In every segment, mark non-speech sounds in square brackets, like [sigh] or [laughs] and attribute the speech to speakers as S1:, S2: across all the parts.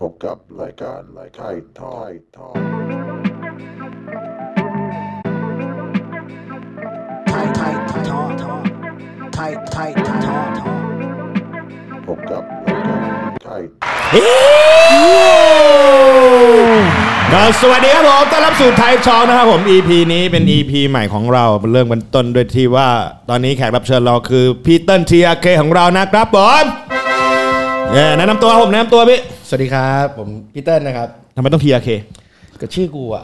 S1: พบกับรายการรายการทอทอ
S2: tight tight talk talk tight tight talk talk
S1: พบกับรายการไทย
S3: ก็สวัสดีครับผมต้อนรับสู่ไทยชองนะครับผม EP นี้เป็น EP ใหม่ของเราเริ่มกันต้นด้วยที่ว่าตอนนี้แขกรับเชิญเราคือพี่เติ้ลทีอาเคของเรานะครับผมเย้แนะนำตัวครับผมแนะนำตัวพี่
S4: สวัสดีครับผมพีเตอร์นะครับ
S3: ทำไมต้องทีอาเค [laughs]
S4: ก็ชื่อกูอ่ะ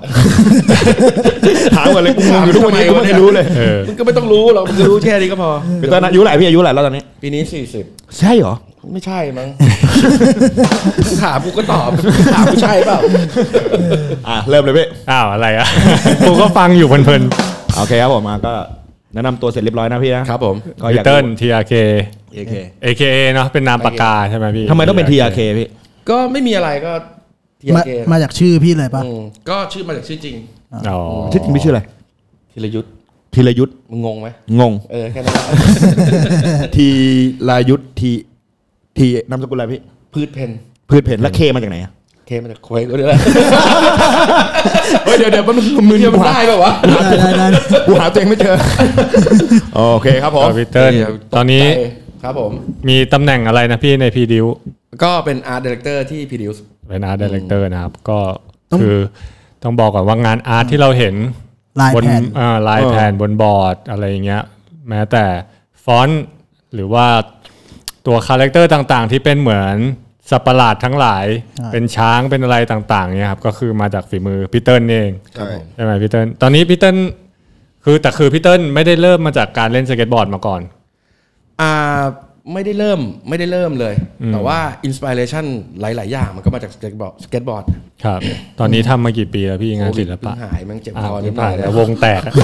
S3: ถามก่อนเลยกูงงอยู่ทุกวันนี้กูไม่ได้รู้เลยเออ
S4: มึงก็ไม่ต้องรู้หรอกมึงก็รู้แค่นี้ก็พอ
S3: พี่เติ้ลอายุไหนพี่อายุไหนแล้วตอนนี้
S4: ปีนี้สี่สิบ
S3: ใช่เหรอ
S4: ไม่ใช่มั้ง ถามกูก็ตอบถามกูใช่เปล่า
S3: อ่ะเริ่มเลยพี่
S5: อ้าวอะไรอ่ะ [laughs] กูก็ฟังอยู่เพลิน
S3: โอเคครับผมมาก็แนะนำตัวเสร็จเรียบร้อยนะพี่นะครับ
S4: ผม
S5: ๆ
S3: ก็
S5: พี
S3: อยาก
S5: เติ้ล TRK
S3: โอเค
S5: AKA เนอะเป็นนามปากกาใช่ไหมพี่
S3: ทำไมต้องเป็นทีอาเคพี่
S4: ก็ไม่มีอะไรก็ที
S6: มา
S4: เก
S6: มาจากชื่อพี่เลยปะ
S4: ก็ชื่อมาจากชื่อจริง
S5: อ๋อ
S3: ชื่อจริงพี่ชื่ออะไร
S4: ธีรยุทธ์
S3: ธีรยุทธ์
S4: มึงงงไหม
S3: งง
S4: เออแค่นั้นแหละ
S3: ทีลายุทธทีทีนามสกุลอะไรพี่
S4: พืชเพน
S3: พืชเพ็ญและเคมาจากไหนอะ
S4: เคมาจากโควยก็ได้ละเฮ้ยเดี๋ยวเดี๋ยวมันมึนมันได้เปล่าวะ
S6: ได้ได้ได้
S3: กูหาตัวเองไม่เจอ โอเคครับ [laughs] ผม
S5: เอาพีเติ้ลตอนนี้
S4: ครับผม
S5: มีตำแหน่งอะไรนะพี่ในพีดิว
S4: ก็เป็น Art Director ที่ Produce
S5: เป็นอาร์ตดีเลกเตอร์นะครับ ก็คือต้องบอกก่อนว่างานอาร์ตที่เราเห็น
S6: ลาย
S5: บน
S6: แผ่น
S5: เอ่อลายแผ่นบนบอร์ดอะไรอย่างเงี้ย แม้แต่ฟอนต์หรือว่าตัวคาแรคเตอร์ต่างๆ ที่เป็นเหมือนสัตว์ประหลาดทั้งหลาย เป็นช้างเป็นอะไรต่างๆเนี่ยครับก็คือมาจากฝีมือพีเติ้ลเอง
S4: ครับผม
S5: ใช่ไหมพี่เติ้ลตอนนี้พี่เติ้ลคือแต่คือพี่เติ้ลไม่ได้เริ่มมาจากการเล่นสเก็ตบอร์ดมาก่อน
S4: อ่าไม่ได้เริ่มไม่ได้เริ่มเลย แต่ว่าอินสปิเรชันหลาย ๆ อย่างมันก็มาจากสเก็ตบอร์ดสเก็ตบอร์ด
S5: ครับ ตอนนี้ทำมากี่ปีแล้วพี่งานศิลปะ
S4: โควิดเพิ่งหายมันเจ็บ
S5: อ่า
S4: คอนิ
S5: ที่
S4: ดหน่
S5: ผ่า
S4: อย
S5: น
S4: แล้
S5: แล้ว ววงแตกอะ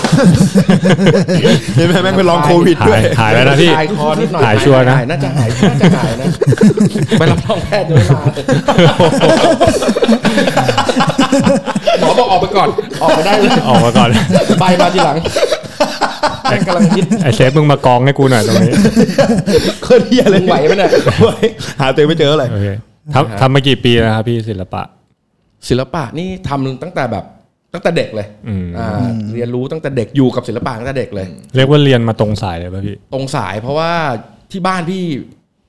S3: เห็นไหมแม่งเป็นลองโควิดด้
S5: หา
S3: วย
S5: ยหายแล้วนะพี่
S4: คลายคอนิดหน่อย
S5: หายชัวร์นะ
S4: หายน่าจะหายน่าจะหายนะไปรับรองแพทย์ด้วยมาหมอบอกออกไปก่อน ออกไปได้เลย
S5: ออกมาก่อน [laughs]
S4: ใบมาทีหลังแม่งกำลังคิด
S5: ไอเชฟมึงมากองให้กูหน่อยตรงนี้
S3: โคตรเฮียเลย
S4: มึงไหวไหมเนี่ย
S3: เว้ย [laughs] หาตัวเองไม่เจอเลย
S5: โอเคทำทำมากี่ปีแล้วครับพี่ศิลปะ
S4: ศิลปะนี่ทำตั้งแต่แบบตั้งแต่เด็กเลย
S5: อืม
S4: อ่าเรียนรู้ตั้งแต่เด็กอยู่กับศิลปะตั้งแต่เด็กเลย
S5: เรียกว่าเรียนมาตรงสายเลยป่ะพี่
S4: ตรงสายเพราะว่าที่บ้านพี่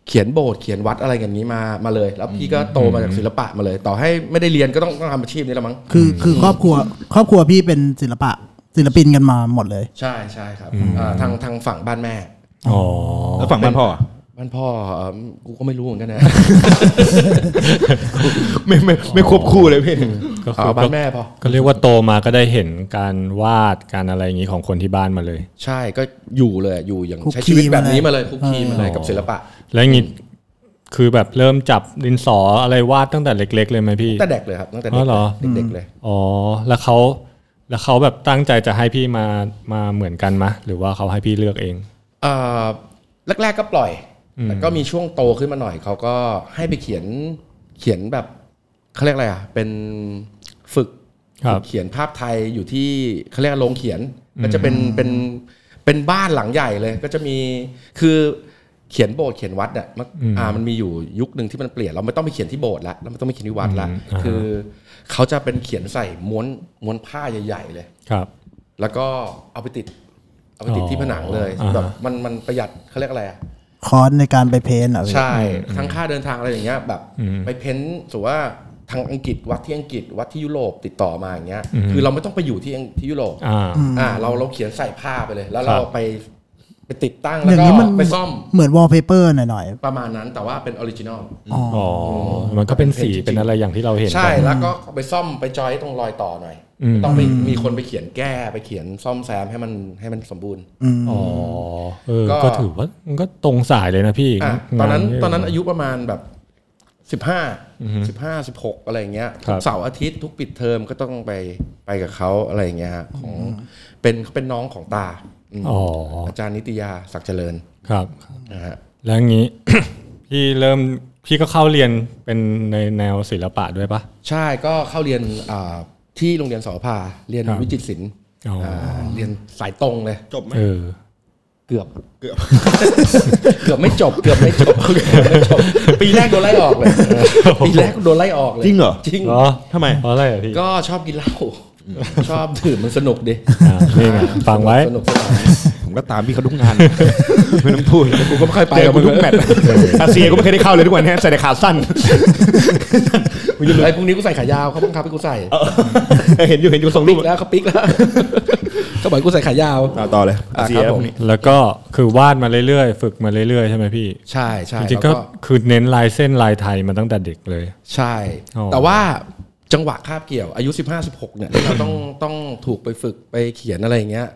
S4: เขียนโบสถ์เขียนวัดอะไรกันนี้มามาเลย แล้วพี่ก็โตมาจากศิลปะมาเลย ต่อให้ไม่ได้เรียนก็ต้องต้องทำอาชีพนี้ละมั้ง
S6: คือคือครอบครัว ครอบครัวพี่เป็นศิลปะศิลปินกันมาหมดเลย
S4: ใช่ใช่ครับอ่าทางทางฝั่งบ้านแม่
S5: อ๋อ
S3: แล้วฝั่งบ้านพ่ออะ
S4: บ้านพ่อเอิ่มกูก็ไม่รู้เหมือนกันนะ
S3: ไม่ไม่ไม่ควบคู่เลยพี่
S5: ก็คือ
S4: เอาบ้านแม่พอ
S5: ก็เรียกว่าโตมาก็ได้เห็นการวาดการอะไรอย่างนี้ของคนที่บ้านมาเลย
S4: ใช่ก็อยู่เลยอยู่อย่าง
S6: คุก
S4: ใช้ชีวิต
S6: คีมา
S4: แบบนี้
S6: เลย
S4: มาเลยคุกคีมาเลยกับศิลปะ
S5: แล้วอย่างงี้คือแบบเริ่มจับดินสออะไรวาดตั้งแต่เล็ก ๆ เลยไหมพี่
S4: ตั้งแต่เด็กเลยครับตั้งแต่เด็
S5: อ๋
S4: ก
S5: อเหรอ
S4: เด็กๆเลย
S5: อ๋อ แล้วเขาแล้วเขาแบบตั้งใจจะให้พี่มามาเหมือนกันมะ หรือว่าเขาให้พี่เลือกเอง
S4: เอ่อแรกๆก็ปล่อยแต่ก็มีช่วงโตขึ้นมาหน่อยเขาก็ให้ไปเขียนเขียนแบบเขาเรียกอะไรอ่ะเป็นฝึก
S5: ครับ
S4: ฝึกเขียนภาพไทยอยู่ที่เขาเรียกว่าโรงเขียนก็จะเป็นเป็นเป็นบ้านหลังใหญ่เลย ก็จะมีคือเขียนโบสถ์เขียนวัดเนี่ยมันอ่ามันมีอยู่ยุคหนึ่งที่มันเปลี่ยนเราไม่ต้องไปเขียนที่โบสถ์ละเราไม่ต้องไปเขียนที่วัดละคือเขาจะเป็นเขียนใส่ม้วนม้วนผ้าใหญ่ ๆ เลย
S5: ครับ
S4: แล้วก็เอาไปติด เอาไปติด
S5: อ๋อ
S4: ที่ผนังเลย
S5: อ่าฮะ
S4: แบบมันมันประหยัดเขาเรียกอะไรอ่ะ
S6: คอร์สในการไปเพ้นท์อ่ะพี่
S4: ใช่ทั้งค่าเดินทางอะไรอย่างเงี้ย แบบไปเพ้นท์สมมุติว่าทางอังกฤษวัดที่อังกฤษวัดที่ยุโรปติดต่อมาอย่างเงี้ย คือเราไม่ต้องไปอยู่ที่อังที่ยุโรป
S5: อ่า
S4: อ่า เราเราเขียนใส่ผ้าไปเลย แล้ว
S5: ครับ
S4: เราไปไปติดตั้ง
S6: อ
S4: แล้ว
S6: ย่าง
S4: ก็
S6: นี้มัน
S4: ไปซ่อม
S6: เหมือนวอลเปเปอร์หน่อย
S4: ประมาณนั้นแต่ว่าเป็นออริจินอล
S6: ๆอ๋ออ
S5: อ๋อ มันก็เป็นสี
S4: เป็นจริงๆ
S5: เป็นอะไรอย่างที่เราเห็น
S4: ใช่
S5: กัน
S4: แล้วก็ไปซ่อมไปจอยตรงรอยต่อหน่อย
S5: อืม
S4: ต้องไปมีคนไปเขียนแก้ไปเขียนซ่อมแซมให้มันให้มันสมบูรณ์
S6: อืม
S5: อ๋อเออ
S4: ก็
S5: ก็ถือว่ามันก็ตรงสายเลยนะพี่
S4: อ่ะตอนนั้น
S5: งา
S4: ตอนนั้นอายุประมาณแบบสิบห้าสิบห้าสิบหกอะไรอย่างเงี้ย
S5: ค
S4: ทุ
S5: รับ
S4: กเสาร์อาทิตย์ทุกปิดเทอมก็ต้องไปไปกับเขาอะไรอย่างเงี้ยฮะของเป็นเขาเป็นน้องของตาอืม
S5: อ๋อ
S4: อาจารย์นิตยาศักดิ์เจริญ
S5: ครับ
S4: นะฮะ
S5: แล้วอย่างนี้ [coughs] พี่เริ่มพี่ก็เข้าเรียนเป็นในแนวศิลปะด้วยปะ
S4: ใช่ก็เข้าเรียนอ่าที่โรงเรียนสอพาเรียน
S5: ครับ
S4: วิจิตรศิลป์
S5: อ๋ออ่
S4: าเรียนสายตรงเลย
S3: จบไหม
S5: เออ
S4: เกือบเกือบ [laughs] เกือบไม่จบ เกือบไม่จบ [laughs] เกือบไม่จบ ปีแรกโดนไล่ออกเลยเออปีแรกโดนไล่ออกเลย
S3: จริงเหรอ
S4: จริง
S5: เหรอ
S3: ทำไม
S5: เพราะอะไรอ่ะพี่
S4: ก็ชอบกินเหล้าชอบดื่มมันสนุกดิ
S5: อ่ะนี่ไงฟังไว้
S4: สนุกสนาน
S3: ผมก็ตามพี่เขาทุกงาน [laughs] ไม่ต้องพูด
S4: กูก็ไม่ค่อยไป
S3: ไป
S4: กั
S3: กั
S4: บบ มึ
S3: มึ
S4: ง
S3: งทุกแมตช์อาเซียก็ไม่เคยได้เข้าเลยทุกวันนี้ใส่แต่ขาสั้น
S4: ไอ้พรุ่งนี้กูใส่ขายาวเขาบังคับให้กูใส่
S3: เห็นอยู่เห็นอยู่ส่งรู
S4: ปิ๊
S3: ป
S4: กแล้วเขาปิ๊กแล้วเขา [laughs] บอกให้กูใส่ขายาว
S3: อ่ะต่อเลย
S4: อ่ะ
S3: อาเซี
S4: ค
S3: ย
S4: รับ
S3: พ
S4: ผม
S3: วกนี้
S5: แล้วก็คือวาดมาเรื่อยๆ ฝึกมาเรื่อยๆ ใช่ไหมพี่
S4: ใช่ใช่
S5: จริ
S4: แล้ว
S5: งๆก็คือเน้นลายเส้นลายไทยมาตั้งแต่เด็กเลย
S4: ใช่
S5: อ๋อ
S4: แต่ว่าจังหวะคาบเกี่ยวอายุ 15 16เนี่ยที่เราต้องต้องถูกไปฝึกไปเขียนอะไรอย่างเงี้ย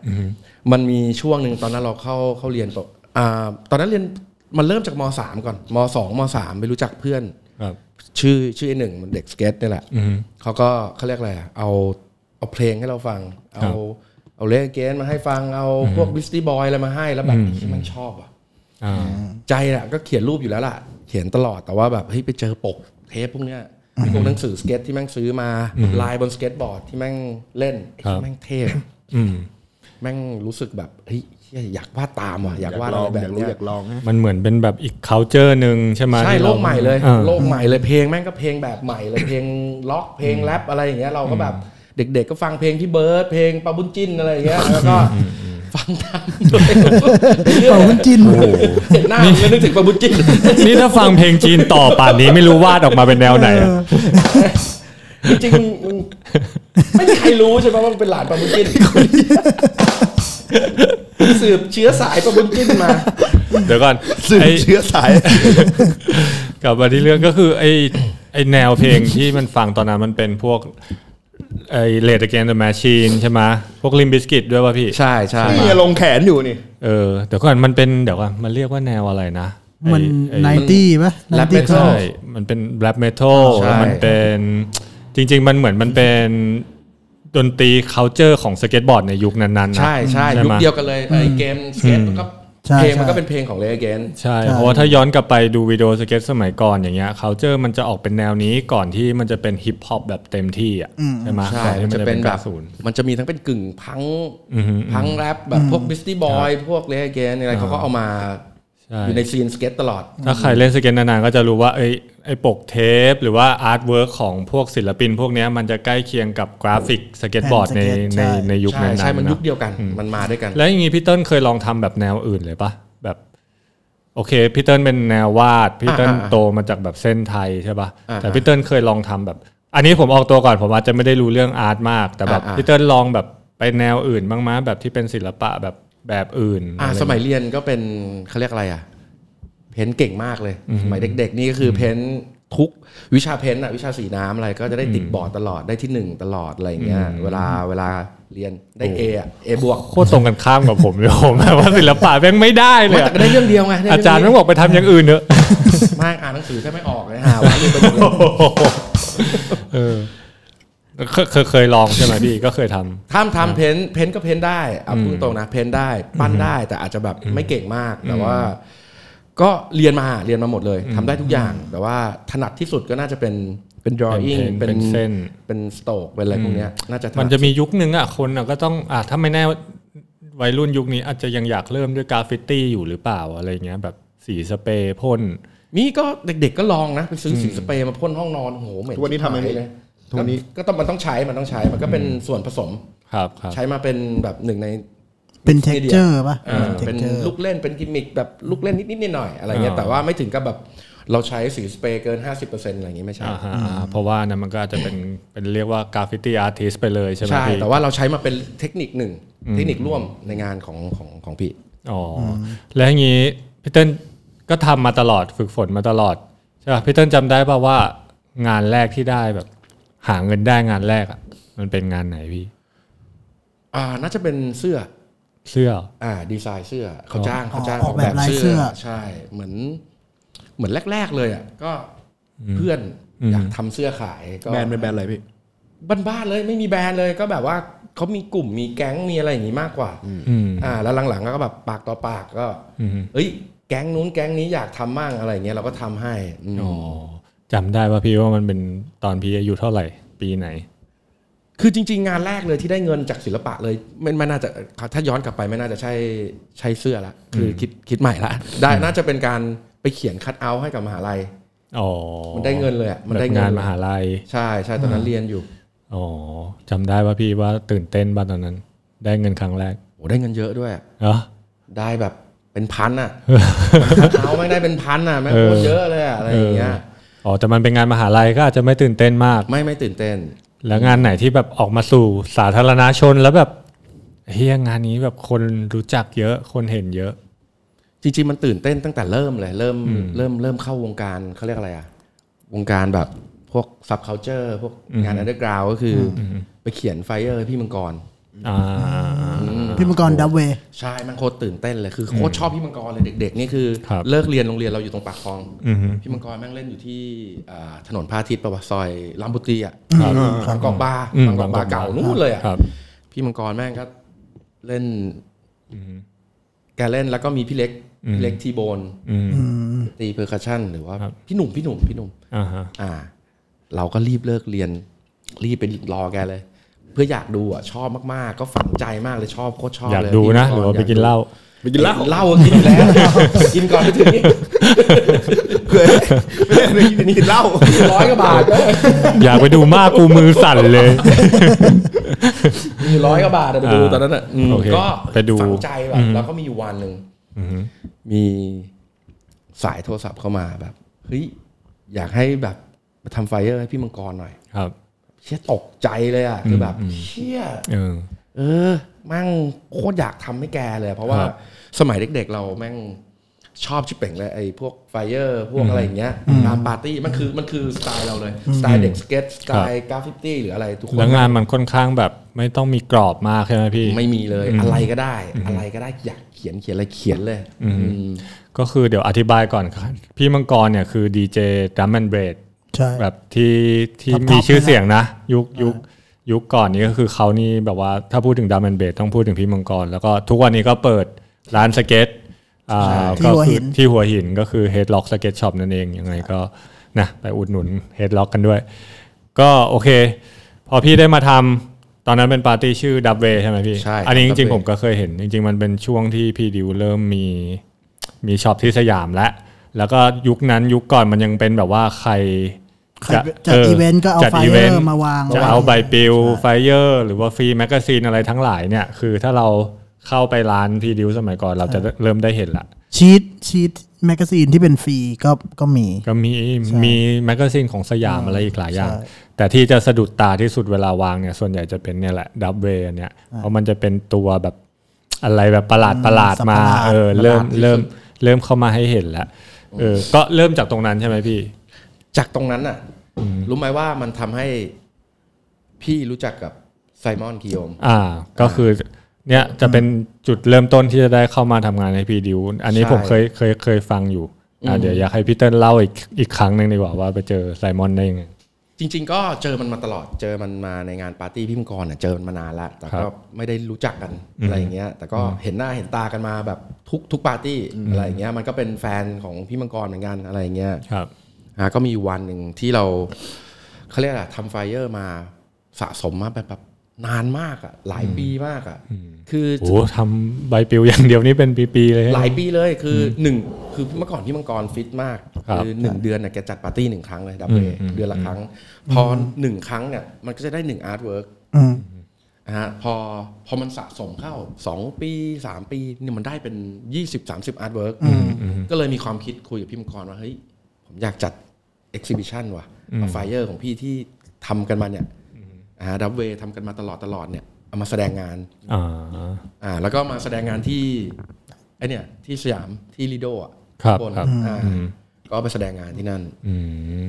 S4: มันมีช่วงหนึ่งตอนนั้นเราเข้าเข้าเรียนปะอ่าตอนนั้นเรียนมันเริ่มจากม .3 ก่อนม .2 ม .3 ไปรู้จักเพื่อน
S5: ครับ
S4: ชื่อชื่อไอหนึ่งมันเด็กสเก็ตนี่แหละ
S5: อืม
S4: เขาก็เขาเรียกอะไรอะเอาเอาเพลงให้เราฟัง
S5: ครั
S4: เอา
S5: บ
S4: เอาเลเกนมาให้ฟัง เอาพวกบิสตี้บอยอะไรมาให้แล้วแบบ
S5: อืม
S4: ที่มันชอบอ่ะ
S5: อ่า
S4: ใจอ่ะก็เขียนรูปอยู่แล้วล่ะ เขียนตลอดแต่ว่าแบบเฮ้ยไปเจอปกเทปพวกเนี้ยพวกหนังสือสเก็ตที่แม่งซื้อมาลายบนสเก็ตบอร์ดที่แม่งเล่นไอ้ที่แม่งเท่อะ
S5: อืม
S4: แม่งรู้สึกแบบเฮ้ยเหี้ยอยากวาดตามว่ะ
S3: อ
S4: อาย
S3: ยาก ก
S4: วาด
S3: ลอ
S4: อะไรงแบ
S3: อยา
S4: บ
S3: กรู้
S4: เนี้
S3: อย ยากลองนะ
S5: มันเหมือนเป็นแบบอีก culture หนึ่งใช่ไหม
S4: ใช่
S5: ที่
S4: โล
S5: ราก
S4: ใหม่เลย
S5: อ่า
S4: โลกใหม่เลยเพลงแม่งก็เพลงแบบใหม่ [coughs] เลยเพลงล็อกเพลงแรปอะไรอย่างเงี้ยเราก็แบบเด็กๆก็ฟังเพลงพี่เบิร์ดเพลงปาบุญจินอะไรอย่างเงี้ยแล้วก็ฟังตามเรื่
S6: เป่า
S4: อย
S6: หุ้นจิน
S4: ๆเห็นหน้ามึงก็นึกถึงปาบุญจิน
S5: นี่ถ้าฟังเพลงจีนต่อป่านนี้ไม่รู้วาดออกมาเป็นแนวไหนอะ
S4: จริงๆมึงมึงไม่มีใครรู้ใช่ไหมว่ามันเป็นหลานปาบุญจิ้นสืบเชื้อสายปาบุญจิ้นมา
S5: เดี๋ยวก่อน
S3: สืบ
S5: ไอ้
S3: เชื้อสาย
S5: [laughs] กลับมาที่เรื่องก็คือไอ้ไอ้แนวเพลงที่มันฟังตอนนั้นมันเป็นพวกไอ้เลดเกนเดอะแมชชีนใช่ไหมพวกลิมบิสกิตด้วยป่ะพี่
S4: ใช่ใช่
S3: นี่ลงแขนอยู่นี่
S5: เออเดี๋ยวก่อนมันเป็นเดี๋ยวก่อนมันเรียกว่าแนวอะไรนะ
S6: มัน
S5: ไอ้
S6: ไน
S5: ไอ้
S6: ตี้ปะ
S4: แรปเม
S6: 90s
S4: ทัล
S5: ใช่ มันเป็นแรปเมทัล
S4: ใช่
S5: แล้วมันเป็นจริง ๆ มันเหมือนมันเป็นดนตรี culture ของสเก็ตบอร์ดในยุคนั้นๆนะ
S4: ใช่ใช่ยุ
S5: ไห
S4: ค
S5: ม
S4: เดียวกันเลยไอ้เกมสเก็ตมันก็
S6: ใช่
S4: เพลงมัน
S6: ใช่
S4: ก็เป็นเพลงของเลเกน
S5: ใช่
S6: ใช่
S5: เพราะว่าถ้าย้อนกลับไปดูวิดีโอสเก็ตสมัยก่อนอย่างเงี้ย culture มันจะออกเป็นแนวนี้ก่อนที่มันจะเป็นฮิปฮอปแบบเต็มที่อ่ะใช่ไหม
S4: ใช่
S5: ก่อที่
S4: มันจะเป็นแบบ
S5: ศูนย์
S4: มันจะมีทั้งเป็นกึ่งพังพังแรปแบบพวกบิสตี้บอยพวกเลเกนอะไรเขาก็เอามา
S5: ใช่
S4: อยู่ในซีนสเก็ตตลอด
S5: ถ้าใครเล่นสเก็ตนานๆก็จะรู้ว่าเอ้ยไอ้ปกเทป หรือว่าอาร์ตเวิร์กของพวกศิลปิน พวกเนี้ยมันจะใกล้เคียงกับกราฟิกสเก็ตบอร์ดใน
S6: แผ่นสเก็ต
S5: ใน
S6: ใช่
S5: ในยุค
S4: ใช่
S5: นั้นๆ
S4: ใช่มัน
S5: นะ
S4: ยุคเดียวกันมันมาด้วยกัน
S5: แล้วอย่างงี้พี่เติ้ลเคยลองทำแบบแนวอื่นเลยปะแบบโอเคพี่เติ้ลเป็นแนววาดพี่เติ้ล
S4: อ่าอ่า
S5: โตมาจากแบบเส้นไทยใช่ปะ
S4: อ่า
S5: แต่พี่เติ้ลเคยลองทำแบบ อันนี้ผมออกตัวก่อนผมอาจจะไม่ได้รู้เรื่องอาร์ตมาก แต่แบบ
S4: อ่าอ่า
S5: พี่เติ้ลลองแบบไปแนวอื่นบ้างมั้ยแบบที่เป็นศิลปะแบบแบบอื่น
S4: อ่า
S5: ะไร
S4: สมัยเรียนก็เป็นเขาเรียกอะไรอ่ะ เพ้นเก่งมากเลย สมัยเด็ก ๆ นี่ก็คือเพ้นทุกวิชาเพ้นอ่ะวิชาสีน้ำอะไรก็จะได้ติดบอร์ดตลอดได้ที่หนึ่งตลอดอะไรอย่างเงี้ยเวลาเวลาเรียนได้เออ่ะเอบวก
S5: โคตรตรงกันข้ามกับผมเลยผมแบบว่าศิลปะแม่งไม่ได้เลย
S4: ไม่
S5: อะ
S4: แต่ก็ได้เรื่องเดียวไงได้
S5: อา
S4: เงเดีว
S5: จารย์ต้องบอกไปทำอย่างอื่นเถอะ
S4: ไมากอ่านหนังสือแทบไม่ออกเลยฮะวันนี้ไปหมดเลย
S5: เออเคยเคยเคยลองใช่ไหมพี่ ก็เคยทำ
S4: ถ้ามทำเพ้นเพ้นก็เพ้นได้อ่ะพูดตรงนะเพ้นได้ปั้นได้แต่อาจจะแบบไม่เก่งมากแต่ว่า ก็เรียนมาเรียนมาหมดเลยทำได้ทุกอย่าง แต่ว่าถนัดที่สุดก็น่าจะเป็นเป็น drawing
S5: เป็นเป็นเส้น
S4: เป็นสโตกเป็นอะไรพวกเนี้ยน่าจะถด
S5: มันจะมียุคนึงอ่ะ คนอ่ะก็ต้องอ่ะถ้าไม่แน่วัยรุ่นยุคนี้อาจจะยังอยากเริ่มด้วยกราฟฟิตี้อยู่หรือเปล่าอะไรเงี้ยแบบสีสเปรย์พ่น
S4: มีก็เด็กๆก็ลองนะไปซื้อสีสเปรย์มาพ่นห้องนอนโอ้โหเหม็น
S3: ทุกวันนี้ทำไหม
S4: ชิบหายเลย
S3: ทุกวันนี้
S4: ก็ต้องมันต้องใช้มันต้องใช้มันก็เป็นส่วนผสม
S5: ครับครับ
S4: ใช้มาเป็นแบบหนึ่งใน
S6: เป็นเท็
S4: media
S6: กเจอร์ปะ
S4: เออ
S6: เป็
S4: เป็น น
S6: texture
S4: ลูกเล่นเป็นกิมมิคแบบลูกเล่นนิดๆหน่อยๆอะไรเงี้ย
S5: อ่า
S4: แต่ว่าไม่ถึงกับแบบเราใช้สีสเปรย์เกิน 50%อะไรอย่างงี้ไม่ใช่
S5: อ่าฮะอ่าเพราะว่านั้นมันก็อาจจะเป็นเป็นเรียกว่ากราฟฟิตี้อาร์ติสไปเลยใช่ไหม
S4: ใช่
S5: พี่
S4: แต่ว่าเราใช้มาเป็นเทคนิคหนึ่งเทคนิคร่วมในงานของของของพี่
S5: อ๋ออแล้วอย่างงี้พี่เติ้ลก็ทำมาตลอดฝึกฝนมาตลอดใช่ป่ะพี่เติ้ลจำได้ป่ะว่างานแรกที่ได้แบบ หาเงินได้งานแรกอ่ะมันเป็นงานไหนพี่
S4: อ่าน่าจะเป็นเสื้อ
S5: เสื้อ
S4: อ่าดีไซน์เสื้อเขาจ้างเขาจ้าง
S6: ออกแบบลายเสื้อ
S4: ใช่ เหมือน เหมือนแรก ๆ เลยอ่ะก็เพื่อนอยากทำเสื้อขายก็
S3: แบนเป็นแบนอะไรพี่
S4: บ้านๆเลยไม่มีแบรนด์เลยก็แบบว่าเขามีกลุ่มมีแก๊งมีอะไรอย่างงี้มากกว่า
S5: อืม
S4: อ่า แล้วหลังๆก็แบบปากต่อปากก็
S5: อืม
S4: เอ้ย แก๊งนู้นแก๊งนี้อยากทำมั่งอะไรอย่างเงี้ยเราก็ทำให้อืม
S5: อ๋อจำได้ว่าพี่ว่ามันเป็นตอนพี่อายุเท่าไหร่ ปีไหน
S4: คือจริง ๆ งานแรกเลยที่ได้เงินจากศิลปะเลยไม่ไม่น่าจะถ้าย้อนกลับไปไม่น่าจะใช่ใช่เสื้อละคือคิดคิดใหม่ละได้น่าจะเป็นการไปเขียนคัดเอาท์ให้กับมหาลัย
S5: อ๋อ
S4: มันได้เงินเลยอะมันได้เงิน
S5: แบบงานมหาลัย
S4: ใช่ใช่ตอนนั้นเรียนอยู่
S5: อ๋อจำได้ว่าพี่ว่าตื่นเต้นบ้านตอนนั้น ได้เงินครั้งแรก
S4: โอ้ได้เงินเยอะด้วย
S5: เหรอ
S4: ได้แบบเป็นพัน
S5: [laughs]
S4: อ่ะ เอาไม่งได้เป็นพันอ่ะแม่งโคตรเยอะเลยอะอะไรอย่างเงี้ย
S5: อ๋อแต่มันเป็นงานมหาลัยก็อาจจะไม่ตื่นเต้นมาก
S4: ไม่ไม่ตื่นเต้น
S5: แล้วงานไหนที่แบบออกมาสู่สาธารณชนแล้วแบบเฮียงานนี้แบบคนรู้จักเยอะคนเห็นเยอะ
S4: จริงๆมันตื่นเต้นตั้งแต่เริ่มเลยเริ่มเริ่มเริ่มเข้าวงการเขาเรียกอะไรอ่ะ วงการแบบพวกซับเคาเจอร์พวกงานอันเดอร์กราวก็คืออไปเขียนไฟเออร์พี่มังกร
S5: อ่า
S6: พี่มังกรดับเวย์
S4: ใช่มันโคตรตื่นเต้นเลยคือโคตรชอบพี่มังกรเลยเด็ก ๆ นี่คือ
S5: ครับ
S4: เลิกเรียนโรงเรียนเราอยู่ตรงปากคลอง
S5: อือฮึ
S4: พี่มังกรแม่งเล่นอยู่ที่อ่าถนนพระอาทิตย์ประวัติซอยลามบุตรีอ่ะ
S6: ครับ
S4: บางกอกบาร์
S5: อืม
S4: บางกอกบา
S5: บางกอกบาร์
S4: ร์เก่านู่นเลยอ่ะ
S5: ครับ
S4: พี่มังกรแม่งก็เล่นแกเล่นแล้วก็มีพี่เล็กพี่เล็กทีโบน
S5: อืม
S4: ตีเพอร์คัชชั่นหรือว่า
S5: ครับ
S4: พี่หนุ่มพี่หนุ่มพี่หนุ่ม
S5: อ่าฮะ
S4: อ่า เราก็รีบเลิกเรียน รีบไปรอแกเลย เพื่ออยากดูอ่ะชอบมากๆ ก็ฝังใจมากเลยชอบโคตรชอบ
S5: อยาก
S4: เลย
S5: ดู
S4: พี่
S5: นะ
S4: มังก
S5: หรือว่าไปกินเหล้า
S4: ไปกินเหล้าเหล้ากินอยู่แล้ว กินก่อนไปถึง
S5: [laughs]
S4: นี่เคยไม่ได้กินกินเหล้าร้อยกว่าบาทเลย
S5: อยากไปดูมากกูมือสั่นเลย
S4: มีร้อยกว่าบาทอะไปดู
S5: อ่า
S4: ตอนนั้นอ่ะอืม
S5: โอเค
S4: ก็
S5: ไปดู
S4: ฝังใจแบ
S5: อื
S4: บ
S5: ม
S4: แล้วก็มีอยู่วันหนึ่ง
S5: อืม
S4: มีสายโทรศัพท์เข้ามาแบบเฮ้ยอยากให้แบบมาทำไฟเออร์ให้พี่มังกรหน่อย
S5: ครับ
S4: เชี่ยตกใจเลยอ่ะคือแบบเชี่ย
S5: เออ
S4: เออ มั่งโคตรอยากทำให้แกเลย เพราะว่า
S5: ครับ
S4: สมัยเด็กๆเราแม่งชอบชิบเป่งเลยไอ้พวกไฟเออร์พวกอะไรอย่างเงี้ยตามปาร์ตี้มันคือมันคือสไตล์เราเลยสไตล์เด็กสเก็ตสไตล์กราฟฟิตี้หรืออะไรทุกคน
S5: แล้วงานมันค่อนข้างแบบไม่ต้องมีกรอบมากใช่ไหมพี่
S4: ไม่มีเลยอะไรก็ได้ อะไรก็ได้อยากเขียนเขียนอะไรเขียนเลยอืม
S5: ก็คือเดี๋ยวอธิบายก่อนครับ พี่มังกรเนี่ยคือดีเจดัมแอนเบรด
S6: ใช่
S5: แบบที่ที่
S6: Top
S5: มี
S6: top
S5: ชื่อเสียงนะ ยุคยุคยุคก่อนนี้ก็คือเขานี่แบบว่าถ้าพูดถึงดาม n นเบ s ต้องพูดถึงพี่มังกร แล้วก็ทุกวันนี้ก็เปิดร้านสเก็ตอ่า
S6: ที่
S5: ก็
S6: หัว
S5: คื
S6: หิ
S5: อน ที่หัวหินก็คือ Headlock Skate Shop นั่นเองยังไงก็นะไปอุดหนุน Headlock กันด้วย ก็โอเค พอพี่ได้มาทำตอนนั้นเป็นปาร์ตี้ชื่อดับเวใช่ไหมพี่
S4: ใช่
S5: อันนี้จริงๆผมก็เคยเห็น จริง ๆ มันเป็นช่วงที่พี่ดิวเริ่มมีมีช็อปที่สยามแล้วแล้วก็ยุคนั้นยุคก่อนมันยังเป็นแบบว่าใคร
S6: ใครจัดอีเวนต์ก็เอา
S5: จัด
S6: ไฟ
S5: อี
S6: เอ
S5: เวน
S6: อ
S5: ต์
S6: ร์มาวาง
S5: จะเอาใบปลิวไฟเออร์หรือว่าฟรีแมกกาซีนอะไรทั้งหลายเนี่ย คือถ้าเราเข้าไปร้านพี่ดิวสมัยก่อนเราจะเริ่มได้เห็นละ
S6: ชีตชีตแมกกาซีนที่เป็นฟรีก็ก็มี
S5: ก็มี
S6: ใช่
S5: มีแมกกาซีนของสยามอะไรอีกหลายอย่าง
S6: ใช่
S5: แต่ที่จะสะดุดตาที่สุดเวลาวางเนี่ยส่วนใหญ่จะเป็นเนี่ยแหละดับเบย์เนี่ยเพราะมันจะเป็นตัวแบบอะไรแบบประหลาดประหลาดมาเออเริ่มเริ่มเริ่มเข้ามาให้เห็นแล้วเออก็เริ่มจากตรงนั้นใช่ไหมพี่
S4: จากตรงนั้นอ่ะ รู้ไหมว่ามันทำให้พี่รู้จักกับไซมอนกิโยม
S5: อ่าก็คือเนี่ยจะเป็นจุดเริ่มต้นที่จะได้เข้ามาทำงานให้พี่ดิว อันนี้
S4: ใช่
S5: ผมเคยเคยเคยฟังอยู่อ่าเดี๋ยวอยากให้พี่เติ้ลเล่าอีกอีกครั้งหนึ่งดีกว่าว่าไปเจอไซมอนได้ยังไง
S4: จริง ๆ ก็เจอมันมาตลอด เจอมันมาในงานปาร์ตี้พี่มังกรน่ะเจอมันมานานละแต่
S5: ครั
S4: ก็
S5: บ
S4: ไม่ได้รู้จักกันอะไรอย่างเงี้ย แต่ก็เห็นหน้าเห็นตากันมาแบบทุกทุกปาร์ตี้อะไรอย่างเงี้ย มันก็เป็นแฟนของพี่มังกรเหมือนกันอะไรอย่างเงี้ย
S5: ครับ
S4: อ่ะก็มีอยู่วันหนึ่งที่เราเขาเรียกอะไรทำไฟเออร์มาสะสมมาแบบแบบนานมากอ่ะหลายปีมากอ่ะคือ
S5: โอ้โหทำใบปลิวอย่างเดียวนี่เป็นปีๆเลยฮะ
S4: หลายปีเลยคือหนึ่งคือเมื่อก่อนพี่มังกรฟิตมาก
S5: ครับ
S4: หนึ่งเดือนน่ะแกจัดปาร์ตี้หนึ่งครั้งเลยดับเบิล
S5: อืม
S4: เดือนละครั้ง พอหนึ่งครั้งเนี่ยมันก็จะได้หนึ่งอาร์ตเวิร์ก
S6: อืม
S4: นะฮะพอพอมันสะสมเข้า 2 ปี 3 ปีเนี่ยมันได้เป็น 20 30อาร์ตเวิร์กก็เลยมีความคิดคุยกับพี่มังกรว่าเฮ้ยผมอยากจัดเอ็กซิบิชันว่ะเอาไฟเออร์ของพี่ที่ทำกันมาเนี่ยนะฮะดับเวทำกันมาตลอดตลอดเนี่ยเอามาแสดงงาน
S5: อ่า
S4: อ่าแล้วก็มาแสดงงานที่ไอเนี่ยที่สยามที่ลีโดอ่ะ
S5: ครับ
S4: ข้างน
S5: ครับ
S4: อ่าก็ไปแสดงงานที่นั่น
S5: อืม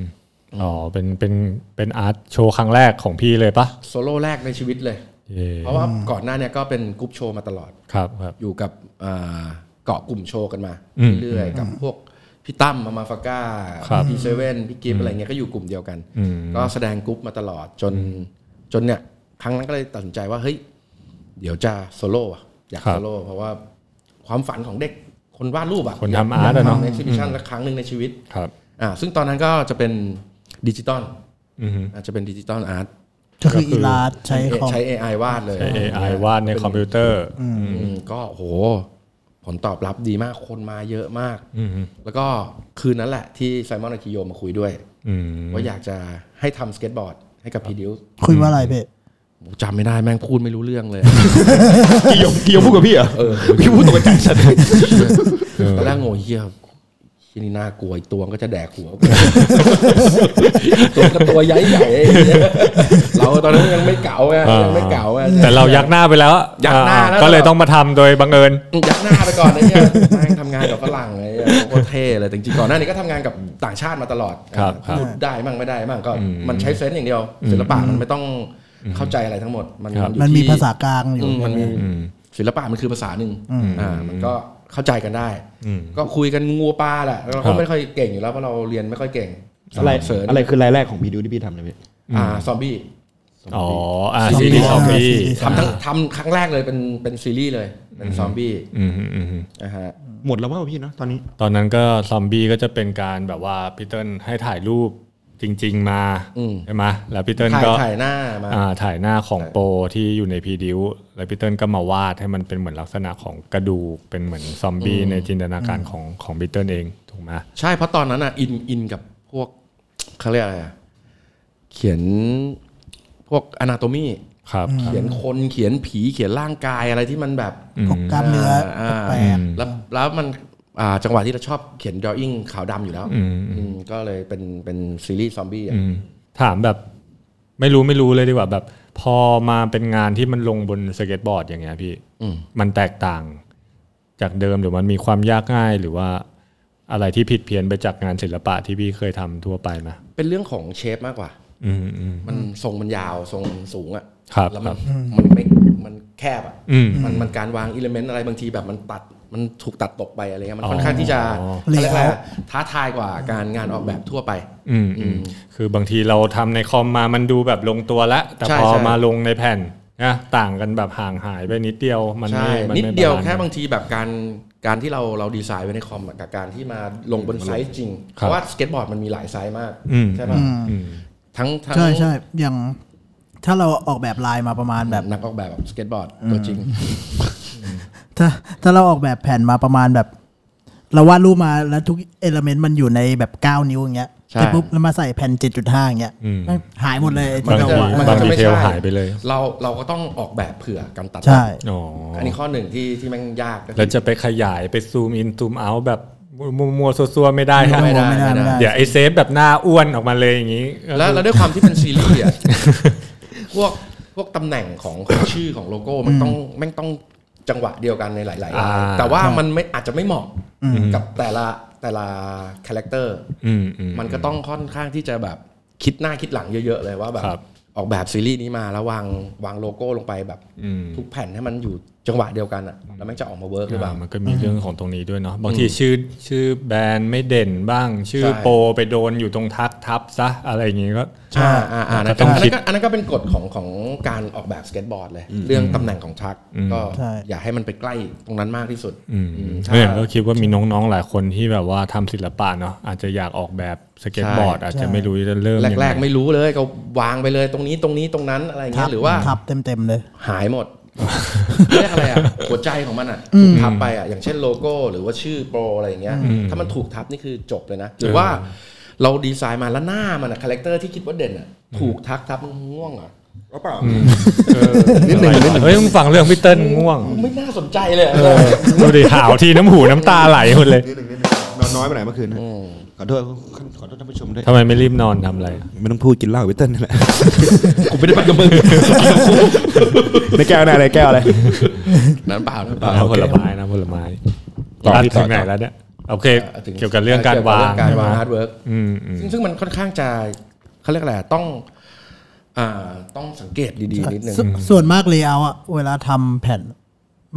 S5: อ๋อเป็นเป็นเป็นอาร์ตโชว์ครั้งแรกของพี่เลยปะ
S4: โซโล่แรกในชีวิตเลย
S5: เย่
S4: เพราะว่าก่อนหน้าเนี่ยก็เป็นกรุ๊ปโชว์มาตลอด
S5: ครับครับ
S4: อยู่กับอ่าเกาะกลุ่มโชว์กันมา
S5: อืม
S4: เรื่อยๆกับพวกพี่ตั้มมามาฟาก้า
S5: ครับ
S4: พี่เซเว่นพี่กิฟอะไรเงี้ยก็อยู่กลุ่มเดียวกัน
S5: อืม
S4: ก็แสดงกรุ๊ปมาตลอดจนจนเนี่ยครั้งนั้นก็เลยตัดสินใจว่าเฮ้ย เดี๋ยวจะโซโล่อะอยากโซโล่เพราะว่าความฝันของเด็กคนวาดรูปอะ
S5: คนทำอาร์ตอะเนาะ
S4: เอ็กซิบิชันละครั้งหนึ่งในชีวิต
S5: ครับ
S4: อ่า ซึ่งตอนนั้นก็จะเป็นดิจิตอล
S5: อืม
S4: อาจจะเป็นดิจิตอลอาร์ต
S6: ก็คืออีลาสใช้คอม
S4: ใช้ AI วาดเลย
S5: ใช้ AI วาดในคอมพิวเตอร์
S4: อืมก็โห ผลตอบรับดีมากคนมาเยอะมาก แล้วก็คืนนั้นแหละที่ไซมอนอาคิโยมาคุยด้วยว่าอยากจะให้ทำสเก็ตบอร์ดให้กับพีดิว
S6: คุยว่าอะไรเพ่
S4: จำไม่ได้แม่งพูดไม่รู้เรื่องเลย
S3: กิโยกิโยพูดกับพี่เหรอพี่พูดตกใจสัตว์
S4: ตอนแรกงงเฮียชินี่น่ากลัวอีกตัวมันก็จะแดกหัว [laughs] กูตัวก็ตัวใหญ่ใหญ่ไอ้เหี้ยเราตอนนั้นยังไม่เก่าไงยังไม่เก่าไง
S5: แต่เรายักหน้าไปแล้วอะ
S4: ยักหน้าแล้ว
S5: ก็เลยต้องมาทำโดยบังเอิญ
S4: ยักหน้าไปก่อนนะเนี่ยแม่งทำงานกับฝรั่งเลยโคตรเท่เลยแต่จริงๆก่อนหน้านี้ก็ทำงานกับต่างชาติมาตลอด
S5: ครับครับ
S4: พูดได้มั่งไม่ได้มั่งก็มันใช้เซนส์อย่างเดียว ศิลปะมันไม่ต้องเข้าใจอะไรทั้งหมด มันอยู่
S6: มันมี
S4: ที่
S6: ภาษากลางอยู่
S4: มมันมีศิลปะมันคือภาษาหนึ่งอ่ามันก็เข้าใจกันได้ ก็คุยกันงูปลาแหละเราก็ไม่ค่อยเก่งอยู่แล้วเพราะเราเรียนไม่ค่อยเก่ง
S3: อะไร
S4: เสริญ
S3: อะไรคือรายแรกของพี่ดูที่พี่ทำเลยพี่
S4: อ่าซอมบี้
S5: อ๋ออ่า
S6: ซอมบี้
S5: ซีรีส์ซอมบี้
S6: ซีรีส์
S4: ทำทั้งทำครั้งแรกเลยเป็นเป็นซีรีส์เลยเป็นซอมบี้
S5: อืมอืมอืมอืม
S4: นะฮะ
S3: หมดแล้วว่าพี่เนาะตอนนี้
S5: ตอนนั้นก็ซอมบี้ก็จะเป็นการแบบว่าพีเติ้ลให้ถ่ายรูปจริง ๆ มา
S4: อืม
S5: ใช่ไหมแล้วพีเติ้ล
S4: ถ่าย
S5: ก็
S4: ถ่ายหน้ามา
S5: อ่าถ่ายหน้าของโปรที่อยู่ในพีดิวแล้วพีเติ้ลก็มาวาดให้มันเป็นเหมือนลักษณะของกระดูกเป็นเหมือนซอมบี้ในจินตนาการของของพีเติ้ลเองถูกไหม
S4: ใช่ เพราะตอนนั้นอ่ะอินอินกับพวกเขาเรียกอะไรอะเขียนพวก anatomy
S5: ครับ
S4: เขียนคนเขียนผีเขียนร่างกายอะไรที่มันแบบ
S6: พวกกล้ามเนื้ออ
S4: อ่า
S6: แปลก
S4: แล้วแล้วมันอ่าจังหวะที่เราชอบเขียน drawing ขาวดำอยู่แล้วอืมก็เลยเป็นเป็นซีรีส์ซอมบี้อะ
S5: อืมถามแบบไม่รู้ไม่รู้เลยดีกว่าแบบ พอมาเป็นงานที่มันลงบนสเก็ตบอร์ดอย่างเงี้ยพี่
S4: อืม
S5: มันแตกต่าง จากเดิมหรือมันมีความยากง่ายหรือว่าอะไรที่ผิดเพี้ยนไปจากงานศิลปะที่พี่เคยทำทั่วไปไหม
S4: เป็นเรื่องของเชฟมากกว่า
S5: อืมอืม
S4: มันทรงมันยาวทรงมันสูงอะ
S5: ครับ
S4: แล้วมัน
S5: ครับ
S4: มันไม่มันแคบอะ
S5: อืม
S4: มันมันการวางอิเลเมนต์อะไรบางทีแบบมันตัดมันถูกตัดตกไปอะไรเงี้ยมัน
S5: อ๋อ
S4: ค่อนข้างที่จะ
S6: เลี้
S4: อะไร
S6: ย
S4: แบ
S6: ว
S4: บท้าทายกว่าการงานออกแบบทั่วไป
S5: อืมอืมคือบางทีเราทำในคอมมามันดูแบบลงตัวแล้วแต่
S4: ใช่
S5: พอ
S4: ใช่
S5: มาลงในแผ่นนะต่างกันแบบห่างหายไปนิดเดียวมัน
S4: ใช่
S5: ไม่มั
S4: นิด
S5: ไม่
S4: เดียว
S5: บลนซ์
S4: แค่บางทีแบบการการที่เราเราดีไซน์ไว้ในคอมอะกับการที่มาลงบนไซส์จริงเพ
S5: ครับ
S4: ราะว่าสเก็ตบอร์ดมันมีหลายไซส์มาก
S5: อืม
S4: ใช่ป่ะ
S6: อืม
S5: อืม
S4: ทั้งทั้ง
S6: ใช่ใช่อย่างถ้าเราออกแบบลายมาประมาณ
S4: แบ
S6: แบบ บ
S4: นักออกแบบแบบสเก็ตบอร์ดตัวจริง
S6: ถ้าถ้าเราออกแบบแผ่นมาประมาณแบบ เราวาดรูปมาแล้วทุกเอลเมนต์มันอยู่ในแบบ 9 นิ้วอย่างเงี้ย
S4: ใช่
S6: แต่ปุ๊บแล้วมาใส่แผ่น 7.5อย่างเงี้ยมันหายหมดเลยไอ้
S5: บาง
S6: ที่เรา
S5: ที
S6: วาด
S4: มันก็
S5: บาง
S4: จะ
S5: ดี
S4: ไม่
S5: เทล
S4: ใช่
S5: หายไปเลย
S4: เราเราก็ต้องออกแบบเผื่อการตัด
S6: ใช่
S5: อ๋อ
S4: อันนี้ข้อหนึ่งที่ที่แม่งยากก็คือ
S5: แล้วจะไปขยายไปซูมอินซูมเอาแบบมัวๆซัวๆไม่ได้นะ
S6: ไม่ได้ไม่ได้ไม่ได้
S5: เดี๋ยวไอเซฟแบบหน้าอ้วนออกมาเลยอย่างนี้
S4: แล้วแล้วด้วยความที่เป็นซีรีส์
S5: [laughs]
S4: อ่ะ พวกพวกตำแหน่งของของชื่อของโลโก้มันต้องแม่งต้องจังหวะเดียวกันในหลายๆลายแต่ว่ามันไม่อาจจะไม่เหมาะกับแต่ละแต่ละคาแรคเตอร์
S5: อืมอืม
S4: มันก็ต้องค่อนข้างที่จะแบบคิดหน้าคิดหลังเยอะ ๆ เลยว่าแบ
S5: ครับ บ
S4: ออกแบบซีรีส์นี้มาแล้ววางวางโลโก้ลงไปแบบ
S5: อืม
S4: ทุกแผ่นให้มันอยู่จังหวะเดียวกันอ่ะแล้วแม่งจะออกมาเวิร์กหรือเปล่า
S5: อ่ามันก็มีเรื่องของตรงนี้ด้วยเนาะบางทีชื่อชื่อแบรนด์ไม่เด่นบ้าง ชื่อ
S4: ใช่
S5: โปรไปโดนอยู่ตรงทักทับซะอะไรอย่างงี้ก็
S6: ใช่
S4: อ่าอ่าอ่า
S5: ก็
S4: นะ
S5: ต้อง
S4: ครับ
S5: คิด
S4: อันนั้นก็อันนั้นก็เป็นกฎของของการออกแบบสเก็ตบอร์ดเลย เรื่องตำแหน่งของทัก
S5: อืม
S4: ก็
S6: ใช่
S4: อย่าให้มันไปใกล้ตรงนั้นมากที่สุด
S5: อืม
S4: อืม
S5: เนี่ย
S4: ถ้า
S5: ก็คิดว่ามีน้องๆหลายคนที่แบบว่าทำศิลปะเนาะอาจจะอยากออกแบบสเก็ตบอร์ด
S4: ใช่
S5: อาจจะไม่รู้จะเริ่มยัง
S4: แร
S5: ไง
S4: ก ๆ ไม่รู้เลยก็วางไปเลยตรงนี้ตรงนี้ตรงนั้นอะไรอย่าง
S6: ทั
S4: เงี้
S6: บ
S4: ยหรือว่า
S6: ทับเต็มๆเลย
S4: หาย [laughs] หมดเรียกอะไรอ่ะหัวใจของมันอ่ะถูกทับไปอ่ะอย่างเช่นโลโก้หรือว่าชื่อโปรอะไรอย่างเงี้ยถ้ามันถูกทับนี่คือจบเลยนะ หรือว่าเราดีไซน์มาแล้วหน้ามันอ่ะคาแรคเตอร์ที่คิดว่าเด่นอ่ะถูกทักทับง่วงเหรอ่ะก็เปล่า
S5: นิดหนึ่งเฮ้ยมึงฟังเรื่องพี่เติ้ลง่วง
S4: ไม่น่าสนใจเลยอะ
S5: ดูดิหาวทีน้ำหูน้ำตาไหลหมดเลย
S7: นิดหนึ่งนิดหนึ่งนอนน้อยไปไหนเมื่อคืนนะขอโทษขอโทษท่านผู้ชมด้วย
S5: ทำไมไม่รีบนอนทำอะไร
S7: ไม่ต้องพูดกินเหล้าวิเติ้ลนี่แห [laughs] ละ
S4: กูไม่ได้ไปกับมึง
S7: ในแก้วนะในแก้วอะไร
S4: น้ำเปล่าน้ำเปล่า
S5: เอาผลไม้นะผลไม้
S7: ต่อพี่ต่อ
S5: ถึงไหนแล้วเนี่ยโอเค
S4: อ่ะถึง
S5: เกี่ยวกับเรื่องการวาง
S4: เกี่ยวกับเรื่องการวาง
S5: ใช่ไหม
S4: hardwork
S5: อืมอืม
S4: ซึ่งซึ่งมันค่อนข้างจะเขาเรียกอะไรอะต้องอ่าต้องสังเกตดีๆนิดนึง
S6: สส่วนมากเลยเอาอะเวลาทำแผ่น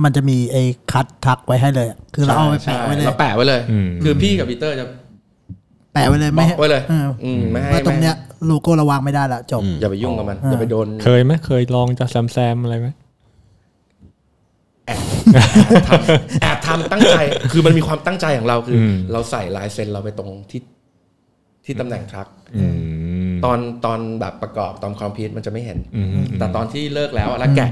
S6: มันจะมีไอ้คัดทักไว้ให้เลยอะคือเราเอาไปแปะไว้เลย
S4: เราแปะไว้เลย
S5: อืม
S4: คือพี่กับปีเตอร์จะ
S6: แปะไว้เลย
S4: บล็
S6: ไม่
S4: อก
S6: ให้
S4: ไว้เลย
S6: เออ
S4: อืมไม่ให้
S6: ว่าตรงเนี้ย
S4: ไม่
S6: โลโก้เระวางไม่ได้ละจบ
S4: ให้อย่าไปยุ่งกับมัน อย่าไปโดน
S5: เคยไหมเคยลองจะแซมแซมอะไรไหม
S4: ทำแอบทำตั้งใจ คือมันมีความตั้งใจของเราคืออเราใส่ลายเซ็นเราไปตรงที่ที่ตำแหน่งทรัก
S5: อืม
S4: ตอนตอนแบบประกอบตอนคอมพิวต์มันจะไม่เห็น แต่ตอนที่เลิกแล้วอะแล้วแกะ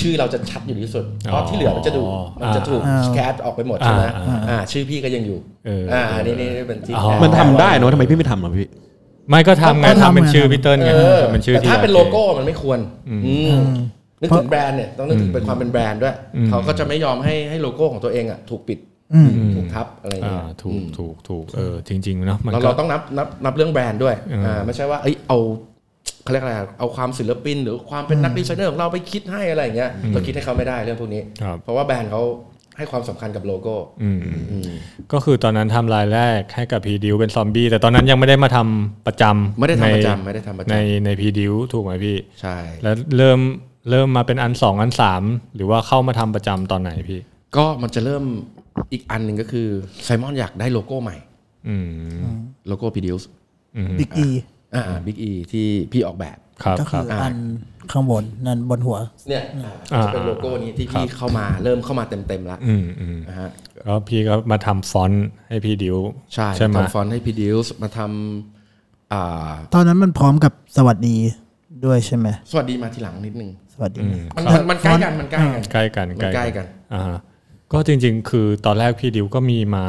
S4: ชื่อเราจะชัดอยู่ที่สุด เพราะที่เหลือมันจะดู
S5: อ๋อ
S4: มันจะถูก
S6: อ่า
S4: แคสออกไปหมดใช่ไหม
S5: อ่าอ่า
S4: อ่าชื่อพี่ก็ยังอยู่
S5: เอออ่
S4: อ่านี่นี่เป็นจริง
S5: อ๋อ
S7: มันทำได้เนอะทำไมพี่ไม่ทำอ่ะพี่
S5: ไม่ก็ทำไง
S6: ก็ทำ
S5: ทำเป็น
S6: ไง
S5: ชื่อพีเติ้ลไง
S4: เออ
S5: ทำเป็นชื่อ
S4: แต่
S5: ที่
S4: ถ้าเป็นโลโก้มันไม่ควรอืมนึกถึงแบรนด์เนี่ยต้องนึกถึงเป็นความเป็นแบรนด์ด้วย เขาก็จะไม่ยอมให้ให้โลโก้ของตัวเองอ่ะถูกปิด
S6: อืม
S4: ถูกทับอะไรอย่าง
S5: อ่า
S4: เงี้ย
S5: ถูกถูกถูกเออจริงๆเนาะมัน
S4: เรา
S5: ก็
S4: เราต้องนับนับนับเรื่องแบรนด์ด้วย
S5: เอออ่
S4: อ่าไม่ใช่ว่าเอ้ยเอาเขาเรียกอะไรอะเอาความศิลปิน หรือความเป็นนักดีไซเนอร์ของเราไปคิดให้อะไรอย่างเงี้ยเราคิดให้เขาไม่ได้เรื่องพวกนี้
S5: ครับ
S4: เพราะว่าแบรนด์เขาให้ความสำคัญกับโลโก้
S5: อืม
S4: อืม
S5: ก็คือตอนนั้นทำรายแรกให้กับพีดิวเป็นซอมบี้ แต่ตอนนั้นยังไม่ได้มาทำประจำ
S4: ไม่ได้
S5: ใน
S4: ทำประจำไม่ได้ทำประจ
S5: ในในพีดิวถูกไหมพี่
S4: ำใช่
S5: แล้วเริ่มเริ่มมาเป็นอันสองอันสามหรือว่าเข้ามาทำประจำตอนไหนพี่
S4: ก็มันจะเริ่มอีกอันหนึ่งก็คือไซมอนอยากได้โลโก้ใหม่
S5: อืม
S4: โลโก้พีดิวส์
S6: บิ๊กอี
S4: อ่าบิ๊กอีที่พี่ออกแบบ
S5: ครับ
S6: ก็
S5: ค
S6: คื
S5: รับ
S6: ออันข้างบนนั่นบนหัว
S4: เนี่ยอ่า
S5: อ่า
S4: จะเป็นโลโก้นี้ที่
S5: ครับ
S4: พี่เข้ามาเริ่มเข้ามาเต็มๆแล้ว
S5: อืมอืม
S4: นะฮะ
S5: แล้วพี่ก็มาทำฟอนต์ให้พี่ดิว
S4: ใช่
S5: ใช่ไหม
S4: ทำฟอนต์ให้พีดิวส์มาทำอ่า
S6: ตอนนั้นมันพร้อมกับสวัสดีด้วยใช่ไหม
S4: สวัสดีมาทีหลังนิดนึง
S6: สวัสดี
S5: อืม
S4: มัน
S6: ครับ
S4: มันใกล้กันมันใกล้กัน
S5: ใกล้กัน
S4: มันใกล้กัน
S5: อ่าฮะก็จริงๆ คือตอนแรกพี่ดิวก็มีมา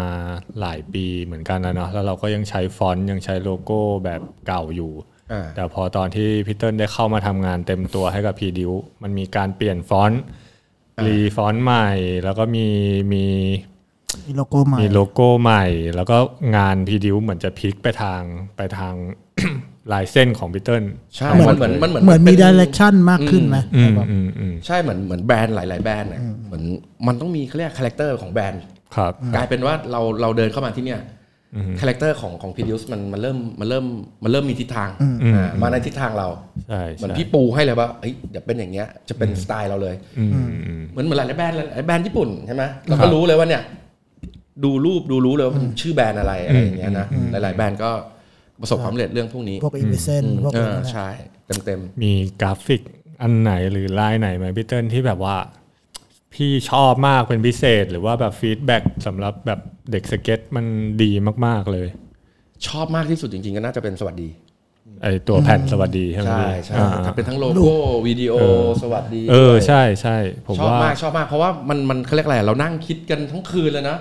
S5: หลายปีเหมือนกันนะเนาะแล้วเราก็ยังใช้ฟอนต์ยังใช้โลโก้แบบเก่าอยู่
S4: อ่า
S5: แต่พอตอนที่พี่เติ้ลได้เข้ามาทำงานเต็มตัวให้กับพีดิวมันมีการเปลี่ยนฟอนต์รีฟอนต์ใหม่ แล้วก็มีมี
S6: มีโลโก้ใหม่
S5: มีโลโก้ใหม่ แล้วก็งานพีดิวเหมือนจะพลิกไปทางไปทาง [coughs] ลายเส้นของพี่เติ้ล
S4: ใช่
S5: ทั้ง
S4: มัน
S5: ด
S4: เหมือนมันเหมือน
S6: เหมือนมี
S4: ป็
S6: ดิเรกชันมากขึ้นไหม
S5: อืมอืมอืม
S4: ใช่เหมือนเหมือนแบรนด์หลาย ๆ แบรนด์เนี่ยเหมือนมันต้องมีเขาเรียกคาแรคเตอร์ของแบรนด์
S5: ครับ
S4: กลายเป็นว่าเราเราเดินเข้ามาที่เนี่ยคาแรคเตอร์ของของพีดิวส์มันมันเริ่มมันเริ่มมันเริ่มมีทิศทางอ่ามาในทิศทางเรา
S5: ใช่
S4: เหมื
S5: ใช่
S4: อนพี่ปูให้เลยว่าเอ้ยเดี๋ยวเป็นอย่างเงี้ยจะเป็นสไตล์เราเลย
S5: อืมอืม
S4: เหมือนเหมือนหลายๆแบรนด์หลายๆแบรนด์ญี่ปุ่นใช่ไหมเรา
S5: ครั
S4: ก็
S5: บ
S4: รู้เลยว่าเนี่ย ดูรูปดูรู้เลยว่ามันชื่อแบรนด์อะไรอะไรอย่างเงี้ยนะหลาย ๆ แบรนด์ก็ประสบความสำเร็จเรื่องพวกนี้
S6: พวกอีวิเซนพวก
S4: เอ
S6: อะไร
S4: อ
S6: นั่นแหละ
S4: ใช่เต็มเต็ม
S5: มีกราฟิกอันไหนหรือลายไหนไหมพี่เติ้ลที่แบบว่า พี่ชอบมากเป็นพิเศษ หรือว่าแบบฟีดแบ็กสำหรับแบบเด็กสเก็ตมันดีมาก ๆเลย
S4: ๆชอบมากที่สุดจริง ๆ ก็น่าจะเป็นสวัสดี
S5: ไอตัวแผ่นสวัสดีใช่ไหม
S4: ใช่
S5: พี่
S4: ใช่
S5: อ่า
S4: ทำเป็นทั้งโลโก้วิดีโอสวัสดี
S5: เออ
S4: ด้วย
S5: ใช่ใช่ผม
S4: ชอบ
S5: ว่าม
S4: ากชอบมากเพราะว่ามันมันเขาเรียกอะไรเรานั่งคิดกันทั้งคืนเลยนะ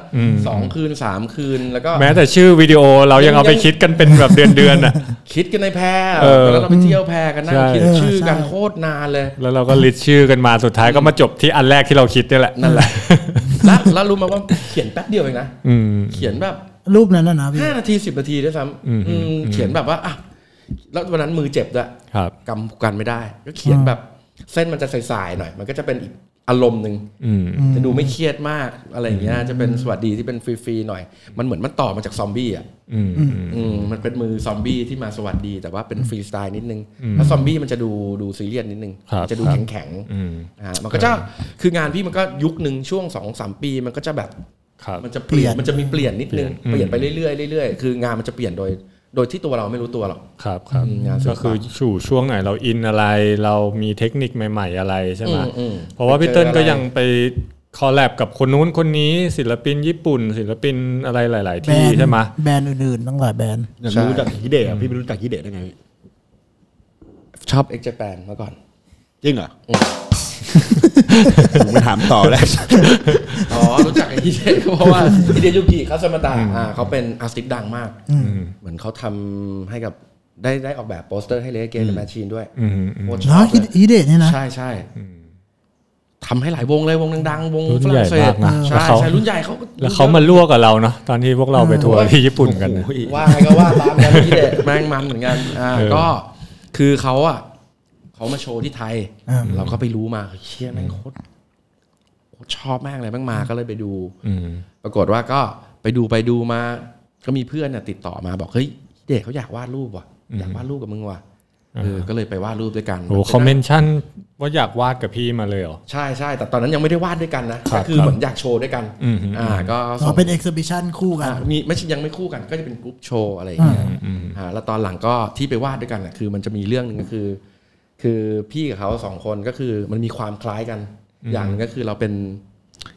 S4: สองคืนสามคืนแล้วก็
S5: แม้แต่ชื่อวิดีโอเรายัง
S4: ยัง
S5: เอาไปคิดกันเป็นแบบเดือนเดือน
S4: [laughs]
S5: ๆอ่ะ
S4: คิดกันในแพร
S5: เออ
S4: แล้วเราไปเที่ยวแพรกันนั่ง
S5: ใช่
S4: คิดชื่อกัน
S6: ใช่
S4: โคตรนานเลย
S5: แล้วเราก็ลิสต์ชื่อกันมาสุดท้ายก็มาจบที่อันแรกที่เราคิดนี่แหละ
S4: นั่น
S5: [laughs]
S4: แหละ แล้วแล้วรู้ไหมาว่าเขียนแป๊บเดียวเองนะ
S5: อืม
S4: เขียนแบบ
S6: รูปนั้นนะนะพี่
S4: ห้านาทีสิบนาทีด้วยซ้
S5: อืม
S4: ำอืมเขียนแบบว่าอ่ะแล้ววันนั้นมือเจ็บด้วย
S5: ครับ
S4: กำกันไม่ได้ ก็เขียนแบบเส้นมันจะสายๆหน่อย มันก็จะเป็นอีกอารมณ์หนึ่ง
S5: อืม
S4: จะดูไม่เครียดมากอะไรอย่างเงี้ยจะเป็นสวัสดีที่เป็นฟรีๆหน่อย มันเหมือนมันต่อมาจากซอมบี้อ่ะ
S5: อืม
S4: อืมมันเป็นมือซอมบี้ที่มาสวัสดี แต่ว่าเป็นฟรีสไตล์นิดนึงแล้วซอมบี้มันจะดูดูซีเรียสนิดนึง
S5: ครับ
S4: จะดูแข็ง
S5: อืม
S4: ๆนะฮะมันก็จะคืองานพี่มันก็ยุคหนึ่งช่วงสองสามปี มันก็จะแบบ
S5: ครับ
S4: มันจะเปลี่ย
S6: เปลี่ย
S4: น
S6: น
S4: มันจะมีเปลี่ยนนิดนึง
S5: เป
S4: เป
S5: ลี่
S4: ลี่ย
S5: ยน
S4: นไปเรื่อยๆเรื่อยๆคืองานมันจะเปลี่ยนโดย โดยที่ตัวเราไม่รู้ตัวหรอก
S5: ครับครับ
S4: อืมงานศิลปะ
S5: ก็คืออยู่ช่วงไหนเราอินอะไรเรามีเทคนิคใหม่ ๆ อะไรใช่ไหม
S4: อืม
S5: เพราะว่า
S4: ไป
S5: พี่
S4: จอ
S5: เติ้ลก็
S4: อะไร
S5: ยังไปคอลแลบกับคนนู้นคนนี้ศิลปินญี่ปุ่น ศิลปินอะไรหลาย ๆ
S6: แบร
S5: ที่
S6: นด์
S5: ใช่ไหม
S6: แบรนด์อื่นๆ ทั้งหลายแบรนด์
S7: อยากรู้จักฮิเดะอะพี่ไม่รู้จักฮิเดะได้ไงพี่
S4: ชอบเอ็กซ์แปนมาก่อน
S7: จริงเหรอผมไม่ถามต่อแล้ว
S4: อ๋อ รู้จักไอ้ [laughs] ฮิเดะเพราะว่าฮิเดะยุกิเขาสมาตะอ่าเขาเป็นอาร์ติสดังมาก เหมือนเขาทำให้กับได้ได้ออกแบบโปสเตอร์ให้เลเกนแมชชีนด้วย
S5: อืมอืมอืม
S4: โคตรช
S6: เนาะ
S4: อบเลย
S6: ฮิเดะเนี่ยนะ
S4: ใช่ใช่ทำให้หลายวงเลยวงดังๆวง
S5: รุ่น
S4: ฝ
S5: ให
S4: รั่
S5: ญ่
S4: งเศ
S5: มา
S4: ส
S5: กนะ
S4: ใช่
S5: แล้วเขา
S4: ใช่รุ่นใหญ่เขาก็
S5: แล้วเขามาลวกกับเราเนาะตอนที่พวกเราไปทัวร์ที่ญี่ปุ่นกันนะ
S4: ว่าไงก็ว่าตามกันฮิ
S5: [laughs]
S4: เดะแม่งมันเหมือนกันอ่า
S5: เออ
S4: ก็คือเขาอ่ะเขามาโชว์ที่ไทย
S6: อ่า
S4: เราก็ไปรู้มาเชี่ยแม่งโคตรโคตรชอบมากเลยแม่งมาก็เลยไปดู
S5: อืม
S4: ปรากฏว่าก็ไปดูไปดูมา ก็มีเพื่อนน่ะติดต่อมาบอกเฮ้ยเด็กเขาอยากวาดรูปว่ะอยากวาดรูปกับมึงว่ะเออก็เลยไปวาดรูปด้วยกัน
S5: โอ้เขาเมนชั่นว่าอยากวาดกับพี่มาเลยเหรอ
S4: ใช่ใช่แต่ตอนนั้นยังไม่ได้วาดด้วยกันนะครับ ก็คือ
S5: ครับ
S4: เหมือนอยากโชว์ด้วยกัน
S5: อืม
S4: อ่า ก็
S6: อ๋อเป็นเอ็กซิบิชันคู่กัน
S4: อ่ามีไม่ใช่ยังไม่คู่กัน ก็จะเป็นกรุ๊ปโชว์อะไรอย่างเงี้ยอ่าแล้วตอนหลังก็ที่ไปวาดด้วยกันน่ะคือ มันจะมีเรื่องหนึ่งก็คือ คือพี่กับเขาสองคนก็คือมันมีความคล้ายกัน อย่างหนึงก็คือเราเป็น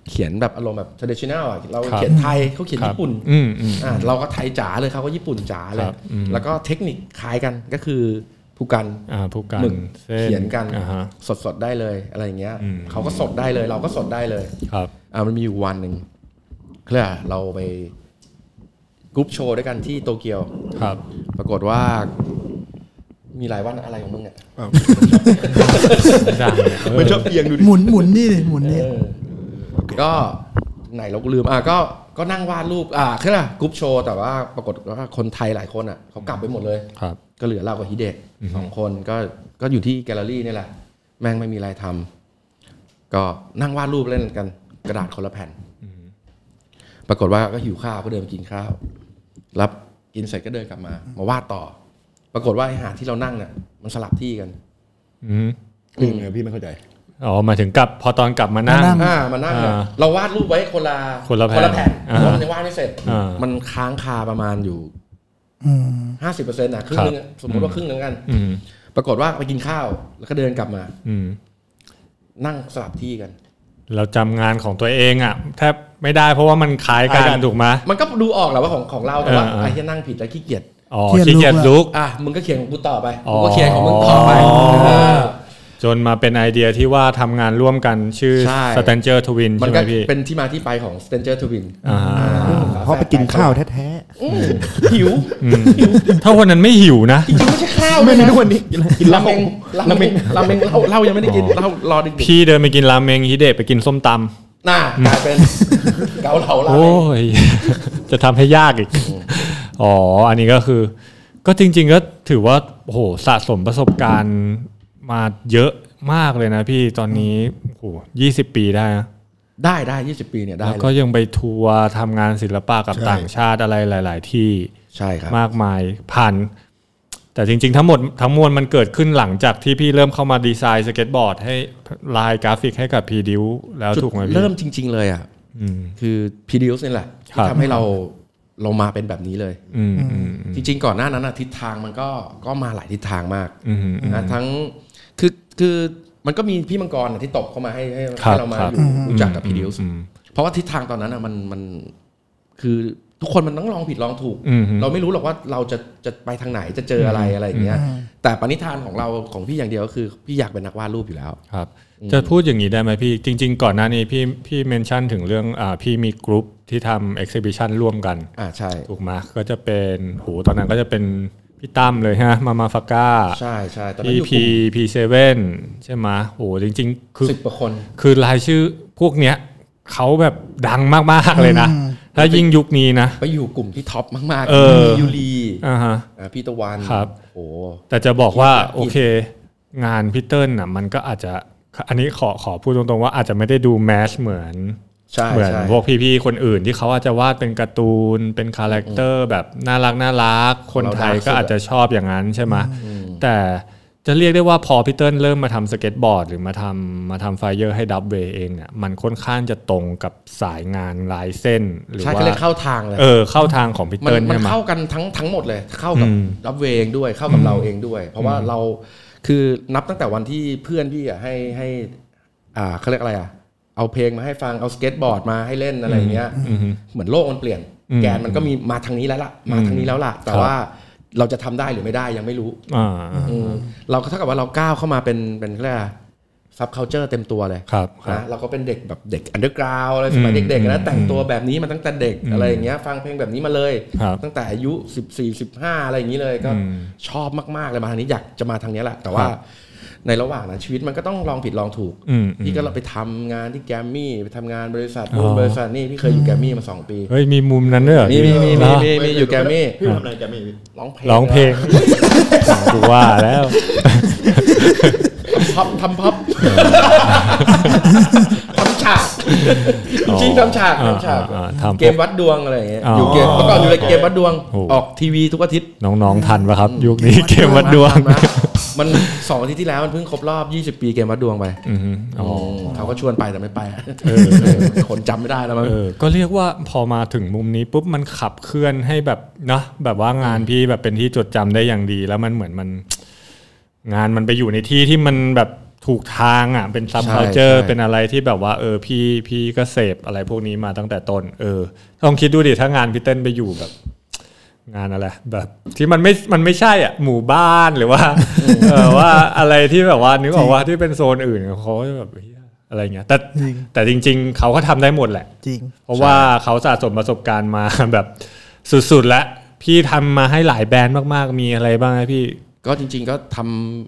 S4: เขียนแบบอารมณ์แบบ traditional อ่ะเรา
S5: ครับ
S4: เขียนไทยเขาเขียน
S5: ครับ
S4: ญี่ปุ่น
S5: อืมอืม
S4: อ่าเราก็ไทยจ๋าเลยเขาก็ญี่ปุ่นจ๋าเล
S5: ค
S4: ย
S5: รับอืม
S4: แล้วก็เทคนิคคล้ายกันก็คือผูกกัน
S5: อ่าผู้การ
S4: หมึก
S5: ส้
S4: เขียนกัน
S5: อ่าฮะ
S4: สดสดๆได้เลยอะไรอย่างเงี้ย
S5: อืม
S4: เขาก็สดได้เลย เราก็สดได้เลย
S5: ครับ
S4: อ่ามันมีอยู่วันหนึ่งเคลียเราไปกรุ๊ปโชว์ด้วยกันที่โตเกียว
S5: ครับ
S4: ปรากฏว่า มีหลายวันอะไรของมึงเนี่ย
S5: ดังเนี่ย
S7: มันชอบเอียงดูดิ
S6: หมุนหมุนนี่ดิหมุนนี่
S4: ก็ไหนเราก็ลืมอ่ะก็ก็นั่งวาดรูปอ่าเคลียกรุ๊ปโชว์แต่ว่าปรากฏว่าคนไทยหลายคนอ่ะเขากลับไปหมดเลย
S5: ครับ
S4: ก็เหลือเรากับฮิเดะสองคนก็ก็อยู่ที่แกลเลอรี่นี่แหละ แม่งไม่มีอะไรทำก็นั่งวาดรูปเล่นกัน กระดาษคนละแผ่นปรากฏว่าก็หิวข้าวก็เดินไปกินข้าว รับกินเสร็จก็เดินกลับมา มาวาดต่อ ปรากฏว่าไอ้หาดที่เรานั่งเนี่ยมันสลับที่กัน
S5: อืม
S7: อืมเออพี่ไม่เข้าใจ
S5: อ๋อหมายถึงกลับพอตอนกลับมานั่ง
S6: มานั่ง
S4: อ่ามานั่งเนี่ย
S5: อ่า
S4: เราวาดรูปไว้คนละ
S5: คนละแผ่น
S4: แผ่น
S5: อ่า
S4: คนยังวาดไม่เสร็จ
S5: อ่ามั
S4: มันค้างคาประมาณอยู่
S6: อืม
S4: ห้าสิบเปอร์เซ็นต์ะครึ่ง
S5: ครับ
S4: นึงอะสมมติว่าครึ่งนึงกัน
S5: อืม
S4: ปรากฏว่าไปกินข้าว แล้วก็เดินกลับมา
S5: อืม
S4: นั่งสลับที่กัน
S5: เราจำงานของตัวเองอ่ะแทบไม่ได้เพราะว่ามันคล้ายกันถูกไหม
S4: มันก็ดูออกแหละว่าของของเราแต่ว่า
S5: เออเออ
S4: ไอ้ที่นั่งผิดแล้วขี้เกียจ
S5: อ๋อขี้เกียจลุก
S4: อ่ะมึงก็เขียนของกูต่อไป
S5: อ๋อ
S4: กูก็เขียนของมึงต่อไปเออ
S5: จนมาเป็นไอเดียที่ว่าทำงานร่วมกันชื่อ
S4: ใช่
S5: Stranger Twin
S4: มัน
S5: ใช่ไหม
S4: ก็
S5: พี่
S4: เป็นที่มาที่ไปของ Stranger Twin
S5: อ่า
S7: เพราะไปกินข้าวแท้
S4: อืมหิว
S5: ถ้าวันนั้นไม่หิวนะ
S4: จริงๆไม่ใช่ข้าว
S7: ๆ ไม่มี
S4: ด้
S7: ทุ
S4: วยะ
S7: กวันนี้กินเห
S4: รา
S7: ล้า
S4: เมงราเมงราเมงเราเรายังไม่ได้กิน
S5: อ๋อ
S4: เรารอดึก
S5: พี่เดินไปกินราเมงฮิเดะไปกินส้มต
S4: ๆน่ากลายเป็น เกาเหลา
S5: ำ
S4: รา
S5: โอ้
S4: เมง
S5: ย จะทำให้ยากอีก อ๋อ อันนี้ก็คือ ก็จริง ๆ ก็ถือว่าโอ้โหสะสมประสบการณ์มาเยอะมากเลยนะพี่ตอนนี้โอ้โหยี่สิบปีได้นะ
S4: ได้ได้ยี่สิบปีเนี่ยได้
S5: แล้ว
S4: เล
S5: ก็
S4: ย
S5: ยังไปทัวร์ทำงานศิลปะกับต่างชาติอะไรหลาย ๆ ที่
S4: ใช่ครับ
S5: มากมายผ่าน แต่จริง ๆ ทั้งหมดทั้งมวลมันเกิดขึ้นหลังจากที่พี่เริ่มเข้ามาดีไซน์สเก็ตบอร์ดให้ลายกราฟิกให้กับพีดิวแล้ว
S4: จุด
S5: ถูกไหมพี่
S4: เริ่มจริง ๆ เลยอ่ะ
S5: อืม
S4: คือพีดิวส์นี่แหละ
S5: ครั
S4: ที่
S5: บ
S4: ทำให้เราเรามาเป็นแบบนี้เลย
S5: อืมอืม
S4: จริงๆ ก่อนหน้านั้นน่ะทิศทางมันก็ก็มาหลายทิศทางมาก
S5: อืม
S4: นะทั้งคือคือมันก็มีพี่มังกรน่ะที่ตบเข้ามาให้ให้
S5: ครับ
S4: ให้เรามา
S5: ครับ
S4: อยู่รู้จักกับพีดิวส์
S5: อืม
S4: เพราะว่าทิศทางตอนนั้นน่ะมันมันคือทุกคนมันต้องลองผิดลองถูก
S5: อืมอืม
S4: เราไม่รู้หรอกว่าเราจะจะไปทางไหนจะเจออะไรอะไรอย่างเงี้ย แต่ปณิธานของเราของพี่อย่างเดียวก็คือ พี่อยากเป็นนักวาดรูปอยู่แล้ว
S5: ครับ จะพูดอย่างนี้ได้ไหมพี่ จริง ๆ ก่อนหน้านี้พี่พี่เมนชั่นถึงเรื่องอ่าพี่มีกรุ๊ปที่ทำเอ็กซิบิชันร่วมกัน
S4: อ่าใช่
S5: ถูกไหมก็จะเป็นโหตอนนั้นก็จะเป็นพี่ตั้มเลยฮะมามาฟาก้า
S4: ใช่ใช่ตอนนั้
S5: พี่
S4: นอยู่ก
S5: พี
S4: ลุ่
S5: พีเซเว่นใช่ไหมโหจริง ๆ คือ
S4: มสิบกว่าคน
S5: คือรายชื่อพวกเนี้ยเขาแบบดังมากๆเลยนะ ถ้ายิ่งยุคนี้นะ
S4: ไปอยู่กลุ่มที่ท็อปมาก
S5: เอ
S4: ๆ
S5: อ
S4: มียูรี
S5: อ่าฮะ
S4: อ่าพี่ตะวัน
S5: ครับ
S4: โอ้
S5: แต่จะบอกว่า
S4: ครับ
S5: โอเค งานพีเติ้ลน่ะมันก็อาจจะอันนี้ขอขอพูดตรงๆว่าอาจจะไม่ได้ดูแมสเหมือน
S4: ใช่
S5: เหมือน
S4: ใช่
S5: พวกพี่ๆคนอื่นที่เขาอาจจะวาดเป็นการ์ตูนเป็นคาแรคเตอร์แบบน่ารักน่ารักคนไทยก็อาจจะชอบอย่างนั้นใช่ไหมแต่จะเรียกได้ว่าพอพีเติ้ลเริ่มมาทำสเก็ตบอร์ด หรือมาทำมาทำไฟเยอร์ให้ดับเวย์เองเนี่ยมันค่อนข้างจะตรงกับสายงานลายเส้นหรือ
S4: ใช่
S5: ว่า
S4: ก็เลยเข้าทางเลย
S5: เออเข้าทางของพี
S4: มัน
S5: เติ้ล
S4: มัน
S5: ใช่ไหม
S4: เข้ากันทั้งทั้งหมดเลย เข้ากับ
S5: อืม
S4: รับเวเองด้วยเข้ากับเราเองด้วย เพราะว่าเราคือนับตั้งแต่วันที่เพื่อนพี่อ่ะให้ให้อ่าเขาเรียกอะไรอ่ะเอาเพลงมาให้ฟังเอาสเก็ตบอร์ดมาให้เล่นอะไรอย่างเงี้ยเหมือนโลกมันเปลี่ยน
S5: อืม
S4: แกนมันก็มีมาทางนี้แล้วล่ะมาทางนี้แล้วล่ะ แต่
S5: ครับ
S4: ว่าเราจะทำได้หรือไม่ได้ยังไม่รู้
S5: อ่า
S4: อืมเราก็เท่ากับว่าเราก้าวเข้ามาเป็นเป็นเขาเรียกซับเคาเจอร์เต็มตัวเลย
S5: ครับครับ
S4: นะเราก็เป็นเด็กแบบเด็กอันเดอร์กราวอะไรสมัยเด็กๆนะแต่งตัวแบบนี้มาตั้งแต่เด็กอะไรอย่างเงี้ยฟังเพลงแบบนี้มาเลย
S5: ครับ
S4: ตั้งแต่อายุ 14 15 อะไรอย่างนี้เลยก็
S5: อืม
S4: ชอบมากๆเลยมาทางนี้อยากจะมาทางเนี้ยแหละ แต่ว่า
S5: ครับ
S4: ในระหว่างนั้นชีวิตมันก็ต้องลองผิดลองถูก
S5: อืม
S4: พี่ก็
S5: อืม
S4: ไปทำงานที่แกรมมี่ไปทำงานบริษัท
S5: อ๋อ
S4: นู่นบริษัทนี่พี่เคยอยู่แกรมมี่มาสองปี
S5: เฮ้ยมีมุมนั้นด้วยเหรอ
S4: มีมีมี
S5: เหร
S4: มี
S5: อ
S4: มีมีอยู่แกรมมี่
S7: พี่ทำอะไรแกไม่
S4: ร้องเพลง
S5: ร้องเพลงกูว่าแล้ว
S4: พับทำพับทำฉากจริงๆทำฉาก
S5: อ่
S4: ทำฉาก
S5: อ่อ่ทำ
S4: เกมวัดดวงอะไรอย่างเงี้ย
S5: อ๋อ
S4: อ
S5: อยู่
S4: เกมเมื่อก่อนอยู่ในเกมวัดดวง
S5: โอ้
S4: ออกทีวีทุกอาทิตย์
S5: น้องๆทันปะครับ ยุคนี้เกมวัดดวง
S4: มามามันสองอาทิตย์ที่แล้วมันเพิ่งครบรอบ 20 ปีเกมวัดดวงไป
S5: อือฮึอ๋อ
S4: เขาก็ชวนไปแต่ไม่ไปอะ
S5: เออ
S4: เออคนจำไม่ได้แล้วมั้ง
S5: เออก็เรียกว่าพอมาถึงมุมนี้ปุ๊บมันขับเคลื่อนให้แบบนะแบบว่างานพี่แบบเป็นที่จดจำได้อย่างดี แล้วมันเหมือนมัน งานมันไปอยู่ในที่ที่มันแบบ ถูกทางอ่ะเป็นซับ
S4: ใช่
S5: เคาเจอร์
S4: ใช่
S5: เป็นอะไรที่แบบว่าเออพี่พี่ก็เสพอะไรพวกนี้มาตั้งแต่ต้นเออลองคิดดูดิถ้างานพี่เต้นไปอยู่แบบ งานอะไรแบบ ที่มันไม่มันไม่ใช่อ่ะหมู่บ้านหรือว่าเออว่าอะไรที่แบบว่านึกออกว่าที่เป็นโซนอื่นเขาก็แบบเหี้ยอะไรเงี้ยแต่
S6: จริง
S5: แต่จริง ๆเขาก็ทำได้หมดแหละ
S6: จริง
S5: เพราะว่าเขาสะสมประสบการณ์มา แบบสุดๆแล้วพี่ทำมาให้หลายแบรนด์มากๆ มีอะไรบ้างนะพี่
S4: ก็จริง ๆ ก็ท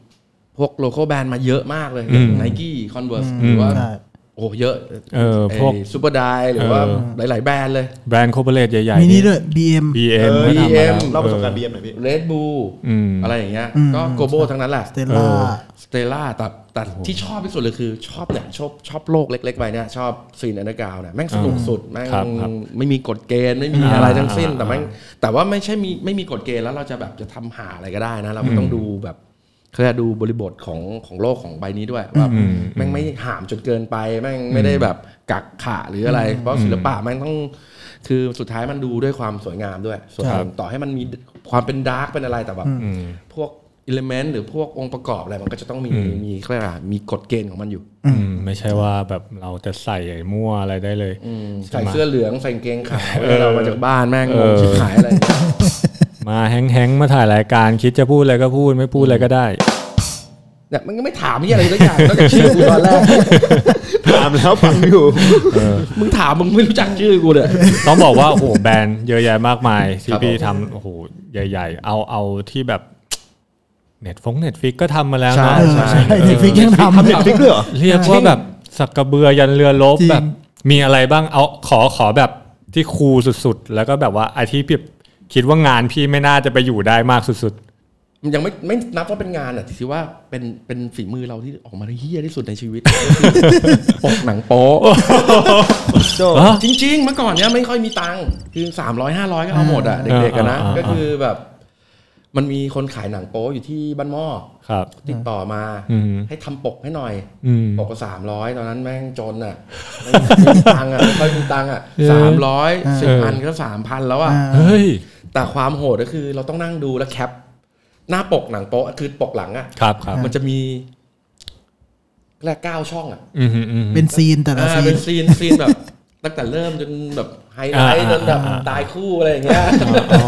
S4: ำพวกโลโก้แบรนด์มาเยอะมากเลย
S5: อืม
S4: ไนกี้คอนเวิร์สหรือว่า
S6: ใช่
S4: โอ้เยอะ
S5: เออพวก
S4: ซูเปอร์ไดหรือว่า
S5: เอ
S4: หลาย ๆ แบรนด์เลย
S5: แบรนด์คอร์เปอเรทใหญ่ๆ
S6: มีนี่ด้วย BM
S5: บีเอ็ม
S4: BM
S7: เล่าประสบการณ์บีเอ็มหน่อยพี่
S4: เรดบู
S5: อืม
S4: อะไรอย่างเงี้ย
S6: อืม
S4: ก็โกโบทั้งนั้นแหละ
S6: สเตลล่า
S4: สเตล่าแต่แต่ที่ชอบที่สุดเลยคือชอบเนี่ยชอบชอบโลกเล็กๆไปเนี่ยชอบซีนอันเดอร์กราวเนี่ยแม่งสนุกสุดแม่ง
S5: ครับครับ
S4: ไม่มีกฎเกณฑ์ไม่มี
S5: อ่า
S4: อะไรทั้งสิ้น แต่
S5: อ่า
S4: แม่งแต่ว่าไม่ใช่มีไม่มีกฎเกณฑ์แล้วเราจะแบบจะทำหาอะไรก็ได้นะ เราก็ต้องดูแบบเขาเรียกดูบริบทของของโลกของใบนี้ด้วยว่าแม่งไม่หามจนเกินไปแม่งไม่ได้แบบกักขาหรืออะไร เพราะศิลปะแม่งต้องคือสุดท้ายมันดูด้วยความสวยงามด้วยส่วน
S6: ครับ
S4: ต่อให้มันมีความเป็นดาร์กเป็นอะไรแต่แบบ
S5: อืม
S4: พวกอิเลเมนต์หรือพวกองค์ประกอบอะไรมันก็จะต้องมี
S5: อืม
S4: มีเขาเรียกอะไรมีกฎเกณฑ์ของมันอยู่
S5: อืมไม่ใช่ว่าแบบเราจะใส่ไอ้มั่วอะไรได้เลย
S4: ใส่เสื้อเหลืองใส่กางเกงขาว
S5: เออ
S4: เรามาจากบ้านแม่งง
S5: เอง อ
S4: ชิบหายอะไรอย่างเงี้ย
S5: มาแฮงๆมาถ่ายรายการคิดจะพูดอะไรก็พูดไม่พูดอะไรก็ได้
S4: เนี่ยมันก็ไม่ถามที่อะไรสักอย่างนอกจากชื่อกูตอนแรก
S7: ถามแล้วฟังอยู่
S4: มึงถามมึงไม่รู้จักชื่อกูเลย
S5: ต้องบอกว่า โอ้โหแบรนด์เยอะแยะมากมายที่พี่ทำโอ้โหใหญ่ ๆ เอาเอาที่แบบเน็ตฟงเน็ตฟิกก็ทำมาแล้วเนาะ
S6: ใช่ใช่เน็ตฟิกยังทำ
S7: ทำเน็ตฟิกด้วยเหรอ
S5: เรียกว่าแบบสักกระเบือยันเรือลบ
S6: จริง
S5: แบบ มีอะไรบ้างเอาขอขอแบบที่คูลสุดๆ แล้วก็แบบว่าไอที่พี่คิดว่างานพี่ไม่น่าจะไปอยู่ได้มากสุด
S4: มันยังไม่ไม่นับว่าเป็นงานอ่ะถือว่าเป็นเป็นฝีมือเราที่ออกมาได้เฮี้ยที่สุดในชี
S5: [laughs]
S4: วิตปกหนังโป๊ะ
S5: ฮะ
S4: จริง ๆ เมื่อก่อนเนี้ยไม่ค่อยมีตังค์คือสามร้อยห้าร้อยก็เอาหมดอ่ะเด็กๆอะนะ
S5: อ่าอ่าอ่า
S4: ก็คือแบบ มันมีคนขายหนังโป๊อยู่ที่บ้านหม้อ
S5: ๆ ครับ
S4: ติดต่อมา
S5: อืม
S4: ให้ทำปกให้หน่อย
S5: อืม
S4: ปกก็สามร้อยตอนนั้นแม่งจน
S5: [laughs]
S4: อ่ะ ไม่มีตังค์อ่ะไม่ค่อยมีตังค์อ่ะสามร้อยสิบ
S5: เออ
S4: อันก็สามพันแล้วอ่ะ
S5: เฮ้ย
S4: แต่ความโหดก็คือเราต้องนั่งดูแล้วแคป หน้าปกหนังโป๊ะคือปกหลังอ่ะ
S5: ครับครับ
S4: มันจะมีแรกเก้าช่องอ่ะ
S5: อืมอืมอืม
S6: เป็นซีนแต่ละ
S4: อ่า
S6: ซี
S4: เป็น น
S5: [laughs]
S4: ซีนซีนแบบ ตั้งแต่เริ่มจนแบบไฮไลท์
S5: อ่า
S4: จนแบบ
S5: อ่าอ่า
S4: ตายคู่อะไรอย่างเงี้ย
S5: อ๋อ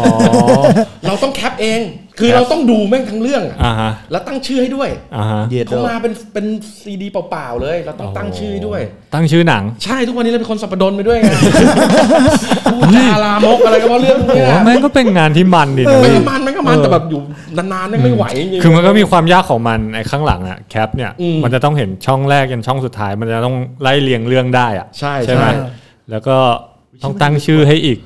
S4: เราต้องแคปเอง คือเราต้องดูแม่งทั้งเรื่องอะ
S5: อ่าฮะ
S4: แล้วตั้งชื่อให้ด้วย
S5: อ่าฮะ
S4: เขามาเป็นเป็นซีดีเปล่าๆเลย เราต้องตั้งชื่อด้วย
S5: ตั้งชื่อหนัง
S4: ใช่ทุกวันนี้เราเป็นคนสับปะดนไปด้วยไงพูดจาลามกอะไรก็ว่าเรื่องพวก
S5: โอ้
S4: เนี้ย
S5: แม่งก็เป็นงานที่มันดินะ
S4: ไม่
S5: พี่
S4: ก็มันไม่ก็มันแต่แบบอยู่นานๆแม่งไม่ไหวจริงๆ
S5: คือมันก็มีความยากของมันไอ้ข้างหลังอะแคปเนี่ย
S4: อืม
S5: มันจะต้องเห็นช่องแรกยันช่องสุดท้าย มันจะต้องไล่เรียงเรื่องได้อะ
S4: ใช่
S5: ไหม
S4: ใช่
S5: แล้วก็ต้องตั้งชื่อให้อีก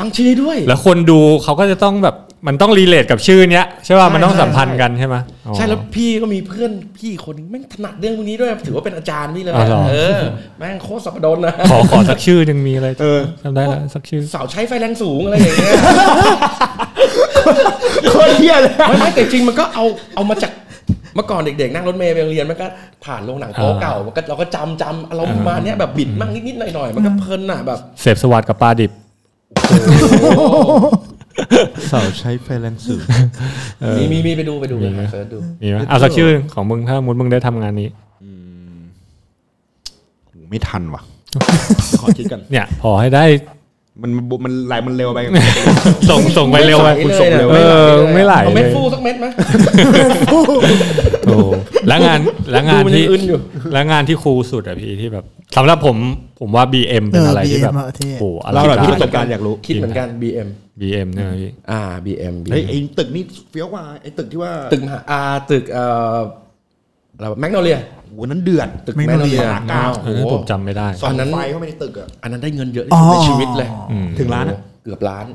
S4: ตั้งชื่อให้ด้วย
S5: [laughs] แล้วคนดูเขาก็จะต้องแบบมันต้องรีเลทกับชื่อเนี้ยใช่ป่ะ
S4: ใช่
S5: มันต้อง
S4: ใช่
S5: สัมพันธ์กันใช่ไหมอ๋อ
S4: ใช่แล้วพี่ก็มีเพื่อนพี่คนนึงแม่งถนัดเรื่องพวกนี้ด้วย ถือว่าเป็นอาจารย์พี่เลย
S5: อ๋อเหรอ
S4: เอ
S5: [laughs]
S4: อแม่งโคตรสับปะดนนะ
S5: ขอ [laughs] ขอสักชื่อหนึ่งมีอะไร
S7: เออ
S5: จำได้แล้วสักชื่อ
S4: เสาใช้ไฟแรงสูงอะไรอย่างเงี้ย
S7: คนเฮียเลย
S4: ไม่ไม่แต่จริงมันก็เอาเอามาจากเมื่อก่อนเด็กๆนั่งรถเมล์ไปโรงเรียนมันก็ผ่านโรงหนังโป๊ะเก่ามันก็เราก็จำจำเราประมาณเนี้ยแบบบิดมั่งนิดๆหน่อยๆมันก็เพลินอ่ะแบบ
S5: เสพสวัสดกับปลาดิบ
S7: เสาใช้ไฟแรงสูง
S4: มีมีมีไปดูไปดู
S5: มี
S4: ไป
S5: ไหม
S4: หาเสิร์ชดู
S5: มีไหมเอาสักชื่อของมึงถ้ามุดมึงได้ทำงานนี้
S7: ไม่ทัน
S4: [laughs]
S7: ว่ะ ขอคิดกัน
S5: เนี่ยพอให้ได้
S7: มันมันไหลมันเร็วไป
S5: ส่งส่งไปเร็วไป
S7: คุณส่งเร็ว
S5: เออไม่ไหล
S4: เอา
S5: เล
S4: เม็ด
S5: ย
S4: ฟูสักเม็ดไหม
S5: โอ้แล้วงานแล้วงาน
S4: ดูมันยัง
S5: ที่
S4: อึนอยู่
S5: แล้วงานที่คูลสุดอะพี่ที่แบบสำหรับผมผมว่า BM เป็นอะไร
S6: เออ
S5: ที่แบบ
S6: BM อะเท่
S5: โอ้โหอลั
S7: เล่าง หน่อย
S5: กา
S7: พี่ป
S5: ร
S7: ระสบการณ์อยากรู้
S4: คิดเหมือนกัน BM
S5: BM ใช่ไหมพี่
S4: อ่า BM
S7: เฮ้ยไอ้ตึกนี่เฟี้ยวกว่าไอ้ตึกที่ว่า
S4: ตึกมหาอ่าตึกเอ่ออะไรแมกโนเลีย
S7: โหนั้นเดือด
S4: ตึกแมก
S6: Magnolia
S4: โนเลีย
S7: เก้า
S5: เออผมจำไม่ได้
S7: ส่อง
S4: อันนั้น
S7: ไฟเข้าไปในตึกอ่ะ
S4: อันนั้นได้เงินเยอะที่สุดในชีวิตเลย
S7: ถึงล้านอะ
S4: โอ้โหเกือบล้าน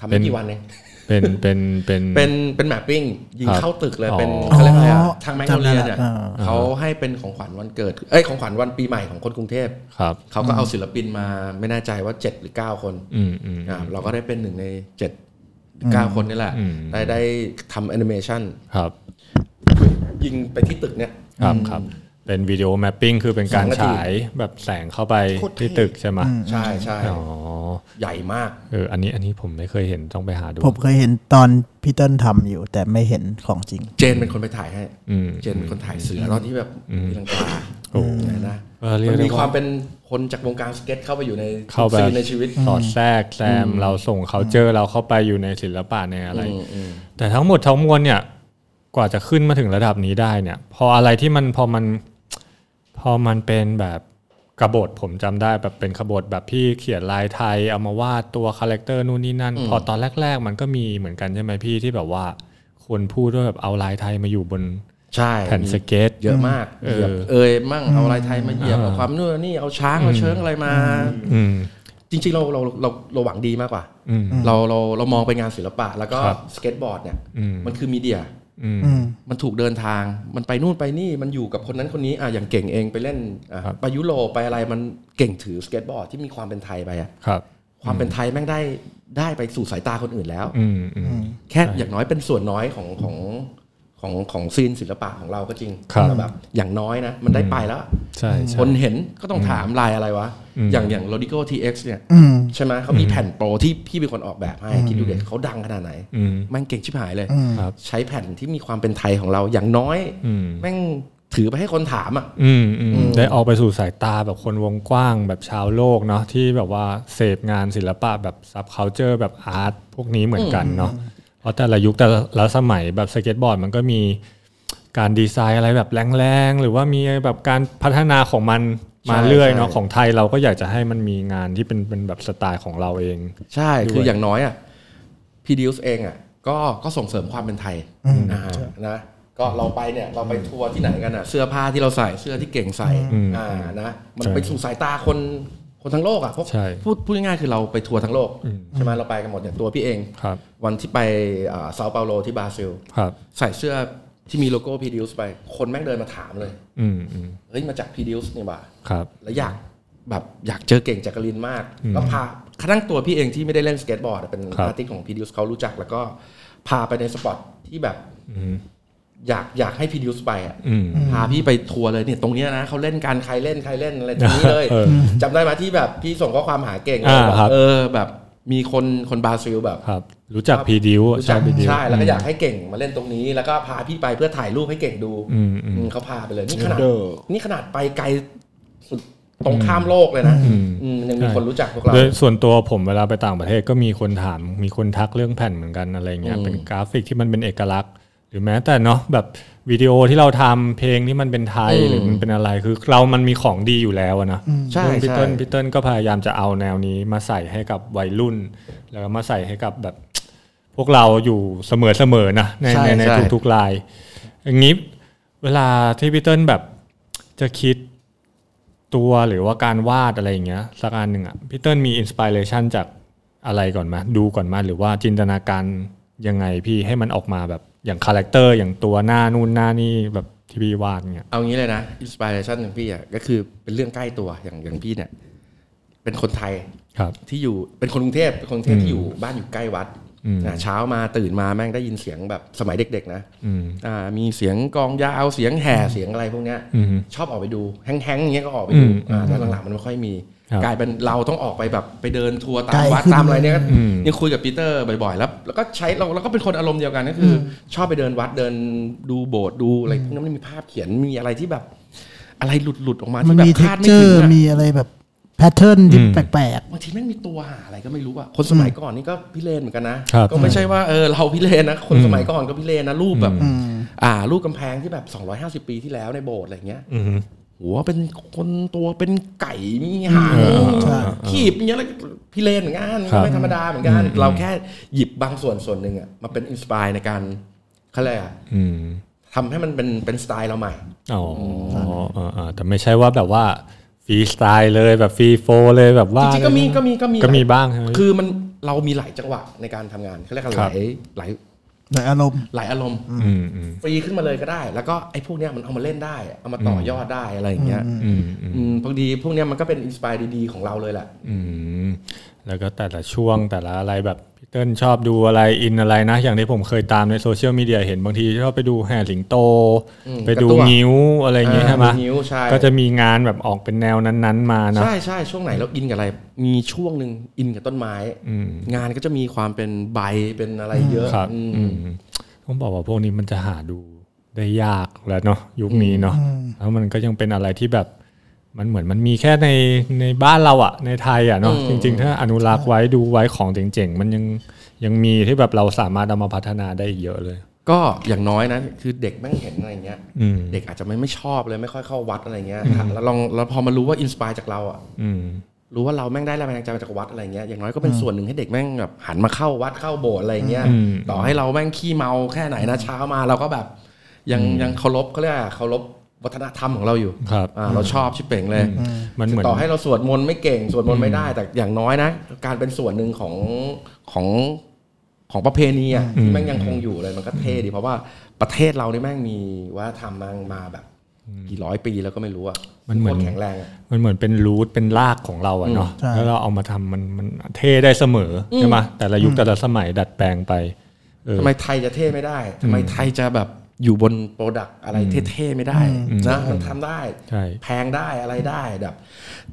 S4: ทำ
S5: เป็
S4: ไม่
S5: น
S4: กี่วันเอง
S5: เป็นเป็นเป็น
S4: เป็นเป็นแมปปิ้งยิง
S5: ครับ
S4: เข้าตึกเลยเป็น
S6: อ๋อ
S4: เขาเรียกอะไรอะทางแมกโนเลียเนี่ย
S6: จำได้ละ
S4: เขาให้เป็นของขวัญวันเกิดเอ้ยของขวัญวันปีใหม่ของคนกรุงเทพ
S5: ครับ
S4: เขาก็เอาศิลปินมาไม่แน่ใจว่า 7 หรือ 9 คน
S5: อืมอืม
S4: อ่าเราก็ได้เป็นหนึ่งใน7จ็ดเก้าคนนี่แหละ
S5: อืม
S4: ได้ได้ทำแอนิเมชัน
S5: ครับ
S4: ยิงไปที่ตึกเนี่ย
S5: ครับครับ เป็นวิดีโอแมปปิ้งคือเป็นการ
S4: สองนาที
S5: ฉายแบบแสงเข้าไป
S7: โคตรเท่
S5: ที่ตึกใช่ไหม
S4: ใช่ใช่
S5: อ๋อ
S4: ใหญ่มาก
S5: เอออันนี้อันนี้ผมไม่เคยเห็นต้องไปหาดู
S6: ผมเคยเห็นตอนพีเตอร์ทำอยู่ แต่ไม่เห็นของจริง
S4: เจนเป็นคนไปถ่ายให้
S5: อืม
S4: เจนเป็นคนถ่ายเสือตอนที่แบบตีลังกา
S5: โอ้
S4: เห็นนะ
S5: เออเรียก
S4: มัน
S5: ได้
S4: มี
S5: ว่า
S4: ความเป็นคนจากวงการสเก็ตเข้าไปอยู่ใน
S5: เข้าไป
S4: ซีนในชีวิต
S5: สอดแทรกแซมเราส่งเขาเจอเราเข้าไปอยู่ในศิลปะในอะไร
S4: อืมอืม
S5: แต่ทั้งหมดทั้งมวลเนี่ยกว่าจะขึ้นมาถึงระดับนี้ได้เนี่ย พออะไรที่มันพอมันพอมันเป็นแบบกบฏผมจำได้แบบเป็นขบฏแบบพี่เขียนลายไทยเอามาวาดตัวคาแรคเตอร์นู่นนี่นั่น พอตอนแรก ๆ มันก็มีเหมือนกันใช่ไหมพี่ที่แบบว่าคนพูดด้วยแบบเอาลายไทยมาอยู่บน
S4: ใช่
S5: แผ่นสเก็ต
S4: เยอะมาก
S5: เอ
S4: เห
S5: อ
S4: ยียบเอยมั่งเอาอะไรไทยมาเหยียบเอาความนู่นนี่เอาช้างเอาเชิงอะไรมา
S5: อืม
S4: จริงๆเราเราเราเราหวังดีมากกว่า
S5: อืม
S4: เราเราเรามองไปงานศิลปะ แล้วก็
S5: ครับ
S4: สเก็ตบอร์ดเนี่ย
S5: อืม
S4: มันคือมีเดีย
S5: อืม
S6: อืม
S4: มันถูกเดินทาง มันไปนู่นไปนี่ มันอยู่กับคนนั้นคนนี้ อ่ะอย่างเก่งเองไปเล่นอ่ะ
S5: ครับ
S4: ไปยุโรปไปอะไร มันเก่งถือสเก็ตบอร์ดที่มีความเป็นไทยไปอ่ะ
S5: ครับ
S4: ความเป็นไทยแม่งได้ได้ไปสู่สายตาคนอื่นแล้ว
S5: อืมอืม
S4: แค่อย่างน้อยเป็นส่วนน้อยของของของของซีนศิลปะของเราก็จริง
S5: ครับ
S4: แต่แบบอย่างน้อยนะ มันได้ไปแล้ว
S5: ใช่ใช่
S4: คนเห็นก็ต้องถามลายอะไรวะ
S5: อืม
S4: อย่างอย่างโรดิโก้ทีเอ็กซ์เนี่ย
S6: อืม
S4: ใช่ไหมเขามีแผ่นโปรที่พี่เป็นคนออกแบบให้คิดดูเด็กเขาดังขนาดไหน
S5: อืม
S4: แม่งเก่งชิบหายเลย
S6: อืม
S5: ครับ
S4: ใช้แผ่นที่มีความเป็นไทยของเราอย่างน้อย
S5: อืม
S4: แม่งถือไปให้คนถามอ่ะ
S5: อืมอืมได้ออกไปสู่สายตาแบบคนวงกว้างแบบชาวโลกเนาะที่แบบว่าเสพงานศิลปะแบบซับเคาเจอร์แบบอาร์ตพวกนี้เหมือนกันเนาะเพราะแต่ละยุคแต่ละสมัยแบบสเก็ตบอร์ดมันก็มีการดีไซน์อะไรแบบแรงๆ หรือว่ามีแบบการพัฒนาของมันมา
S4: ใช่
S5: เรื่อย
S4: ใช่
S5: เนาะของไทยเราก็อยากจะให้มันมีงานที่เป็นเป็นแบบสไตล์ของเราเอง
S4: ใช่
S5: ด้วย
S4: คืออย่างน้อยอ่ะพีดิวส์เองอ่ะก็ก็ส่งเสริมความเป็นไทยอ่านะก็เราไปเนี่ยเราไปทัวร์ที่ไหนกันอ่ะเสื้อผ้าที่เราใส่เสื้อที่เก่งใส่อ่านะมันไปสู่สายตาคนคนทั้งโลกอ่ะเพราะ
S5: ใช่
S4: พูดพูดง่ายๆคือเราไปทัวร์ทั้งโลกใช่ไหมเราไปกันหมดเนี่ยตัวพี่เอง
S5: ครับ
S4: วันที่ไปอ่าเซาเปาโลที่บราซิล
S5: ครับ
S4: ใส่เสื้อที่มีโลโก้พีดิวส์ไป คนแม่งเดินมาถามเลย
S5: อืมอืม
S4: เฮ้ย มาจากพีดิวส์นี่บ่า
S5: ครับ
S4: แล้วอยากแบบอยากเจอเก่งจักรินมาก แล้วพาขนั้งตัวพี่เองที่ไม่ได้เล่นสเก็ตบอร์ดอะเป็น
S5: ครับ
S4: อาร์ติสต์ของพีดิวส์เขารู้จักแล้วก็พาไปในสปอตที่แบบ
S5: อืม
S4: อยากอยากให้พีดิวส์ไปอ่ะ
S5: อืม
S4: พาพี่ไปทัวร์เลยเนี่ยตรงเนี้ยนะเขาเล่นการใครเล่นใครเล่นอะไรตรงนี้เลย
S5: เออ
S4: จำได้ไหมที่แบบพี่ส่งข้อความหาเก่ง
S5: อ่า
S4: แบบ
S5: ครับ
S4: เออแบบมีคนคนบราซิลแบบ
S5: ครับ รู้จักพีดิวอะ
S4: รู้
S5: ใช่
S4: จัก
S5: พีดิว
S4: ใช่แล้วก็อยากให้เก่งมาเล่นตรงนี้ แล้วก็พาพี่ไปเพื่อถ่ายรูปให้เก่งดู
S5: อืมอืม
S4: อืมเขาพาไปเลยนี่ขนาด
S7: เดอร์
S4: นี่ขนาดไปไกลสุดตรงข้ามโลกเลยนะ
S5: อืม
S4: อืมยังมีคนรู้จักพวกเรา
S5: โดยส่วนตัวผมเวลาไปต่างประเทศก็มีคนถามมีคนทักเรื่องแผ่นเหมือนกันอะไรเงี้ย
S4: อืม
S5: เป็นกราฟิกที่มันเป็นเอกลักษณ์ หรือแม้แต่เนาะแบบวิดีโอที่เราทำเพลงที่มันเป็นไทยหรือมันเป็นอะไรคือเรามันมีของดีอยู่แล้วอะนะ
S4: ใช่
S5: ซึ่งพี่
S4: ใช่
S5: เติ้ลพี่เติ้ลก็พยายามจะเอาแนวนี้มาใส่ให้กับวัยรุ่น แล้วก็มาใส่ให้กับแบบ พวกเราอยู่เสมอเสมอๆนะใน
S4: ใช่
S5: ในใน
S4: ใช่
S5: ทุกๆลาย อย่างนี้เวลาที่พี่เติ้ลแบบจะคิด ตัวหรือว่าการวาดอะไรอย่างเงี้ยสักอันหนึ่งอ่ะพี่เติ้ลมีอินสปิเรชันจากอะไรก่อนมาดูก่อนมาหรือว่าจินตนาการยังไงพี่ให้มันออกมาแบบอย่างคาแรคเตอร์อย่างตัวหน้านู่นหน้านี่แบบที่พี่วาดเงี้ย
S4: เอางี้เลยนะอินสปิเรชันของพี่อ่ะก็คือเป็นเรื่องใกล้ตัวอย่างอย่างพี่เนี่ย เป็นคนไทย
S5: ครับ
S4: ที่อยู่เป็นคนกรุงเทพเป็นคนกรุงเทพที่อยู่บ้านอยู่ใกล้วัด
S5: อืม
S4: อ่ะเช้ามาตื่นมาแม่งได้ยินเสียงแบบสมัยเด็ก ๆ นะ
S5: อืม
S4: อ่ามีเสียงกลองยาวเสียงแห่เสียงอะไรพวกเนี้ย
S5: อืม
S4: ชอบออกไปดูแห้งๆอย่างเงี้ยก็ออกไปดู
S5: อืม
S4: อ่าแล้วหลังๆมันไม่ค่อยมี
S5: ครับ
S4: กลายเป็นเราต้องออกไปแบบไปเดินทัวร์ตา
S6: ไกล
S4: มวัด
S6: ขึ้น
S4: ตามอะไรเนี่ยก็
S5: อืม
S4: ยังคุยกับปีเตอร์บ่อยๆ แล้ว แล้วก็ใช้เราเราก็เป็นคนอารมณ์เดียวกันก็คืออชอบไปเดินวัดเดินดูโบสถ์ดูอะไรพวกนั้นมันมีภาพเขียนมีอะไรที่แบบ อะไรหลุดๆออกมา
S6: มั
S4: ที่
S6: น
S4: แบบ
S6: มีเท็
S4: คาก ดไม่
S6: เจอ
S4: ถึ
S6: ร์
S4: งอะ
S6: มีอะไรแบบแพทเทิร์นที่
S5: อืม
S6: แปลก
S4: บางทีแม่งมีตัวหาอะไรก็ไม่รู้อะคนสมัยก่อนนี่ก็พิเรนเหมือนกันนะครับ ก็ไม่ใช่ว่าเออเราพิเรนนะคนสมัยก่อนก็พิเรนนะรูปแบบ
S6: ๆ อื
S5: อื
S6: ม
S4: อ่า รูปกำแพงที่แบบ 250 ปีที่แล้วในโบสถ์อะไรอย่างเงี้ย
S5: อืม
S4: หัวเป็นคนตัวเป็นไก่มีหาง
S5: เออเออ
S6: ใช่
S4: ขีบอย่างเงี้ยแล้วพี่เลนเหมือนกัน
S5: ครับ
S4: ไม่ธรรมดาเหมือนกัน เราแค่หยิบบางส่วนส่วนหนึ่งอะมาเป็นอินสปายในการเขาเรียกอะไรอะ
S5: อืม
S4: ทำให้มันเป็นเป็นสไตล์เราใหม่
S5: อ๋ออ๋ออ๋อแต่ไม่ใช่ว่าแบบว่าฟรีสไตล์เลยแบบฟรีโฟลเลยแบบว่า
S4: จริงๆก็มีก็มีก็มี
S5: ก็มี
S4: หลย
S5: บ้างใช่ไหม
S4: คือมันเรามีหลายจังหวะในการทำงานเขาเรียกอะไร
S5: ค
S4: ห
S5: รั
S4: ลา
S5: บ
S4: ยหลาย
S6: ในอารมณ์
S4: หลายอารมณ์
S5: อืมอืม
S4: ฟรีขึ้นมาเลยก็ได้ แล้วก็ไอ้พวกเนี้ยมันเอามาเล่นได้เอามาต่อยอดได้อะไรอย่างเงี้ย
S5: อืมอืม
S4: อืมพอดีพวกเนี้ยมันก็เป็นอินสปายดีๆของเราเลยแหละ
S5: อืมแล้วก็แต่ละช่วงแต่ละอะไรแบบ เติ้ลชอบดูอะไรอินอะไรนะ อย่างที่ผมเคยตามในโซเชียลมีเดียเห็นบางทีชอบไปดูแห่สิงโต
S4: อืม
S5: ไปดู
S4: กระตั้ว
S5: งิ้วอะไรอย่างเงี้ย
S4: อ่า
S5: ใช่ไหม
S4: ดูงิ้วใช่
S5: ก็จะมีงานแบบออกเป็นแนวนั้นๆมานะ
S4: ใช่ใช่ช่วงไหนเราอินกับอะไร มีช่วงหนึ่งอินกับต้นไม้ งานก็จะมีความเป็นใบเป็นอะไรเยอะ
S5: ครับ
S4: อืม
S5: อืมต้องบอกว่าพวกนี้มันจะหาดูได้ยากแล้วเนาะยุคนี้เนาะแล้วมันก็ยังเป็นอะไรที่แบบมันเหมือนมันมีแค่ในในบ้านเราอะในไทยอะเนาะ
S4: อืม
S5: จริง ๆ ถ้าอนุรักษ์ไว้ดูไว้ของเจ๋งๆ มันยังยังมีที่แบบเราสามารถเอามาพัฒนาได้อีกเยอะเลย
S4: ก็อย่างน้อยนะ คือเด็กแม่งเห็นอะไรเงี้ย
S5: อืม
S4: เด็กอาจจะไม่ไม่ชอบเลยไม่ค่อยเข้าวัดอะไรเงี้ยแล้วลองแล้วพอมารู้ว่าอินสปายจากเราอ่ะ
S5: อืม
S4: รู้ว่าเราแม่งได้แรงบันดาลใจมาจากวัดอะไรเงี้ยอย่างน้อยก็เป็นส่วนหนึ่งให้เด็กแม่งแบบหันมาเข้าวัดเข้าโบสถ์อะไรเงี้ยต่อให้เราแม่งขี้เมาแค่ไหนนะเช้ามาเราก็แบบ ยังยังเคารพเขาเรียกอะไรเคารพวัฒนธรรมของเราอยู่
S5: ครับ
S4: อ่าเราชอบชิบเป่งเลย
S5: มันเหมือน
S4: ต่อให้เราสวดมนต์ไม่เก่งสวดมนต์ไม่ได้ แต่อย่างน้อยนะ การเป็นส่วนหนึ่งของของของประเพณีอะที่แม่งยังคงอยู่เลยมันก็เท่ดี เพราะว่าประเทศเรานี่แม่งมีวัฒนธรรมมามาแบบ กี่ร้อยปีแล้วก็ไม่รู้อะ
S5: มันเหมือน
S4: โคตรแข็งแรงอะ
S5: มันเหมือนเป็นรูทเป็นรากของเราอะเนาะ
S6: ใช่
S5: แล้วเราเอามาทำมันมันเท่ได้เสมอใช่ไหมแต่ละยุคแต่ละสมัยดัดแปลงไปเออ
S4: ทำไมไทยจะเท่ไม่ได้ทำไมไทยจะแบบอยู่บนโปรดักอะไรเท่ๆไม่ได้นะมันทำได้
S5: ใช่
S4: แพงได้อะไรได้แบบ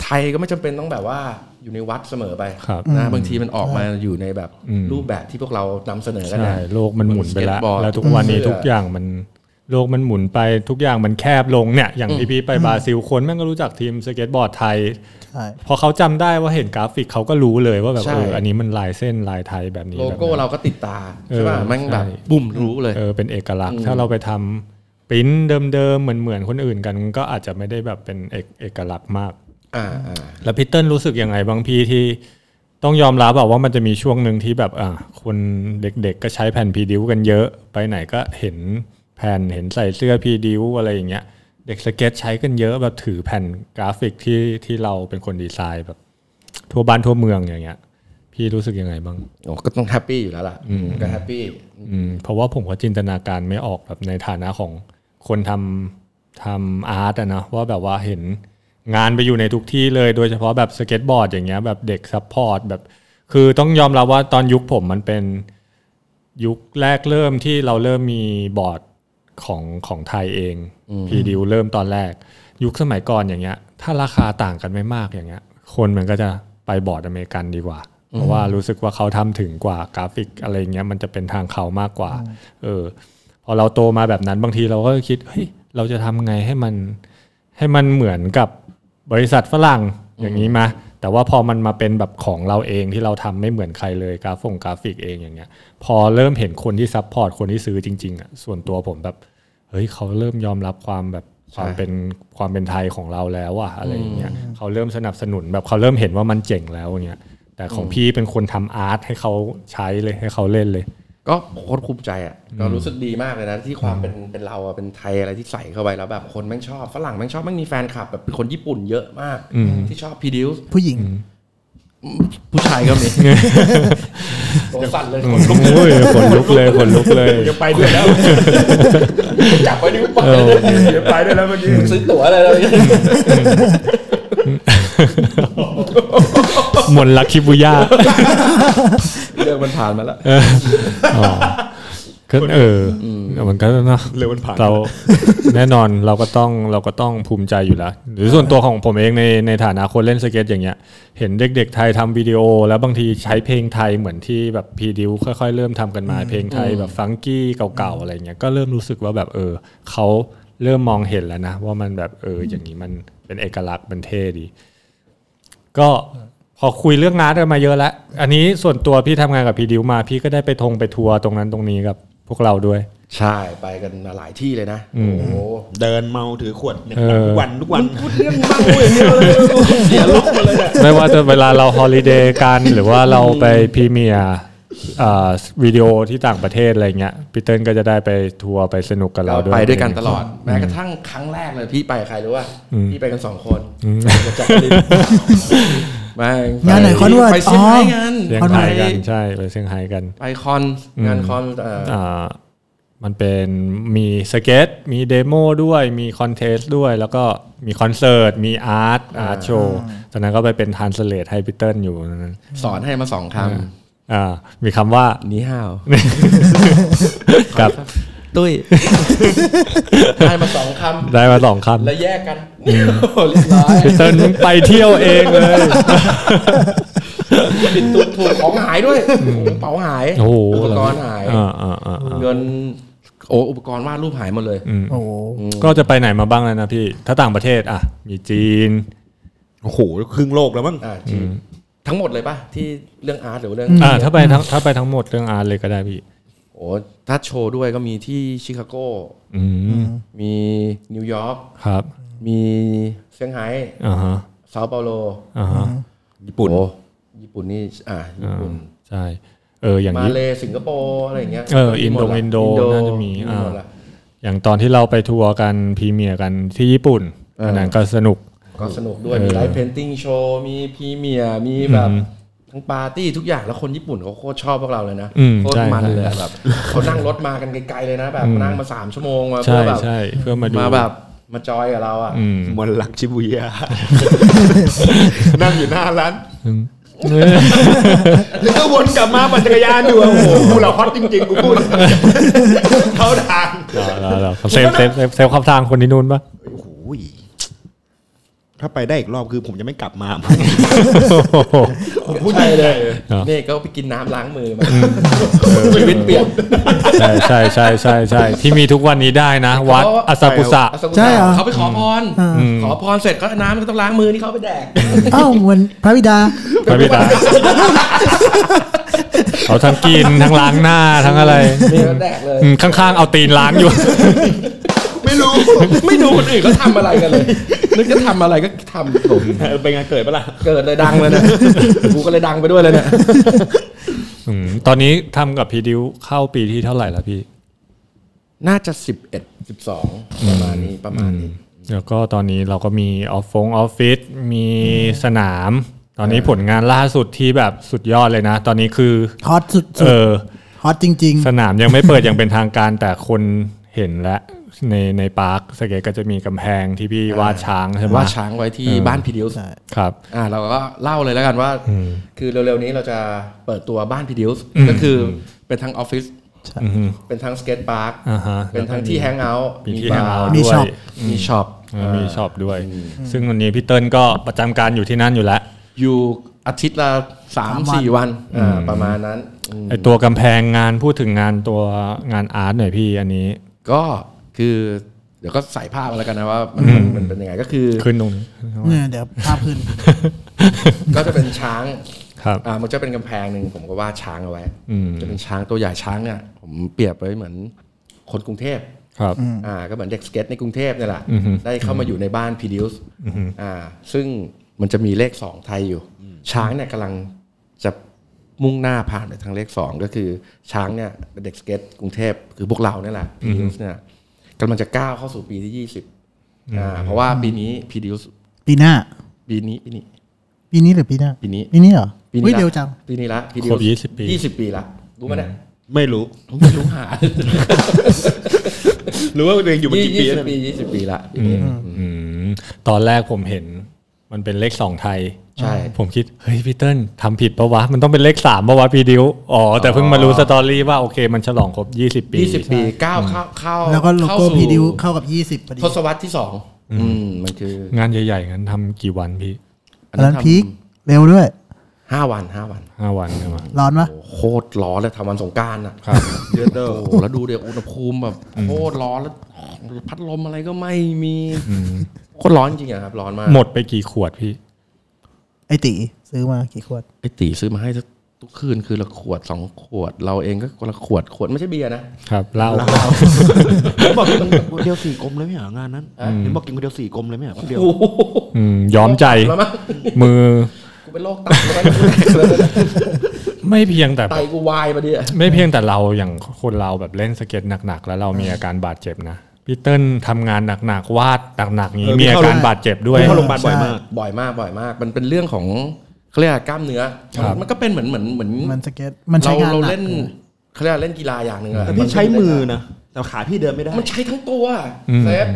S4: ไทยก็ไม่จำเป็นต้องแบบว่าอยู่ในวัดเสมอไป
S5: ครับ
S4: นะบางทีมันออกมาอยู่ในแบบ
S5: อืม
S4: รูปแบบที่พวกเรานำเสนอกัน
S5: ใช่
S4: นะ
S5: โลกมันหมุนไปแล้ว
S4: สเก็ตบอร์ด
S5: แล้วทุกวันนี้
S4: เสื้อ
S5: ทุกอย่างมันโลกมันหมุนไปทุกอย่างมันแคบลงเนี่ย อย่างที่พี่ไปบราซิลคนแม่งก็รู้จักทีมสเก็ตบอร์ดไทย
S6: ใช่
S5: พอเขาจำได้ว่าเห็นกราฟิกเขาก็รู้เลยว่าแบบ
S4: ใช่
S5: เอออันนี้มันลายเส้นลายไทยแบบนี้
S4: โลโก้
S5: แบบนั้น
S4: เราก็ติดตา
S5: เออ
S4: ใช่ป่ะแมันแบบ
S5: ใช่
S4: บุ่มรู้เลย
S5: เออเป็นเอกลักษณ์
S4: อืม
S5: ถ้าเราไปทำปริ้นเดิมๆเหมือนเหมือนๆคนอื่นกันก็อาจจะไม่ได้แบบเป็นเอกเอกลักษณ์มาก
S4: อ่าอ่า
S5: แล้วพีเติ้ลรู้สึกยังไงบางพี่ที่ต้องยอมรับแบบว่ามันจะมีช่วงหนึ่งที่แบบอ่ะคนเด็กๆก็ใช้แผ่นพีดิวกันเยอะ ไปไหนก็เห็นแผ่นเห็นใส่เสื้อพีดิวอะไรอย่างเงี้ย เด็กสเก็ตใช้กันเยอะแบบถือแผ่นกราฟิกที่ที่เราเป็นคนดีไซน์แบบ ทั่วบ้านทั่วเมืองอย่างเงี้ย พี่รู้สึกยังไงบ้าง
S4: โอ้ก็ต้องแฮปปี้อยู่แล้วล่ะก็แฮปปี้
S5: อืมเพราะว่าผมก็จินตนาการไม่ออกแบบในฐานะของคนทำทำอาร์ตอะเนอะว่าแบบว่าเห็นงานไปอยู่ในทุกที่เลยโดยเฉพาะแบบสเก็ตบอร์ดอย่างเงี้ยแบบเด็กซัพพอร์ตแบบ คือต้องยอมรับว่าตอนยุคผมมันเป็นยุคแรกเริ่มที่เราเริ่มมีบอร์ดของของไทยเองพีดิวเริ่มตอนแรก ยุคสมัยก่อนอย่างเงี้ย ถ้าราคาต่างกันไม่มากอย่างเงี้ย คนมันก็จะไปบอร์ดอเมริกันดีกว่า เพราะว่ารู้สึกว่าเขาทำถึงกว่ากราฟิกอะไรเงี้ยมันจะเป็นทางเขามากกว่า เออ พอเราโตมาแบบนั้นบางทีเราก็คิดเฮ้ยเราจะทำไงให้มัน ให้มันเหมือนกับบริษัทฝรั่งอย่างนี้มาแต่ว่าพอมันมาเป็นแบบของเราเองที่เราทำไม่เหมือนใครเลยกราฟงกราฟิกเองอย่างเงี้ย พอเริ่มเห็นคนที่ซัพพอร์ตคนที่ซื้อจริงๆอ่ะส่วนตัวผมแบบเฮ้ยเขาเริ่มยอมรับความแบบความเป็นความเป็นไทยของเราแล้วอะอะไรอย่างเงี้ยเขาเริ่มสนับสนุนแบบเขาเริ่มเห็นว่ามันเจ๋งแล้วอย่างเงี้ยแต่ของพี่เป็นคนทำอาร์ตให้เขาใช้เลยให้เขาเล่นเลย
S4: ก็โคตรภูมิใจอ่ะก็รู้สึกดีมากเลยนะที่ความเป็นเป็นเราอะเป็นไทยอะไรที่ใส่เข้าไปแล้วแบบคนแม่งชอบฝรั่งแม่งชอบแม่งมีแฟนคลับแบบเป็นคนญี่ปุ่นเยอะมาก ที่ชอบพีดิว
S6: ผู้หญิง
S4: ผู้ชายก็มีตัวสั่นเลยคนลุก
S5: โอ้ยขนลุกเลยขนลุกเลย
S4: จะไปด้วยแล้ว [laughs] จับไว้นิ้วไปเดี๋ยวไปด้วยแล้วเมื่อกี้ซื้อตั๋วอะไรแล้วเนี่ย
S5: หมนลักคิบุย่า
S4: เรื่องมันผ่านมาแล้ว
S5: อ๋อก็เอออมันก็เนาะ
S7: เร็วมันผ่าน
S5: เรา แน่นอนเราก็ต้องเราก็ต้องภูมิใจอยู่แล้ว หรือส่วนตัวของผมเองในในฐานะคนเล่นสเก็ตอย่างเงี้ย เห็นเด็กๆไทยทำวิดีโอ แล้วบางทีใช้เพลงไทยเหมือนที่แบบพีดิวค่อยๆ เริ่มทำกันมาเพลงไทยแบบฟังกี้เก่าๆอะไรเงี้ยก็เริ่มรู้สึกว่าแบบเออเขาเริ่มมองเห็นแล้วนะ ว่ามันแบบเอออย่างนี้มันเป็นเอกลักษณ์มันเท่ดี ก็พอคุยเรื่องงานกันมาเยอะแล้ว อันนี้ส่วนตัวพี่ทำงานกับพี่ดิวมา พี่ก็ได้ไปทงไปทัวร์ตรงนั้นตรงนี้กับพวกเราด้วย
S4: ใช่ไปกันหลายที่เลยนะโอ้โห
S7: เดินเมาถือขวดเนี่ย
S5: เออ
S7: ทุกวันทุกวัน
S4: พูดเรื่องเมาอย่างเดียวเลยเสียลุกมาเลยอะ
S5: ไม่ว่าจะเวลาเราฮอลิเดย์กัน หรือว่าเราไปพรีเมียร์อ่าวิดีโอที่ต่างประเทศอะไรเงี้ยพี่เติ้ลก็จะได้ไปทัวร์ไปสนุกกับเรา
S4: เรา
S5: ด้วย
S4: ไปด้วยกันตลอด แม้กระทั่งครั้งแรกเลยพี่ไปกับใครรู้ว่าพี่ไปกันสองคนกับจัก [laughs] รินแม่
S6: งานไหนคอนเวิร์ต
S4: ไปเซี่ยงไฮ้
S6: อ๋อ
S4: กัน
S5: เซี่ยงไฮ้กันใช่ไปเซี่ยงไฮ้กัน
S4: ไปคอนงานคอนเอ่ออ
S5: อ่ามันเป็นมีสเก็ตมีเดโมด้วยมีคอนเทสต์ด้วย แล้วก็มีคอนเสิร์ตมีอาร์ตอาร์ตโชว์ตอนนั้นก็ไปเป็นทานสเลตให้พีเติ้ลอยู่นั้น
S4: สอนให้มาสองคำ
S5: เอ อ่ามีคำว่า
S4: นี่ห้าว
S5: กับ
S4: ตุ้ย [laughs] ได้มาสองคำ
S5: ได้มาสองคำ
S4: แล้วแยกกันโอ้เรียบร้อย
S5: พี่เติ้ลไปเที่ยวเองเลย
S4: ปิดตัวถูกของหายด้วยกระเป๋าหาย
S5: โอ้โห
S4: ปกรณ์หาย
S5: อ่าอ่าอ่าอ่า
S4: เงินโอ้อุปกรณ์วาดรูปหายหมดเลย
S6: โอ้โห
S5: ก็จะไปไหนมาบ้างแล้วนะพี่ ถ้าต่างประเทศอ่ะ มีจีน
S7: โอ้โหครึ่งโลกแล้วมั้ง
S4: อ่าจริงทั้งหมดเลยป่ะ ที่เรื่องอาร์ตหรือเรื่อง
S5: อ่าถ้าไปทั้งถ้าไปทั้งหมดเรื่องอาร์ตเลยก็ได้พี่
S4: โอ้ถ้าโชว์ด้วยก็มีที่ชิคาโก
S5: อืม
S4: มีนิวยอร์ก
S5: ครับ
S4: มีเซี่ยงไฮ้
S5: อ่าฮะ
S4: เซาเปาโล
S5: อ่าฮะ
S7: ญี่ปุ่น
S4: โอ้ญี่ปุ่นนี่ อ่าญี่ปุ่น
S5: ใช่ เอออย่าง
S4: มา
S5: นี้
S4: เลสิงคโปร์อะไรย่างเงี้ย
S5: เอออินโด
S4: มีหมละ
S5: อินโดน่าจะมีอ่า
S4: หดละ
S5: อย่างตอนที่เราไปทัวร์กันพรีเมียร์กันที่ญี่ปุ่น
S4: เอออั
S5: อันนั้นก็สนุก
S4: ก็สนุกด้วย มีไลฟ์เพนติ้งโชว์ มีพรีเมียร์มีแบบทั้งปาร์ตี้ทุกอย่างแล้วคนญี่ปุ่นเขาโคตรชอบพวกเราเลยนะ
S5: อืม
S4: โคต
S5: ใช่
S4: รมันเลย
S5: ใช่
S4: แบบเขานั่งรถมากันไกลๆเลยนะ แบบนั่งมาสามชั่วโมงมาเพื่
S5: ใช่
S4: อแบบ
S5: ใช่เพื่อมาดู
S4: มาแบบมาจอยกับเราอ่ะ
S5: อืม
S7: มันหลักชิบุย่า นั่งอยู่
S4: [laughs]
S7: หน้าร้านแล้วก็วนกลับมาปั่นจักรยานอยู่โอ้โหกูเราฮอตจริงๆกู
S5: [laughs]
S7: พูดเขาทาง
S5: เราเราเราเซฟเซฟเซฟเซฟคำทางคนที่นู่นปะ
S7: โอ้โหถ้าไปได้อีกรอบคือผมจะไม่กลับมา
S4: ผมพูดใจเลยนี่ก็ไปกินน้ำล้างมือมาชีวิตเปลี่ยน
S5: ใช่ใช่ใช่ใช่ใช่ที่มีทุกวันนี้ได้นะ วัดอาซากุสะ
S4: อาซากุสะ
S6: ใช่เหรอ
S4: เขาไปขอพรขอพรเสร็จก็น้ำก็ต้องล้างมือนี่เขาไปแดก
S6: เอ้าเหมือนพระบิดา
S5: พระบิดาเขาทั้งกินทั้งล้างหน้าทั้งอะไร
S4: นี่ก็แดกเลย
S5: อืมข้างๆ เอาตีนล้างอยู่ [laughs]
S7: ไม่รู้
S4: ไม่ดูคนอื่นเขาทำอะไรกันเลย [laughs] นึกจะทำอะไรก็ทำผม
S7: [laughs] ไปงานเกิดปะล่ะ
S4: เกิดเลยดังเลยนะ [laughs] กูก็เลยดังไปด้วยเลยเนี่ย
S5: อืมตอนนี้ทำกับพีดิวเข้าปีที่เท่าไหร่แล้วพี่
S4: น่าจะสิบเอ็ดสิบสองประมาณนี้ประมาณนี้
S5: แล้วก็ตอนนี้เราก็มีออฟฟงออฟฟิศมีสนาม ตอนนี้ผลงานล่าสุดที่แบบสุดยอดเลยนะ ตอนนี้คือ
S6: ฮอตสุด
S5: เออ
S6: ๆฮอตจริง
S5: สนามยังไม่เปิดอย่างเป็นทางการแต่คนเห็นแล้วในในปาร์คสเกตก็จะมีกำแพงที่พี่วาดช้างใช่ไหม
S4: ว่าช้างไว้ที่บ้านพีดิวส์
S6: ใช่
S5: ครับ
S4: อ่าเราก็เล่าเลยแล้วกันว่า คือเร็วๆนี้เราจะเปิดตัวบ้านพีดิวส์ก็คือเป็นทั้งออฟฟิศเป็นทั้งสเก็ตพาร์ค
S5: อ่าฮะ
S4: เป็นทั้งที่แฮงเอาท์
S5: มีที่ให้เรา
S6: มี
S5: ด้ว
S6: ช็อป
S5: ย
S4: มีช็อป
S5: เออมีช็อปด้วย ซึ่งวันนี้พี่เติ้ลก็ประจำการอยู่ที่นั่นอยู่แล้ว
S4: อยู่อาทิตย์ละสามสี่วันอ่าประมาณนั้นอืม
S5: ไอตัวกำแพงงานพูดถึงงานตัวงานอาร์ตหน่อยพี่อันนี้
S4: ก็คือเดี๋ยวก็ใส่ภาพมาแล้วกันนะว่ามันมันมันเป็นยังไงก็คือ
S5: ขึ้นตรงนี้
S6: ๆเนี่ยเดี๋ยวภาพขึ้น
S4: ก็จะเป็นช้าง
S5: ครับ
S4: อ่ามันจะเป็นกำแพงหนึ่งผมก็วาดช้างเอาไว้
S5: อืม
S4: จะเป็นช้างตัวใหญ่ช้างเนี่ยผมเปรียบไว้เหมือนคนกรุงเทพ
S5: ครับ
S4: อ่าก็เหมือนเด็กสเก็ตในกรุงเทพเนี่ยแหละได้เข้ามาอยู่ในบ้านพีดิวส์อ่าซึ่งมันจะมีเลขสองไทยอยู่ ช้างเนี่ยกำลังจะมุ่งหน้าผ่านไปทางเลขสองก็คือช้างเนี่ยเป็นเด็กสเก็ตกรุงเทพคือพวกเราเนี่ยแหละพีดิวส์เนี่ยกำลังจะก้าวเข้าสู่ปีที่ยี่สิบอ่าเพราะว่าปีนี้พีดิวส์
S6: ปีหน้า
S4: ปีนี้ปีนี้
S6: ปีนี้หรือปีหน้า
S4: ปีนี้
S6: ปีนี้เหรอ
S4: ปี
S6: อุ๊
S4: นี้
S6: ยเร็วจัง
S4: ปีนี้ละปี
S5: ครบ20ปี
S4: ยี่สิบปีละรู้ไหมเนี่ย
S7: ไม่รู้
S4: ผมไม่รู้หา
S7: รู้ว่าตัวเองอยู่มา
S4: ยี่
S7: กี่ปี
S4: สิ
S7: แล้ว
S4: บ
S7: เนี่
S4: ปี
S7: ย
S4: ยี่สิบปีละปีนี้
S5: อืมตอนแรกผมเห็นมันเป็นเลขสองไทย
S4: ใช่
S5: ผมคิดเฮ้ยพี่เติ้ลทำผิดปะวะ มันต้องเป็นเลขสามปะวะพี่ดิวอ๋อแต่เพิ่งมารู้สตอรี่ว่าโอเค มันฉลองครบ 20 ปี
S4: ยี่สิบปีก้าวเข้าเข้า
S6: แล้วก็โล
S4: เข้า
S6: โก้
S4: สู่
S6: พีดิวเข้ากับยี่สิบพอดี
S4: ทศวรรษที่สองอืมมันคือง
S5: านใหญ่ๆงั้นทำกี่วันพี่
S6: อันนั้น
S4: ทำ
S6: พีคเร็วด้วย
S4: ห้าวันห้าวัน
S5: ห้าวันใช่ไหม
S6: ร้อนปะ
S4: โอ้โคตรร้อนเลยทำวันสงกรารอ่ะ
S7: เดือนเดิม
S4: โอ้โหแล้วดูเดี๋ยวอุณหภูมิแบบโคตรร้อนแล้วพัดลมอะไรก็ไม่มีโคตรร้อนจริงๆอะครับร้อนมาก
S5: หมดไปกี่ขวดพี่
S6: ไอตีซื้อมากี่ขวด
S4: ไอตีซื้อมาให้ทุกคืนคือละขวดสองขวด เราเองก็คนละขวดขวดไม่ใช่เบียร์นะ
S5: ครับเหล่า
S7: ผมบอกกินคนเดียวสี่กลมเลยไม่เหรองานนั้นผมบอกกินคนเดียวสี่กลมเลยไม่เหรอคนเดียว
S5: อืมย้อมใจ
S4: แล้วมั้ง
S5: มือ
S4: กูเป็นโรคไตแล้วมั้งกูแดกเลย
S5: ไม่เพียงแต่
S4: ไตกูวายมาดิอะ
S5: ไม่เพียงแต่เราอย่างคนเราแบบเล่นสเก็ตหนักๆ แล้วเรามีอาการบาดเจ็บนะพี่เติ้ลทำงานหนักๆวาดหนักๆนี้
S7: เออ
S5: มีอากา
S7: เข้า
S5: ร
S7: โรง
S5: บาดเจ็บด้วย
S7: เข้าโรงพยาบาลบ่อยมาก
S4: บ่อยมากบ่อยมาก มันเป็นเรื่องของเขาเรียกอะไรกล้ามเนื้อ
S5: ครับ
S4: มันก็เป็นเหมือนเหมือนเหมือน
S6: มันสเก็ต มันใช้
S4: เรา
S6: งาน
S4: เรา
S6: หนัก
S4: เล่น เขาเรียกว่าเล่นกีฬาอย่างหนึ่งอะ
S7: แต่พี่ใช้มือนะแต่ขาพี่เดินไม่ได้
S4: มันใช้ทั้งตัวเซฟ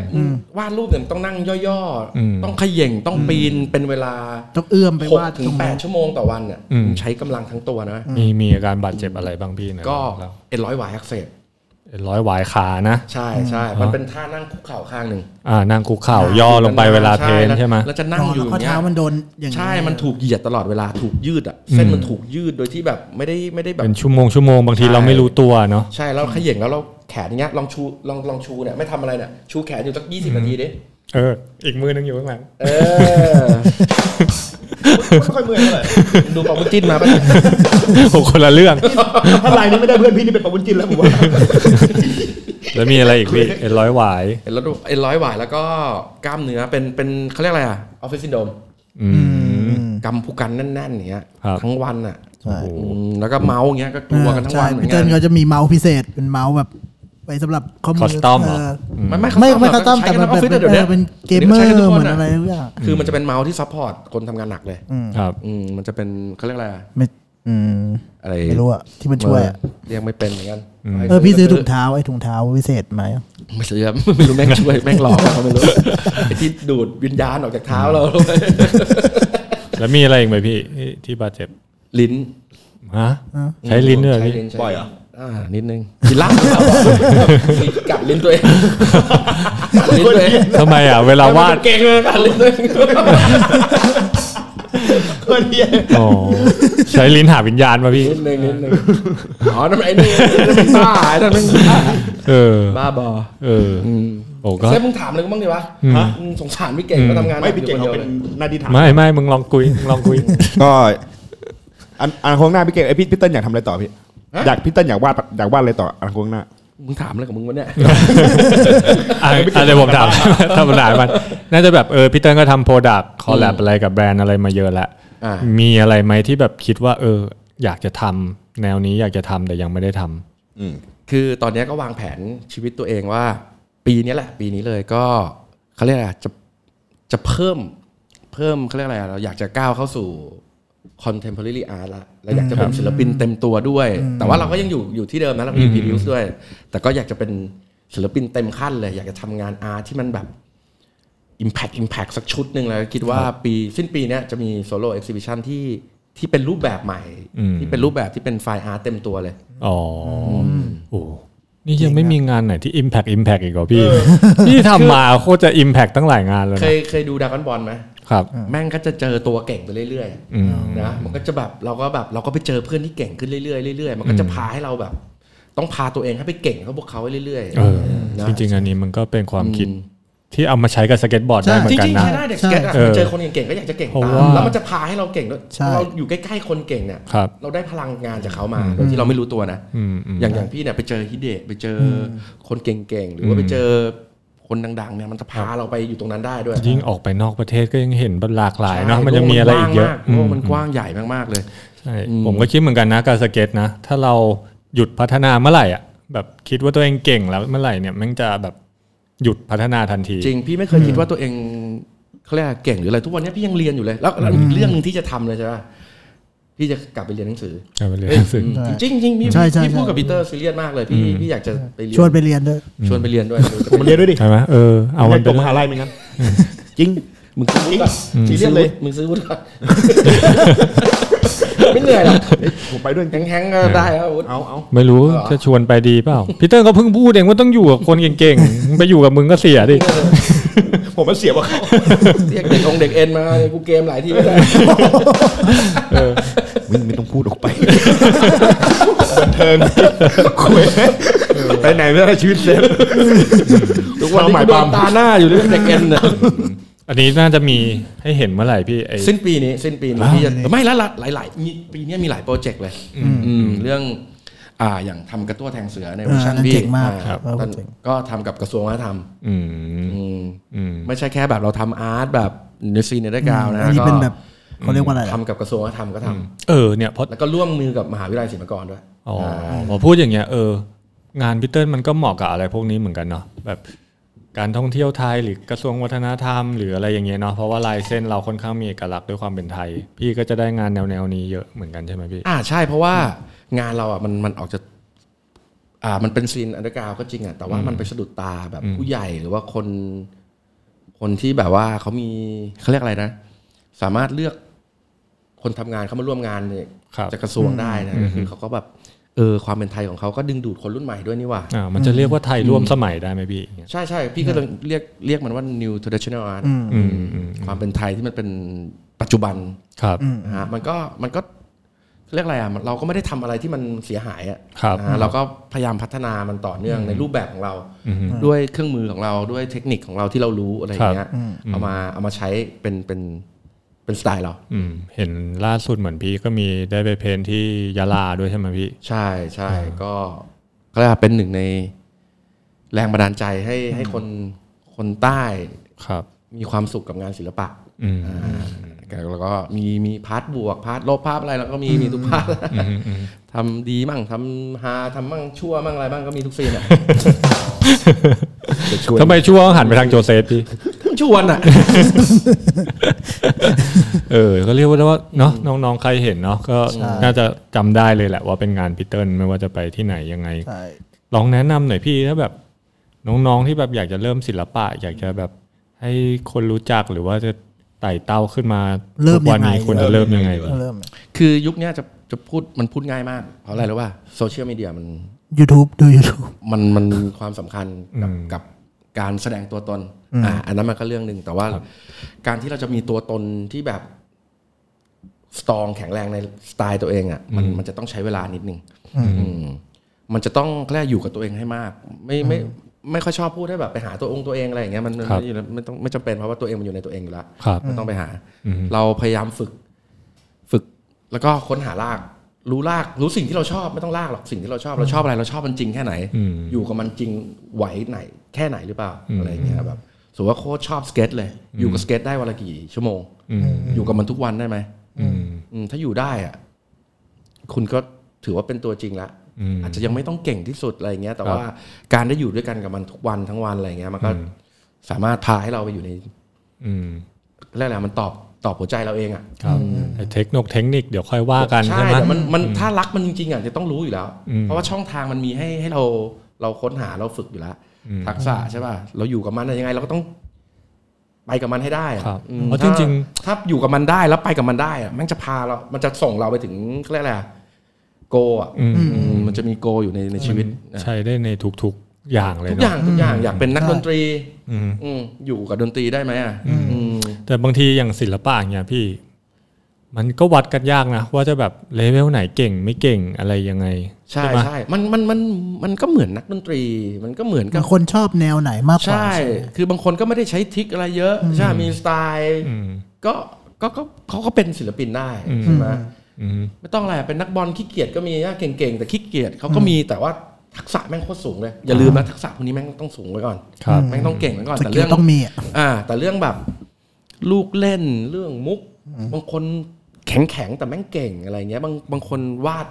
S4: วาดรูปเนี่ยมันต้องนั่งย่อ
S5: อืม
S4: ๆ ต้องเขย่งต้องปีนเป็นเวลา
S6: ต้องเอื้อมไป
S4: หก
S6: วาด
S4: ถึ
S6: ตรง ง
S4: แป
S6: นั้
S4: ด
S6: น
S4: ชั่วโมงต่อวันเนี่ย
S5: อืม
S4: ใช้กำลังทั้งตัวนะ
S5: มีมีอาการบาดเจ็บอะไรบ้างพี่นะ
S4: ก็
S5: แล้ว
S4: เอ็นร้อยหวายอักเสบ
S5: เอ็นร้อยหวายขานะ
S4: ใช่ใช่มันเป็นท่านั่งคุกเข่าข้างหนึ่ง
S5: อ่านั่งคุกเข่าย่อลงไปเวลาเทรน
S4: แล้ว
S5: ใช่ไหม
S4: แล้วจะนั่งอยู่
S6: แล้วก็
S4: อย่งงี้ย
S6: เท้ามันโดนอย่าง
S4: ใช่
S6: นี้
S4: มันถูกเหยียดตลอดเวลา ถูกยืดอ่ะ เส้นมันถูกยืดโดยที่แบบไม่ได้ไม่ได้แบบ
S5: เป็นชั่วโมงชั่วโมงบางที
S4: ใช่
S5: เราไม่รู้ตัวเนาะ
S4: ใช่ แล้วเขย่งแล้วเราแขนอย่างเงี้ย ลองชูลองลองชูเนี่ยไม่ทำอะไรเนี่ย ชูแขนอยู่สักยี่สิบนาทีดิ
S5: เออ อีกมือนึงอยู่ข้างหลัง
S4: เออ
S6: [laughs]
S7: ไม่ค่อยเมื่อยเท่าไหร่
S4: ดูปอกมุ้นจิ้นมาปะ
S5: โอ้คนละเรื่อง
S7: ถ้าลายนี้ไม่ได้เพื่อนพี่นี่เป็นปะวุ้นจินแล้วผมว่า
S5: แล้วมีอะไรอีกพี่เอ็นร้อยหวาย
S4: เอ็นร้อยเอ็นร้อยหวายแล้วก็กล้ามเนื้อเป็นเป็นเขาเรียกอะไรอ่ะออฟฟิศซินโดม
S5: อื
S6: อื
S5: ม
S6: ม
S4: กำผูกันแน่นๆอย่างเงี้ย
S5: ครับ
S4: ทั้งวันอ่ะ
S6: ใช่
S4: อืมแล้วก็เมาส์อย่างเงี้ยก็กลัวกันทั้งวันเหมือ
S6: พี่
S4: น
S6: เติ้
S4: กั
S6: ล
S4: น
S6: เขาจะมีเมาส์พิเศษเป็นเมาส์แบบไว้สำหรับข้อมื
S5: คอสตอมเหรอ
S6: เ
S4: ไม่ไม่
S6: ไม่ไม่
S4: หร
S6: คั
S4: ก
S6: สตอม
S4: ใช้
S6: แต่
S4: กัน
S6: มัน
S4: ออฟฟิศ
S6: แบบ
S4: อะเดี๋ยวนี้ย
S6: เป็นเกมเมอ
S4: ดี๋ยวนี้ใช้
S6: ร์
S4: นทุก
S6: เห
S4: ค
S6: มือน
S4: อะ
S6: อะไรทุกอย่าง
S4: คือมันจะเป็นเมาส์ที่ซัพพอร์ตคนทำงานหนักเลย
S5: ครับ
S4: อืมมันจะเป็นเขาเรียกอะไรอะ
S6: ไม่อืม
S4: อะไร
S6: ไม่รู้อะที่มันช่วยอะ
S4: เรียกไม่เป็นเหมือนกัน
S6: เออพี่ซื้อถุงเท้าไอ้ถุงเท้าพิเศษไหม
S4: ไม่ซื้อครับไม่รู้แม่งช่วยแม่งหลอกเราไม่รู้ไอ้ที่ดูดวิญญาณออกจากเท้าเรา
S5: แล้วมีอะไรอีกไหมพี่ ที่ที่บาดเจ็บ
S4: ลิ้น
S5: ฮะ ใช้ลิ้นด้วยเหรอ
S4: ใช้
S5: พี่
S4: ลิ้นใช้
S7: บ่อยเหรอ
S4: อ่านิดนึงกินเหล้าหรือเปล่ากัดลิ้นตัวเองกัดลิ้นตัวเอง
S5: ทำไมอ่ะ เวลาวาด
S4: เก่งเลยกัดลิ้นตัวเอง
S7: คนเดียว
S5: อ๋อ ใช้ลิ้นหาวิญญาณมาพี่
S4: นิดนึงนิดนึงอ๋อนั่นไอ้นี่นั่นมันบ้าไอ้นั่นมันบ้า
S5: เออ
S4: บ้าบอ
S5: เออ
S4: อืม
S5: โอ้ก็
S4: เซฟมึงถามเลยมึงบ้างดิวะฮะมึงสงสารพี่เก่งก็ทำงานหนั
S7: ไม่พี่เก่ง
S4: อยู่
S7: เขา
S4: คนดียว
S7: เป็น
S4: ลย
S7: หนาดีถาม
S5: ไม่ไม่มึงลองคุยมึงลองคุย
S3: ก็อันอันคงหน้าพี่เก่งไอยพี่พี่เติ้ลอยากทำอะไรต่อพี่
S4: ฮะ
S3: อยากพี่เติ้ลอยากวาดอยากวาดอะไรต่ออันคงหน้า
S4: มึงถามอะไรกับมึงวะเนี่ย [laughs]
S5: อ่ะอ่ะเดี๋ยวผมถาม [laughs] ธรรมดามันน่าจะแบบเออพี่เติ้ลก็ทำโปรดักต์คอลแลบอะไรกับแบรนด์อะไรมาเยอะแล้ว
S4: อ่า
S5: มีอะไรไหมที่แบบคิดว่า เออ อยากจะทำแนวนี้อยากจะทำแต่ยังไม่ได้ท
S4: คือตอนเนี้ยก็วางแผนชีวิตตัวเองว่า ปีเนี้ยแหละ ปีนี้เลยก็เขาเรียกอะไรจะจะเพิ่มเพิ่มเขาเรียกอะไรเราอยากจะก้าวเข้าสู่ contemporary art ละเราอยากจะเป็นศิลปินเต็มตัวด้วย แต่ว่าเราก็ยังอยู่อยู่ที่เดิมนะเรามี produce ด้วย แต่ก็อยากจะเป็นศิลปินเต็มขั้นเลย อยากจะทำงาน art ที่มันแบบ impact impact สักชุดหนึ่งแล้วคิดว่าปีสิ้นปีเนี้ยจะมี solo exhibition ที่ที่เป็นรูปแบบใหม่ ที่เป็นรูปแบบที่เป็นไฟล์อาร์ตเต็มตัวเลย
S5: ำอ๋ออโอ้นี่ยังไม่มีงานไหนที่ Impact Impact อีกเหรอพี่ [laughs] พี่ทำมาโคตรจะ Impact ตั้งหลายงานเลย
S4: เค
S5: นะ
S4: ยเคยดูดรากอนบอลไหม
S5: ครับ
S4: แม่งก็จะเจอตัวเก่งไปเรื่อย
S5: อืม
S4: ๆนะมันก็จะแบบเราก็แบบเราก็ไปเจอเพื่อนที่เก่งขึ้นเรื่อยๆเรื่อยๆมันก็จะพาให้เราแบบ ต้องพาตัวเองให้ไปเก่งเขาพวกเขาเรื่อย
S5: เออ
S4: นะ
S5: จริง ๆ อันนี้มันก็เป็นความคิด
S4: อืม
S5: ที่เอามาใช้กับสเก็ตบอร์ดได้เหมือ
S4: จ
S5: นกัน
S4: ริงๆ
S5: นะ
S4: ใช้ได้เด็กสเก็ตอะ
S5: ใช่
S4: มันเจอคนเก่งๆก็อยากจะเก่ง
S5: เพราะ
S4: ตาม
S5: ว่า
S4: แล้วมันจะพาให้เราเก่งด้วย
S6: ใช่
S4: เราอยู่ใกล้ๆคนเก่งเนี่ย
S5: ครับ
S4: เราได้พลังงานจากเขามาโดยที่เราไม่รู้ตัวนะ
S5: อืมอืม
S4: อย่างอย่างพี่เนี่ยไปเจอฮิเดะไปเจออคนเก่งๆหรือว่าไปเจอคนดังๆเนี่ยมันจะพาเราไปอยู่ตรงนั้นได้ด้วย
S5: ยิ่งออกไปนอกประเทศก็ยังเห็นแบบหลากหลายเนาะ
S4: ใช่
S5: มันยังมีอะไรอีกเยอะ
S4: โลก
S5: อืม
S4: มันกว้างมากโลกมันกว้างใหญ่มากๆเลย
S5: ใช่ผมก็คิดเหมือนกันนะการสเก็ตนะ ถ้าเราหยุดพัฒนาเมื่อไหร่อ่ะแบบคิดว่าตัวเองเก่งแล้วเมื่อไหร่เนี่ยแมันจะแบบหยุดพัฒนาทันที
S4: จริงพี่ไม่เคยคิดว่าตัวเองเขาเรียกเก่งหรืออะไรทุกวันนี้พี่ยังเรียนอยู่เลยแล้วแล้วอีกเรื่องหนึงที่จะทำเลยใช่ปะพี่จะกลับไปเรียนหนังสือก
S5: ลับไปเรียนหนังสือ
S4: เยจริงๆจริงๆพี่
S6: ใช่ใช่
S4: พี่พูด
S6: ใช่
S4: กับปีเตอร์ซีเรียสมากเลยพี่พี่อยากจะไปเรียน
S6: ชวนไปเรียนด้วย
S4: ชวนไปเรียนด้วย
S7: ผมเรียนด้วยดิ
S5: ใช่ไหมเออเอามัน
S7: ผ
S5: เป็น
S7: มหาลัยเหมือนกันจริง
S4: มึงซื้อวุฒิก่อน
S7: ซีเรียสเลย
S4: มึงซื้อวุฒิก่อนไม่เหนื่อยหรอก
S7: ผมไปด้วยจริง
S4: แข็งๆก็ได้ครับวุฒิ
S7: เอาเอา
S5: ไม่รู้
S4: เหรอ
S5: จะชวนไปดีเปล่าพีเตอร์ก็เพิ่งพูดเองว่าต้องอยู่กับคนเก่งๆมึงไปอยู่กับมึงก็เสียดิ
S7: ผมมันเสียว่าเขา
S4: เรียกเด็กองค์เด็กเอ็นมาเนี่ยกูเกมหลายทีไม่ได้
S7: ไม่ไม่ต้องพูดออกไปบันเทิงคุยไปไหนไม่ได้ชีวิตเซฟ
S4: ทุกวันนี้กูโดนตาหน้าอยู่เรื่องเด็กเอ็นเนี่ย
S5: อันนี้น่าจะมีให้เห็นเมื่อไหร่พี่ไอ้
S4: สิ้นปีนี้สิ้นปีนี้ที่จะไม่แล้วละหลายหลายมีปีเนี้ยมีหลายโปรเจกต์เลยอืมเรื่องอ่าอย่างทำกระตั้วแทงเสือในเวอร์ชัน
S6: อ่า
S4: พี่
S6: เจ๋งมาก
S4: อ่
S6: ครับ
S4: ตอน
S6: เจ๋ง
S4: ก็ทำกับกระทรวงวัฒนธรรม
S5: อืม
S4: อืม
S5: อืม
S4: ไม่ใช่แค่แบบเราทำอาร์ตแบบในซีนในเดอร์กราวด์นะ
S6: อันนี้
S4: ก็
S6: เป็นแบบเขาเรียกว่าอะไรอะ
S4: ทำกับกระทรวงวัฒนธรรมก็ทำ
S5: เออเนี่ยเพราะ
S4: แล้วก็ร่วมมือกับมหาวิทยาลัยศิลปากรด้วย
S5: อ๋อพอพูดอย่างเงี้ยเอองานพิเตอร์มันก็เหมาะกับอะไรพวกนี้เหมือนกันเนาะแบบการท่องเที่ยวไทยหรือกระทรวงวัฒนธรรม หรืออะไรอย่างเงี้ยเนาะเพราะว่าลายเส้นเราค่อนข้างมีเอกลักษณ์ด้วยความเป็นไทย พี่ก็จะได้งานแนวแนวๆนี้เยอะเหมือนกันใช่ไหมพี่
S4: อ่าใช่เพราะว่างานเราอ่ะมันมันออกจะ อ่ามันเป็นซีนอันเดอร์กราวก็จริงอ่ะแต่ว่ามันไปสะดุดตาแบบผู้ใหญ่หรือว่าคน คนที่แบบว่าเขามีเขาเรียกอะไรนะ สามารถเลือกคนทำงานเข้ามาร่วมงานเนี่ย
S5: ครับ
S4: จากกระทรวงได้นะคือเขาก็แบบเออความเป็นไทยของเขาก็ดึงดูดคนรุ่นใหม่ด้วยนี่หว่า
S5: อ่ามันจะเรียกว่าไทยร่วมสมัยได้ไหมพี่อย่างเงี้ย
S4: ใช่ใช่พี่ก็เลยเรียกเรียกมันว่า new traditional art
S5: อืมอืม
S4: ความเป็นไทยที่มันเป็นปัจจุบัน
S5: ครับ
S4: นะฮะมันก็มันก็เรียกอะไรอ่ะเราก็ไม่ได้ทำอะไรที่มันเสียหายอ่ะ
S5: ครับ
S4: นะฮะเราก็พยายามพัฒนามันต่อเนื่องในรูปแบบของเรา
S5: อืม
S4: ด้วยเครื่องมือของเราด้วยเทคนิคของเราที่เรารู้อะไรอย่างเงี้ยเอามาเอามาใช้เป็นเป็นเป็นสไตล์เรา
S5: อืมเห็นล่าสุดเหมือนพี่ก็มีได้ไปเพนที่ยะลาด้วยใช่ไหมพี่
S4: ใช่ใช่ก็ก็เรียกว่าเป็นหนึ่งในแรงบันดาลใจให้ให้คนคนใต้
S5: ครับ
S4: มีความสุขกับงานศิลปะ
S5: อืม
S4: อ่าแล้วก็มีมีพาร์ทบวกพาร์ทลบพาร์ทอะไรแล้วก็มีมีทุกพาร์ททำดีมั่งทำฮาทำมั่งชั่วมั่งอะไรบ้างก็มีทุกซีนอ่ะ [laughs] จะชวน
S5: ทำไมช่วงหันไปทางโจเซฟพี่
S4: ชวนอ่ะ
S5: เออ ก็เรียกว่าเนาะน้องๆ ใครเห็นเนาะก็น่าจะจำได้เลยแหละว่าเป็นงานพีเติ้ลไม่ว่าจะไปที่ไหนยังไง
S6: ใช่
S5: ลองแนะนำหน่อยพี่ถ้าแบบ น้องๆที่แบบอยากจะเริ่มศิลปะ อยากจะแบบให้คนรู้จักหรือว่าจะไต่เต้าขึ้นมา
S6: เริ่ม
S5: ทุกวัน
S6: ยังไง
S5: นี้ควรจะเริ่มยังไงดี
S6: เริ่ม
S4: คือยุคเนี้ยจะจะพูดมันพูดง่ายมาก เพราะอะไรรู้ป่ะโซเชียลมีเดียมัน
S6: YouTube ดู YouTube
S4: มันมันมีความสำคัญกับกับการแสดงตัวตนอ่าอันนั้นมันก็เรื่องหนึ่งแต่ว่าการที่เราจะมีตัวตนที่แบบสตรองแข็งแรงในสไตล์ตัวเองอ่ะมันมันจะต้องใช้เวลานิดนึงอืมมันจะต้องแค่อยู่กับตัวเองให้มาก ไม่ไม่ไม่ค่อยชอบพูดให้แบบไปหาตัวองค์ตัวเองอะไรอย่างเงี้ยมันมันไม่อยู่ในไม่ต้องไม่จำเป็นเพราะว่าตัวเองมันอยู่ในตัวเองอยู่แล้ว
S5: ครับ
S4: ไม่ต้องไปหา เราพยายามฝึก ฝึก แล้วก็ค้นหาราก รู้ราก รู้สิ่งที่เราชอบ ไม่ต้องรากหรอก สิ่งที่เราชอบ เราชอบอะไร เราชอบมันจริงแค่ไหน
S5: อืม
S4: อยู่กับมันจริงไหวไหน แค่ไหนหรือเปล่า อะไรอย่างเงี้ยแบบ สมมติว่าโค้ชชอบสเก็ตเลย อยู่กับสเก็ตได้วันละกี่ชั่วโมง
S5: อืม
S4: อยู่กับมันทุกวันได้ไหม
S5: อืม
S4: อืมถ้าอยู่ได้อะคุณก็ถือว่าเป็นตัวจริงละ
S5: อืม
S4: อาจจะยังไม่ต้องเก่งที่สุดอะไรเงี้ย แต่
S5: ครับ
S4: ว่าการได้อยู่ด้วยกันกับมันทุกวันทั้งวันอะไรเงี้ย มันก็
S5: อืม
S4: สามารถพาให้เราไปอยู่ใน
S5: อืม
S4: เรียกอะไรมันตอบตอบหัวใจเราเองอะ
S5: ครับไอ้เทคนิคเทคนิคเดี๋ยวค่อยว่ากันใช่ไหม
S4: แต่มันมันถ้ารักมันจริงๆอ่ะจะต้องรู้อยู่แล้ว
S5: อืม
S4: เพราะว่าช่องทางมันมีให้ให้เราเราค้นหาเราฝึกอยู่แล้ว
S5: อืม
S4: ทักษะใช่ป่ะเราอยู่กับมันอะยังไงเราก็ต้องไปกับมันให้ได้อะ
S5: ครับ
S4: อืม
S5: เพราะ
S4: ถ้า
S5: จริง
S4: ถ้าอยู่กับมันได้แล้วไปกับมันได้อะมันจะพาเรา มันจะส่งเราไปถึงเขาเรียกอะไรโกอ่ะอืมมันจะมีโกอยู่ในในชีวิตนะ
S5: ใช้ได้ในทุกๆ อย่างเลย
S4: ทุกอ
S5: เนอะ
S4: ย่างทุกอย่างอยากเป็นนัก
S6: ใช่
S4: ดนตรี
S5: อืม
S4: อืมอยู่กับดนตรีได้ไหมอ่ะอืม
S5: แต่บางทีอย่างศิลปะเนี่ยพี่ มันก็วัดกันยากนะ ว่าจะแบบเลเวลไหนเก่งไม่เก่งอะไรยังไง
S4: ใช่
S5: ไหม
S4: ใช่มันมันมันมันก็เหมือนนักดนตรี มันก็เหมือนกับ
S6: คนชอบแนวไหนมากกว่า
S4: ใช่ คือบางคนก็ไม่ได้ใช้ทริคอะไรเยอะ ใช่ มีสไตล์
S5: อืม
S4: ก็ ก็ก็เขาก็เป็นศิลปินได้ใช่ไหม
S5: อืม
S4: ไม่ต้องอะไร เป็นนักบอลขี้เกียจก็มีนะเก่งๆ แต่ขี้เกียจเขาก็มี แต่ว่าทักษะแม่งโคตรสูงเลย อย่าลืมนะทักษะพวกนี้แม่งต้องสูงไว้ก่อน
S5: ครับ
S4: แม่งต้องเก่งไว้ก่อน
S6: ส
S4: แต่
S6: กิ
S4: เรื่
S6: ล
S4: อง
S6: ต้องมีอะ
S4: อ่า แต่เรื่องแบบลูกเล่น เรื่องมุก บางคนแข็งแข็งๆแต่แม่งเก่งอะไรเงี้ย บาง บางคนวาด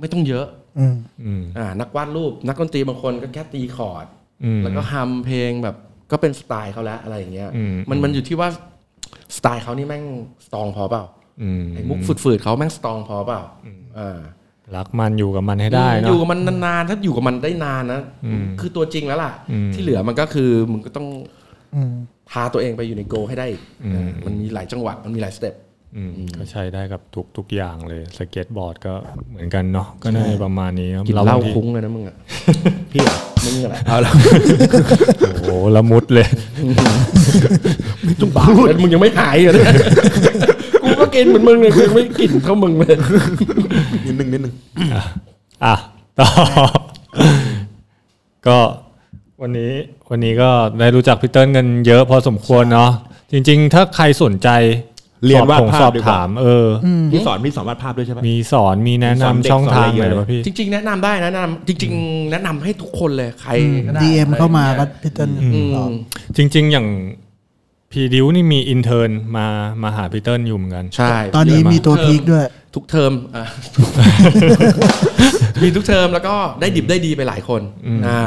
S4: ไม่ต้องเยอะ
S6: อืม
S5: อืม
S4: อ่า นักวาดรูป นักดนตรีบางคนก็แค่ตีคอร์ด
S5: อืม
S4: แล้วก็ฮัมเพลงแบบก็เป็นสไตล์เขาแล้วอะไรอย่างเงี้ย
S5: อืม
S4: มันมันอยู่ที่ว่าสไตล์เขานี่แม่งสตรองพอเปล่า
S5: อืม
S4: ไอ้มุกฝืดๆเขาแม่งสตรองพอเปล่าอ่า
S5: รักมันอยู่กับมันให้ได้
S4: อืม
S5: เน
S4: อยู่กั
S5: อะ
S4: บมันนานๆถ้าอยู่กับมันได้นานนะคือตัวจริงแล้วล่ะ
S5: อืม
S4: ที่เหลือมันก็คือมึงก็ต้อง
S6: อืม
S4: พาตัวเองไปอยู่ในโกลให้ได้อีก
S5: อืม
S4: เออมันมีหลายจังหวะมันมีหลายสเต็ป
S5: อืมก็ใช้ได้กับทุกทุกอย่างเลยสเก็ตบอร์ดก็เหมือนกันเนาะก็น่าจะประมาณนี้ครับ
S4: กินเหล้า
S5: บงที
S4: คุ้งเลยนะมึ
S5: [laughs]
S4: งอ่ะ พี่เหรอมึงอะไร
S5: เอาละโอ้โหละมุดเลย
S4: จุ๊บปากแล้วมึงยังไม่หายเหรอเนี่ยกูก็กินเหมือนมึงเลยกูยังไม่กินเท่ามึงเลย
S7: นิดนึงนิดนึง
S5: อ่ะ [laughs] ต่อ ก็วันนี้วันนี้ก็ได้รู้จักพี่เติ้ลกันเยอะพอสมควรเนาะจริง ๆ ถ้าใครสนใจ
S7: เรียนวาด
S5: สอบถง
S7: ภา
S5: ส
S7: พ
S5: อบ
S7: ดีกว่า
S5: ถาม เอออ
S7: พี่สอนพี่สอนวาดภาพด้วยใช่ไหม
S5: มีสอนมีแนะ
S7: สอน
S5: ำ
S7: นเด็ก
S5: ช่องทาง
S7: สอนอะไรเย
S5: ไหน
S7: อะเลย
S5: วะพี่
S4: จริงๆ แนะนำได้นะแนะนำจริง ๆ แนะนำให้ทุกคนเลยใครก็ไ
S6: ดีเอ็มเข้ามาก็
S4: อะไรอย่งเงี้ย
S6: พิจารณา
S4: อื
S6: ต่อ
S4: ม
S5: จริง ๆ อย่างพีดิวนี่มีอินเทอร์นมามาหาพี่เติ้ลอยู่เหมือนกัน
S4: ใช่
S6: ตอนนี้มีตัวพีค
S4: เทอ
S6: ด้วย
S4: ทุกเทอมอ่ะ
S6: [laughs]
S4: มีทุกเทอมแล้วก็ได้ดิบได้ดีไปหลายคนอ่า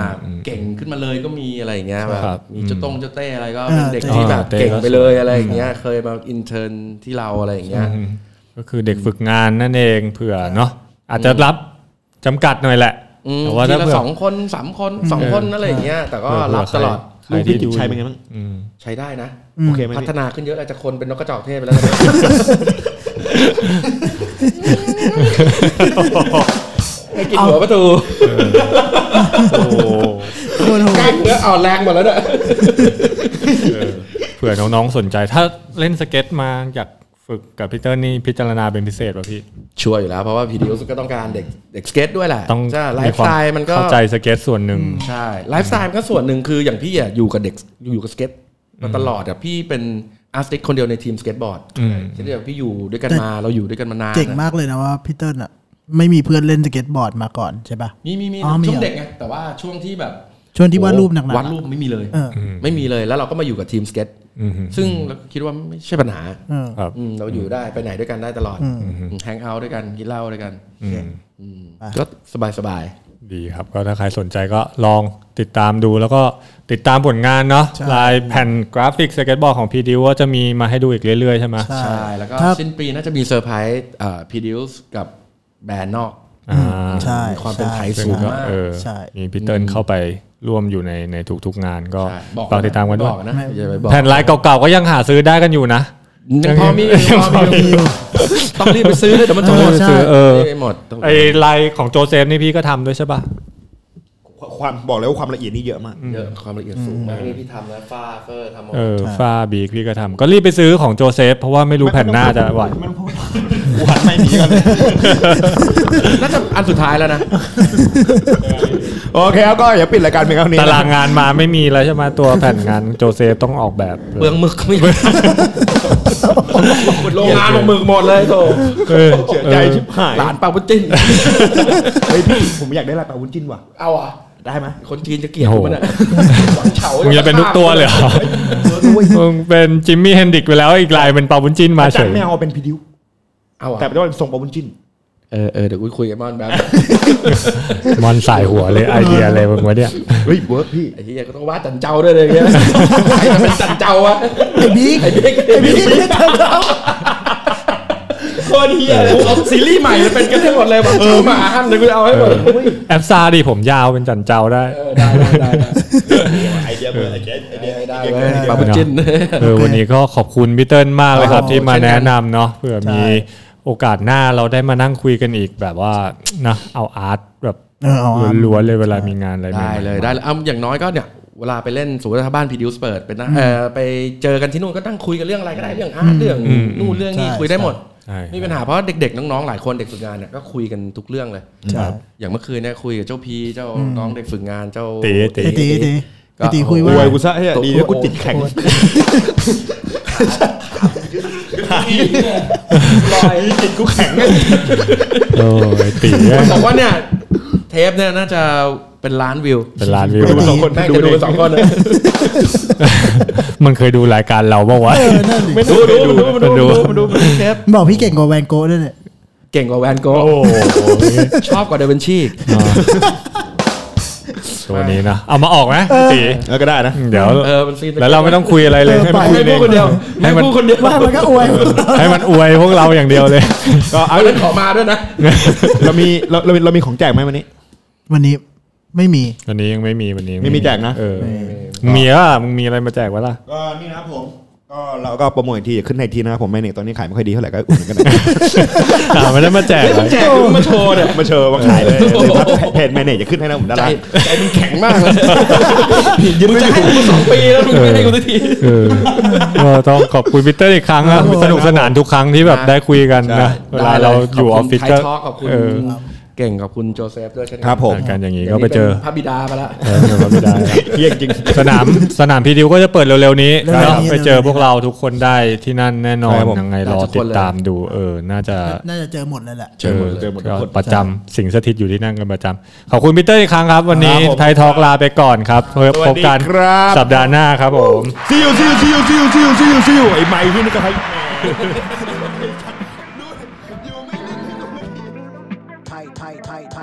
S4: เก่งขึ้นมาเลยก็มีอะไรอย่างเงี้ยแบบ
S5: ครับ
S4: มีเจ้าตงเจ้าเต้อะไรก็
S6: เอ
S4: เป็น
S6: อ
S4: เด็ก
S5: เต้
S4: ที่แบบ
S5: เต้
S4: เก่ง
S5: ก็
S4: ไปเลยอะไรอย่างเงี้ยเคยมาอินเทอร์นที่เราอะไรอย่างเงี้ย
S5: อืมก็คือเด็กฝึกงานนั่นเองเผื่อเนาะอาจจะรับจำกัดหน่อยแหละ
S4: อืม
S5: แต่ว่า
S4: ที
S5: ถ้า
S4: ละ
S5: เผื่อ
S4: สองคนสามคนสองคนอะไรอย่างเงี้ย แต่ก็
S5: เผื่อ
S4: รับต
S5: เผื่อ
S4: ลอด
S5: ใคร
S3: ลูกพี่กิจชัยเป็นไงบ้าง
S5: อืม
S4: ใช้ได้นะ
S3: โอเคไหม
S4: พั
S3: พี่
S4: ฒนาขึ้นเยอะเลยจากคนเป็นนกกระจอกเทศไปแล้วตอนนี้ไอ้ [laughs] กินหัวประตู
S3: โอ้โห
S6: โอ้โห
S4: กล้ามเนื้ออ่อนแรงหมดแล้วเนี่ย
S5: เผื่อน้องๆสนใจ ถ้าเล่นสเก็ตมาอยากฝึกกับพี่เตอร์นี่พิจารณาเป็นพิเศษป่ะพี่
S4: ช่วยอยู่แล้วเพราะว่าพีดีก็ต้องการเด็กเด็กสเก็ตด้วยแหละ
S5: ต้อง
S4: ใช่ไลฟ์
S5: ควา
S4: สไตล์มันก็
S5: เข้าใจสเก็ตส่วนหนึ่ง
S4: ใช่ไลฟ์สไตล์มันก็ส่วนหนึ่งคืออย่างพี่อ่ะอยู่กับเด็กอยู่กับสเก็ตมาตลอดอ่ะพี่เป็นอาร์ติสคนเดียวในทีมสเก็ตบอร์ด
S5: อืม
S4: ที่เดียวพี่อยู่ด้วยกันมาเราอยู่ด้วยกันมานาน
S6: เจ๋งมากเลยนะว่าพี่เติ้ลอ่ะ ไม่มีเพื่อนเล่นสเก็ตบอร์ดมาก่อนใช่ปะ
S4: มีมีมี
S6: อ๋อมี
S4: ช่ว
S6: เหรง อ
S4: เด็กไงแต่ว่าช่วงที่แบบ
S6: ช่วงที่วาดรูปหนักๆ
S4: วาดรูปไม่มีเลย
S6: เออ
S4: ไม่มีเลยแล้วเราก็มาอยู่กับทีมสเก็ต
S5: อืม
S4: ซึ่งเราคิดว่าไม่ใช่ปัญหา
S6: เออ
S5: ครับ
S4: อืมเราอยู่ได้ไปไหนด้วยกันได้ตลอดแฮงเอาท์ด้วยกันกินเหล้าด้วยกัน
S5: อืม
S4: อืม
S6: ไป
S4: ก็สบายสบายๆ
S5: ดีครับก็ถ้าใครสนใจก็ลองติดตามดูแล้วก็ติดตามผลงานเนาะ
S6: ใช่
S5: ลายแผ่นกราฟิกสเก็ตบอร์ดของพีดิวว่าจะมีมาให้ดูอีกเรื่อยๆใช่ไหม
S6: ใช่
S4: ใช่ แล้วก็
S6: ถ้า
S4: สิ้นปีน่าจะมีเซอร์ไพรส์พีดิวส์กับแบรนด์นอก
S5: อ่า
S6: ใช่
S4: มีความเป็นไทย
S5: ซึ่
S4: สู
S5: ง
S4: ง
S5: ก็
S4: มาก
S5: เออ
S6: ใช่
S5: มีพีเตอร์เข้าไปร่วมอยู่ในในทุกๆงานก็
S4: ใช่บอก
S5: ฝากติดตามกันด้ว
S4: บ
S5: ย
S4: อกนะอย่าไปบอก
S5: แผ่นลายเก่าๆก็ยังหาซื้อได้กันอยู่นะ
S4: ยังพอมียังพอมีอยู่ต้องรีบไปซื้อเลยเดี๋ยวมันจะหมด
S5: เออซื้อเออ
S4: รีบไปหมดต้อง
S5: ไอลายของโจเซฟนี่พี่ก็ทำด้วยใช่ป่ะ
S3: ความบอกเลยว่าความละเอียดนี่เยอะมาก
S4: เยอะความละเอียดสูงมากนี่พี่ทำแล้วฟ้าเฟอร์ทำหมด
S5: เออ
S6: ใช่
S5: ฟ้าบีกพี่ก็ทำก็รีบไปซื้อของโจเซฟ เพราะว่าไม่รู้แผ่นหน้าจะไหว
S3: มันพูดหวานไม่มีกันเลย
S4: น่าจะอันสุดท้ายแล้วนะ
S3: โอเคครับก็อย่าปิดรายการเพียงเท่านี้
S5: ตาราง
S3: นะ
S5: งานมาไม่มีแล้วใช่ไหมตัวแผ่นงานโจเซฟต้องออกแบบ
S4: เปลืองหมึกไม่โรงงานของหมึกหมดเลยโถ
S5: เออ
S3: เสียใจชิบหาย
S4: หลานปลาบุญจิ้น
S3: เฮ้ยพี่ผมอยากได้ลายปลาวุ้นจิ้นว่ะ
S4: เอาอ่ะ
S3: ได้ไหม
S4: คนจีนจะเกลียดกูมันอ่ะหวังเฉา
S5: มึงจะเป็นทุกตัวเลยเหรอมึงเป็นจิมมี่เฮนดริกไปแล้วอีกลายเป็นปาบุญจินมา
S3: อา
S5: เฉ
S3: จาร
S5: ย
S3: ย์ไม่เอาเป็นพีดิว
S4: เอาอ่ะ
S3: แต่ไม่ได้ส่งปลาวุ้นจิ้น
S4: เออเออเดี๋ยวกูคุยกับมอนแบบ
S5: มอนสายหัวเลยไอเดียอะไรมึงวะเนี่ย
S3: เฮ้ยเวิร์กพี่
S4: ไอ้เหี้ยก็ต้องว่าจันเจ้าด้วยเลยเงี้ยใครมันเป็นจันเจ้าวะ
S6: ไอ้บิ๊ก
S4: ไอ้บิ๊กไอ้บิ๊กโคตรเหี้ยเลยเอาซีรีส์ใหม่มันเป็นกันได้หมดเลยแบบเออหมาห้ามเลยวกูจะเอาให้หมด
S5: แอปซาดิผมยาวเป็นจันเจ้าได้
S4: เออได้ได้ได้
S3: ไอเดียเวิร์กไอเดียไอเดีย
S4: ได้ได้เว้ยปาปาจิน
S5: เออวันนี้ก็ขอบคุณพี่เติ้ลมากเลยครับ
S4: โอ้โห
S5: ที่มา
S4: เช่นกัน
S5: แนะนำเนาะเผื่อมีโอกาสหน้าเราได้มานั่งคุยกันอีกแบบว่านะเอาอาร์ตแบบ
S6: เออเอาอาร์ต
S5: ล้วนๆเลยเวลามีงานอะไร
S4: ได้เลยได้เลยเอาอย่างน้อยก็เนี่ยเวลาไปเล่นสมมติว่าถ้าบ้านพีดิวสเปิดเป็นนะเออไปเจอกันที่นู่นก็นั่งคุยกันเรื่องอะไรก็ได้เรื่องอาร์ตเรื่องนู่นเรื่องนี้
S6: ใช่
S4: คุยได้หมด
S5: ใช่
S4: มีปัญหาเพราะเด็กๆ น้องๆ หลายคนเด็กฝึกงานเนี่ยก็คุยกันทุกเรื่องเลย
S6: ใช่
S4: อย่างเมื่อคืนเนี่ยคุยกับเจ้าพีเจ้าน้องเด็กฝึกงานเจ้า
S5: ตีตี
S6: ไอ้ตีไอ้ตี
S4: ก็
S6: ไอ้ตีคุย
S3: อ
S6: ว่า
S3: วยกูซะเฮ้ยดีนะกูติดแข็ง
S4: ลอยจิตกูแข็ง
S5: โอ้ยตีเนี่ย
S4: บอกว่าเนี่ย เทปเนี่ยน่าจะเป็นล้านวิว
S5: เป็นร้านวิว
S3: ดูสองคน
S4: แม่ง
S3: ดู
S4: จะดู
S3: ดิ
S4: กันสองคนเลย
S5: มันเคยดูรายการเราบ้างวะ
S6: เออนั่นดิ
S4: ไม่ดูดูดู
S5: มันดู
S4: ดูดูดูเทป
S6: บอกพี่เก่งกว่าแวนโก้ด้วยเนี่ย
S4: เก่งกว่าแวนโก
S5: โอ้โห
S4: ชอบกว่าเดวินชี
S5: ตัวนี้นะเอามาออกไหมตี
S3: แล้วก็ได้นะ
S5: เดี๋ยว
S4: เออมันซีน
S5: แล้วเราไม่ต้องคุยอะไรเลยให้
S6: เออไป
S5: มันคุย
S4: ให้
S5: เอ
S4: พูด
S5: ง
S4: คนเดียวให้พูดคนเดียว
S6: ว่ามันก็อวย
S5: ให้มันอวยพวกเราอย่างเดียวเลย
S3: ก็เอา
S4: เอาเล่นขอมาด้วยนะ
S3: เรามีเราเรามีเรามีของแจกไหมวันนี้
S6: วันนี้ไม่มี
S5: วันนี้ยังไม่มีวันนี้ยัง
S3: ไม่มีแจกนะ
S5: เออมีอ่ะมึงมีอะไรมาแจกวะล่ะ
S3: ก็นี่นะครับผม ก็เราก็โปรโมทอีกทีขึ้นในทีนะครับผมไม่เนี่ยตอนนี้ขายไม่ค่อยดีเท่าไหร่ก็อุดหนุนกันหนะ
S5: อ่าไม่ได้มาแจกเหรอ
S4: แจกมึงมาโชว์เนี่ย
S3: มาเชิญมาขายเลยครับเพจแมเนจจะขึ้นให้นะผมด้าน
S4: ใจ
S3: ล่าง
S4: ใจมึงแข็งมากเลยมึงจะให้กูสองปีแล้วมึงไม่ให้กูสักที
S5: เออก็ต้องขอบคุณพีเตอร์อีกครั้งนะสนุกสนานทุกครั้งที่แบบได้คุยกันนะเวลาเราอยู่ออฟฟิศ
S4: ข
S5: ก็
S4: บคุณไทยทอล์กขอบคุณ
S5: เออ
S4: เก่งขอบคุณโจเซฟด้วยเช่นกัน
S3: ครับผม
S5: การอย่างนี้ก็ไปเจอ
S4: ดี๋ยวนี้นพระบิดาไปแล้ว
S5: เออเดี๋ยวก็ไม่ได้นะ
S3: เยี่ยงจริง
S5: สนาม [laughs] สนามพีดิวก็จะเปิดเร็วๆนี้
S6: เร็วๆนี้
S5: เนาะไปเจอ
S6: เร็วๆนี้
S5: พวกเราทุกคนได้ที่นั่นแน่นอ
S3: คน รับผม
S5: ยังไงรอ
S4: ได้ทุกคน
S5: ติด
S4: เลย
S5: ตามดูเออน่าจะ
S6: น่าจะเจอหมดเลยแหละ
S4: เจอหมดเลย
S3: เจอหมดทุกคน
S5: ประจำสิ่งสถิตอยู่ที่นั่นกันประจำขอบคุณพีเตอร์อีกครั้งครับ วันนี้
S3: ครับผม
S5: ไทยทอล์กลาไปก่อนครับพบกัน
S3: สวัสดีครับ
S5: สัปดาห์หน้าครับผม
S3: ซิวซิวซิวซิวซิวซิวซิวไอ้ไม้ที่นี่ก็ให้
S2: tight, tight, tight, tight.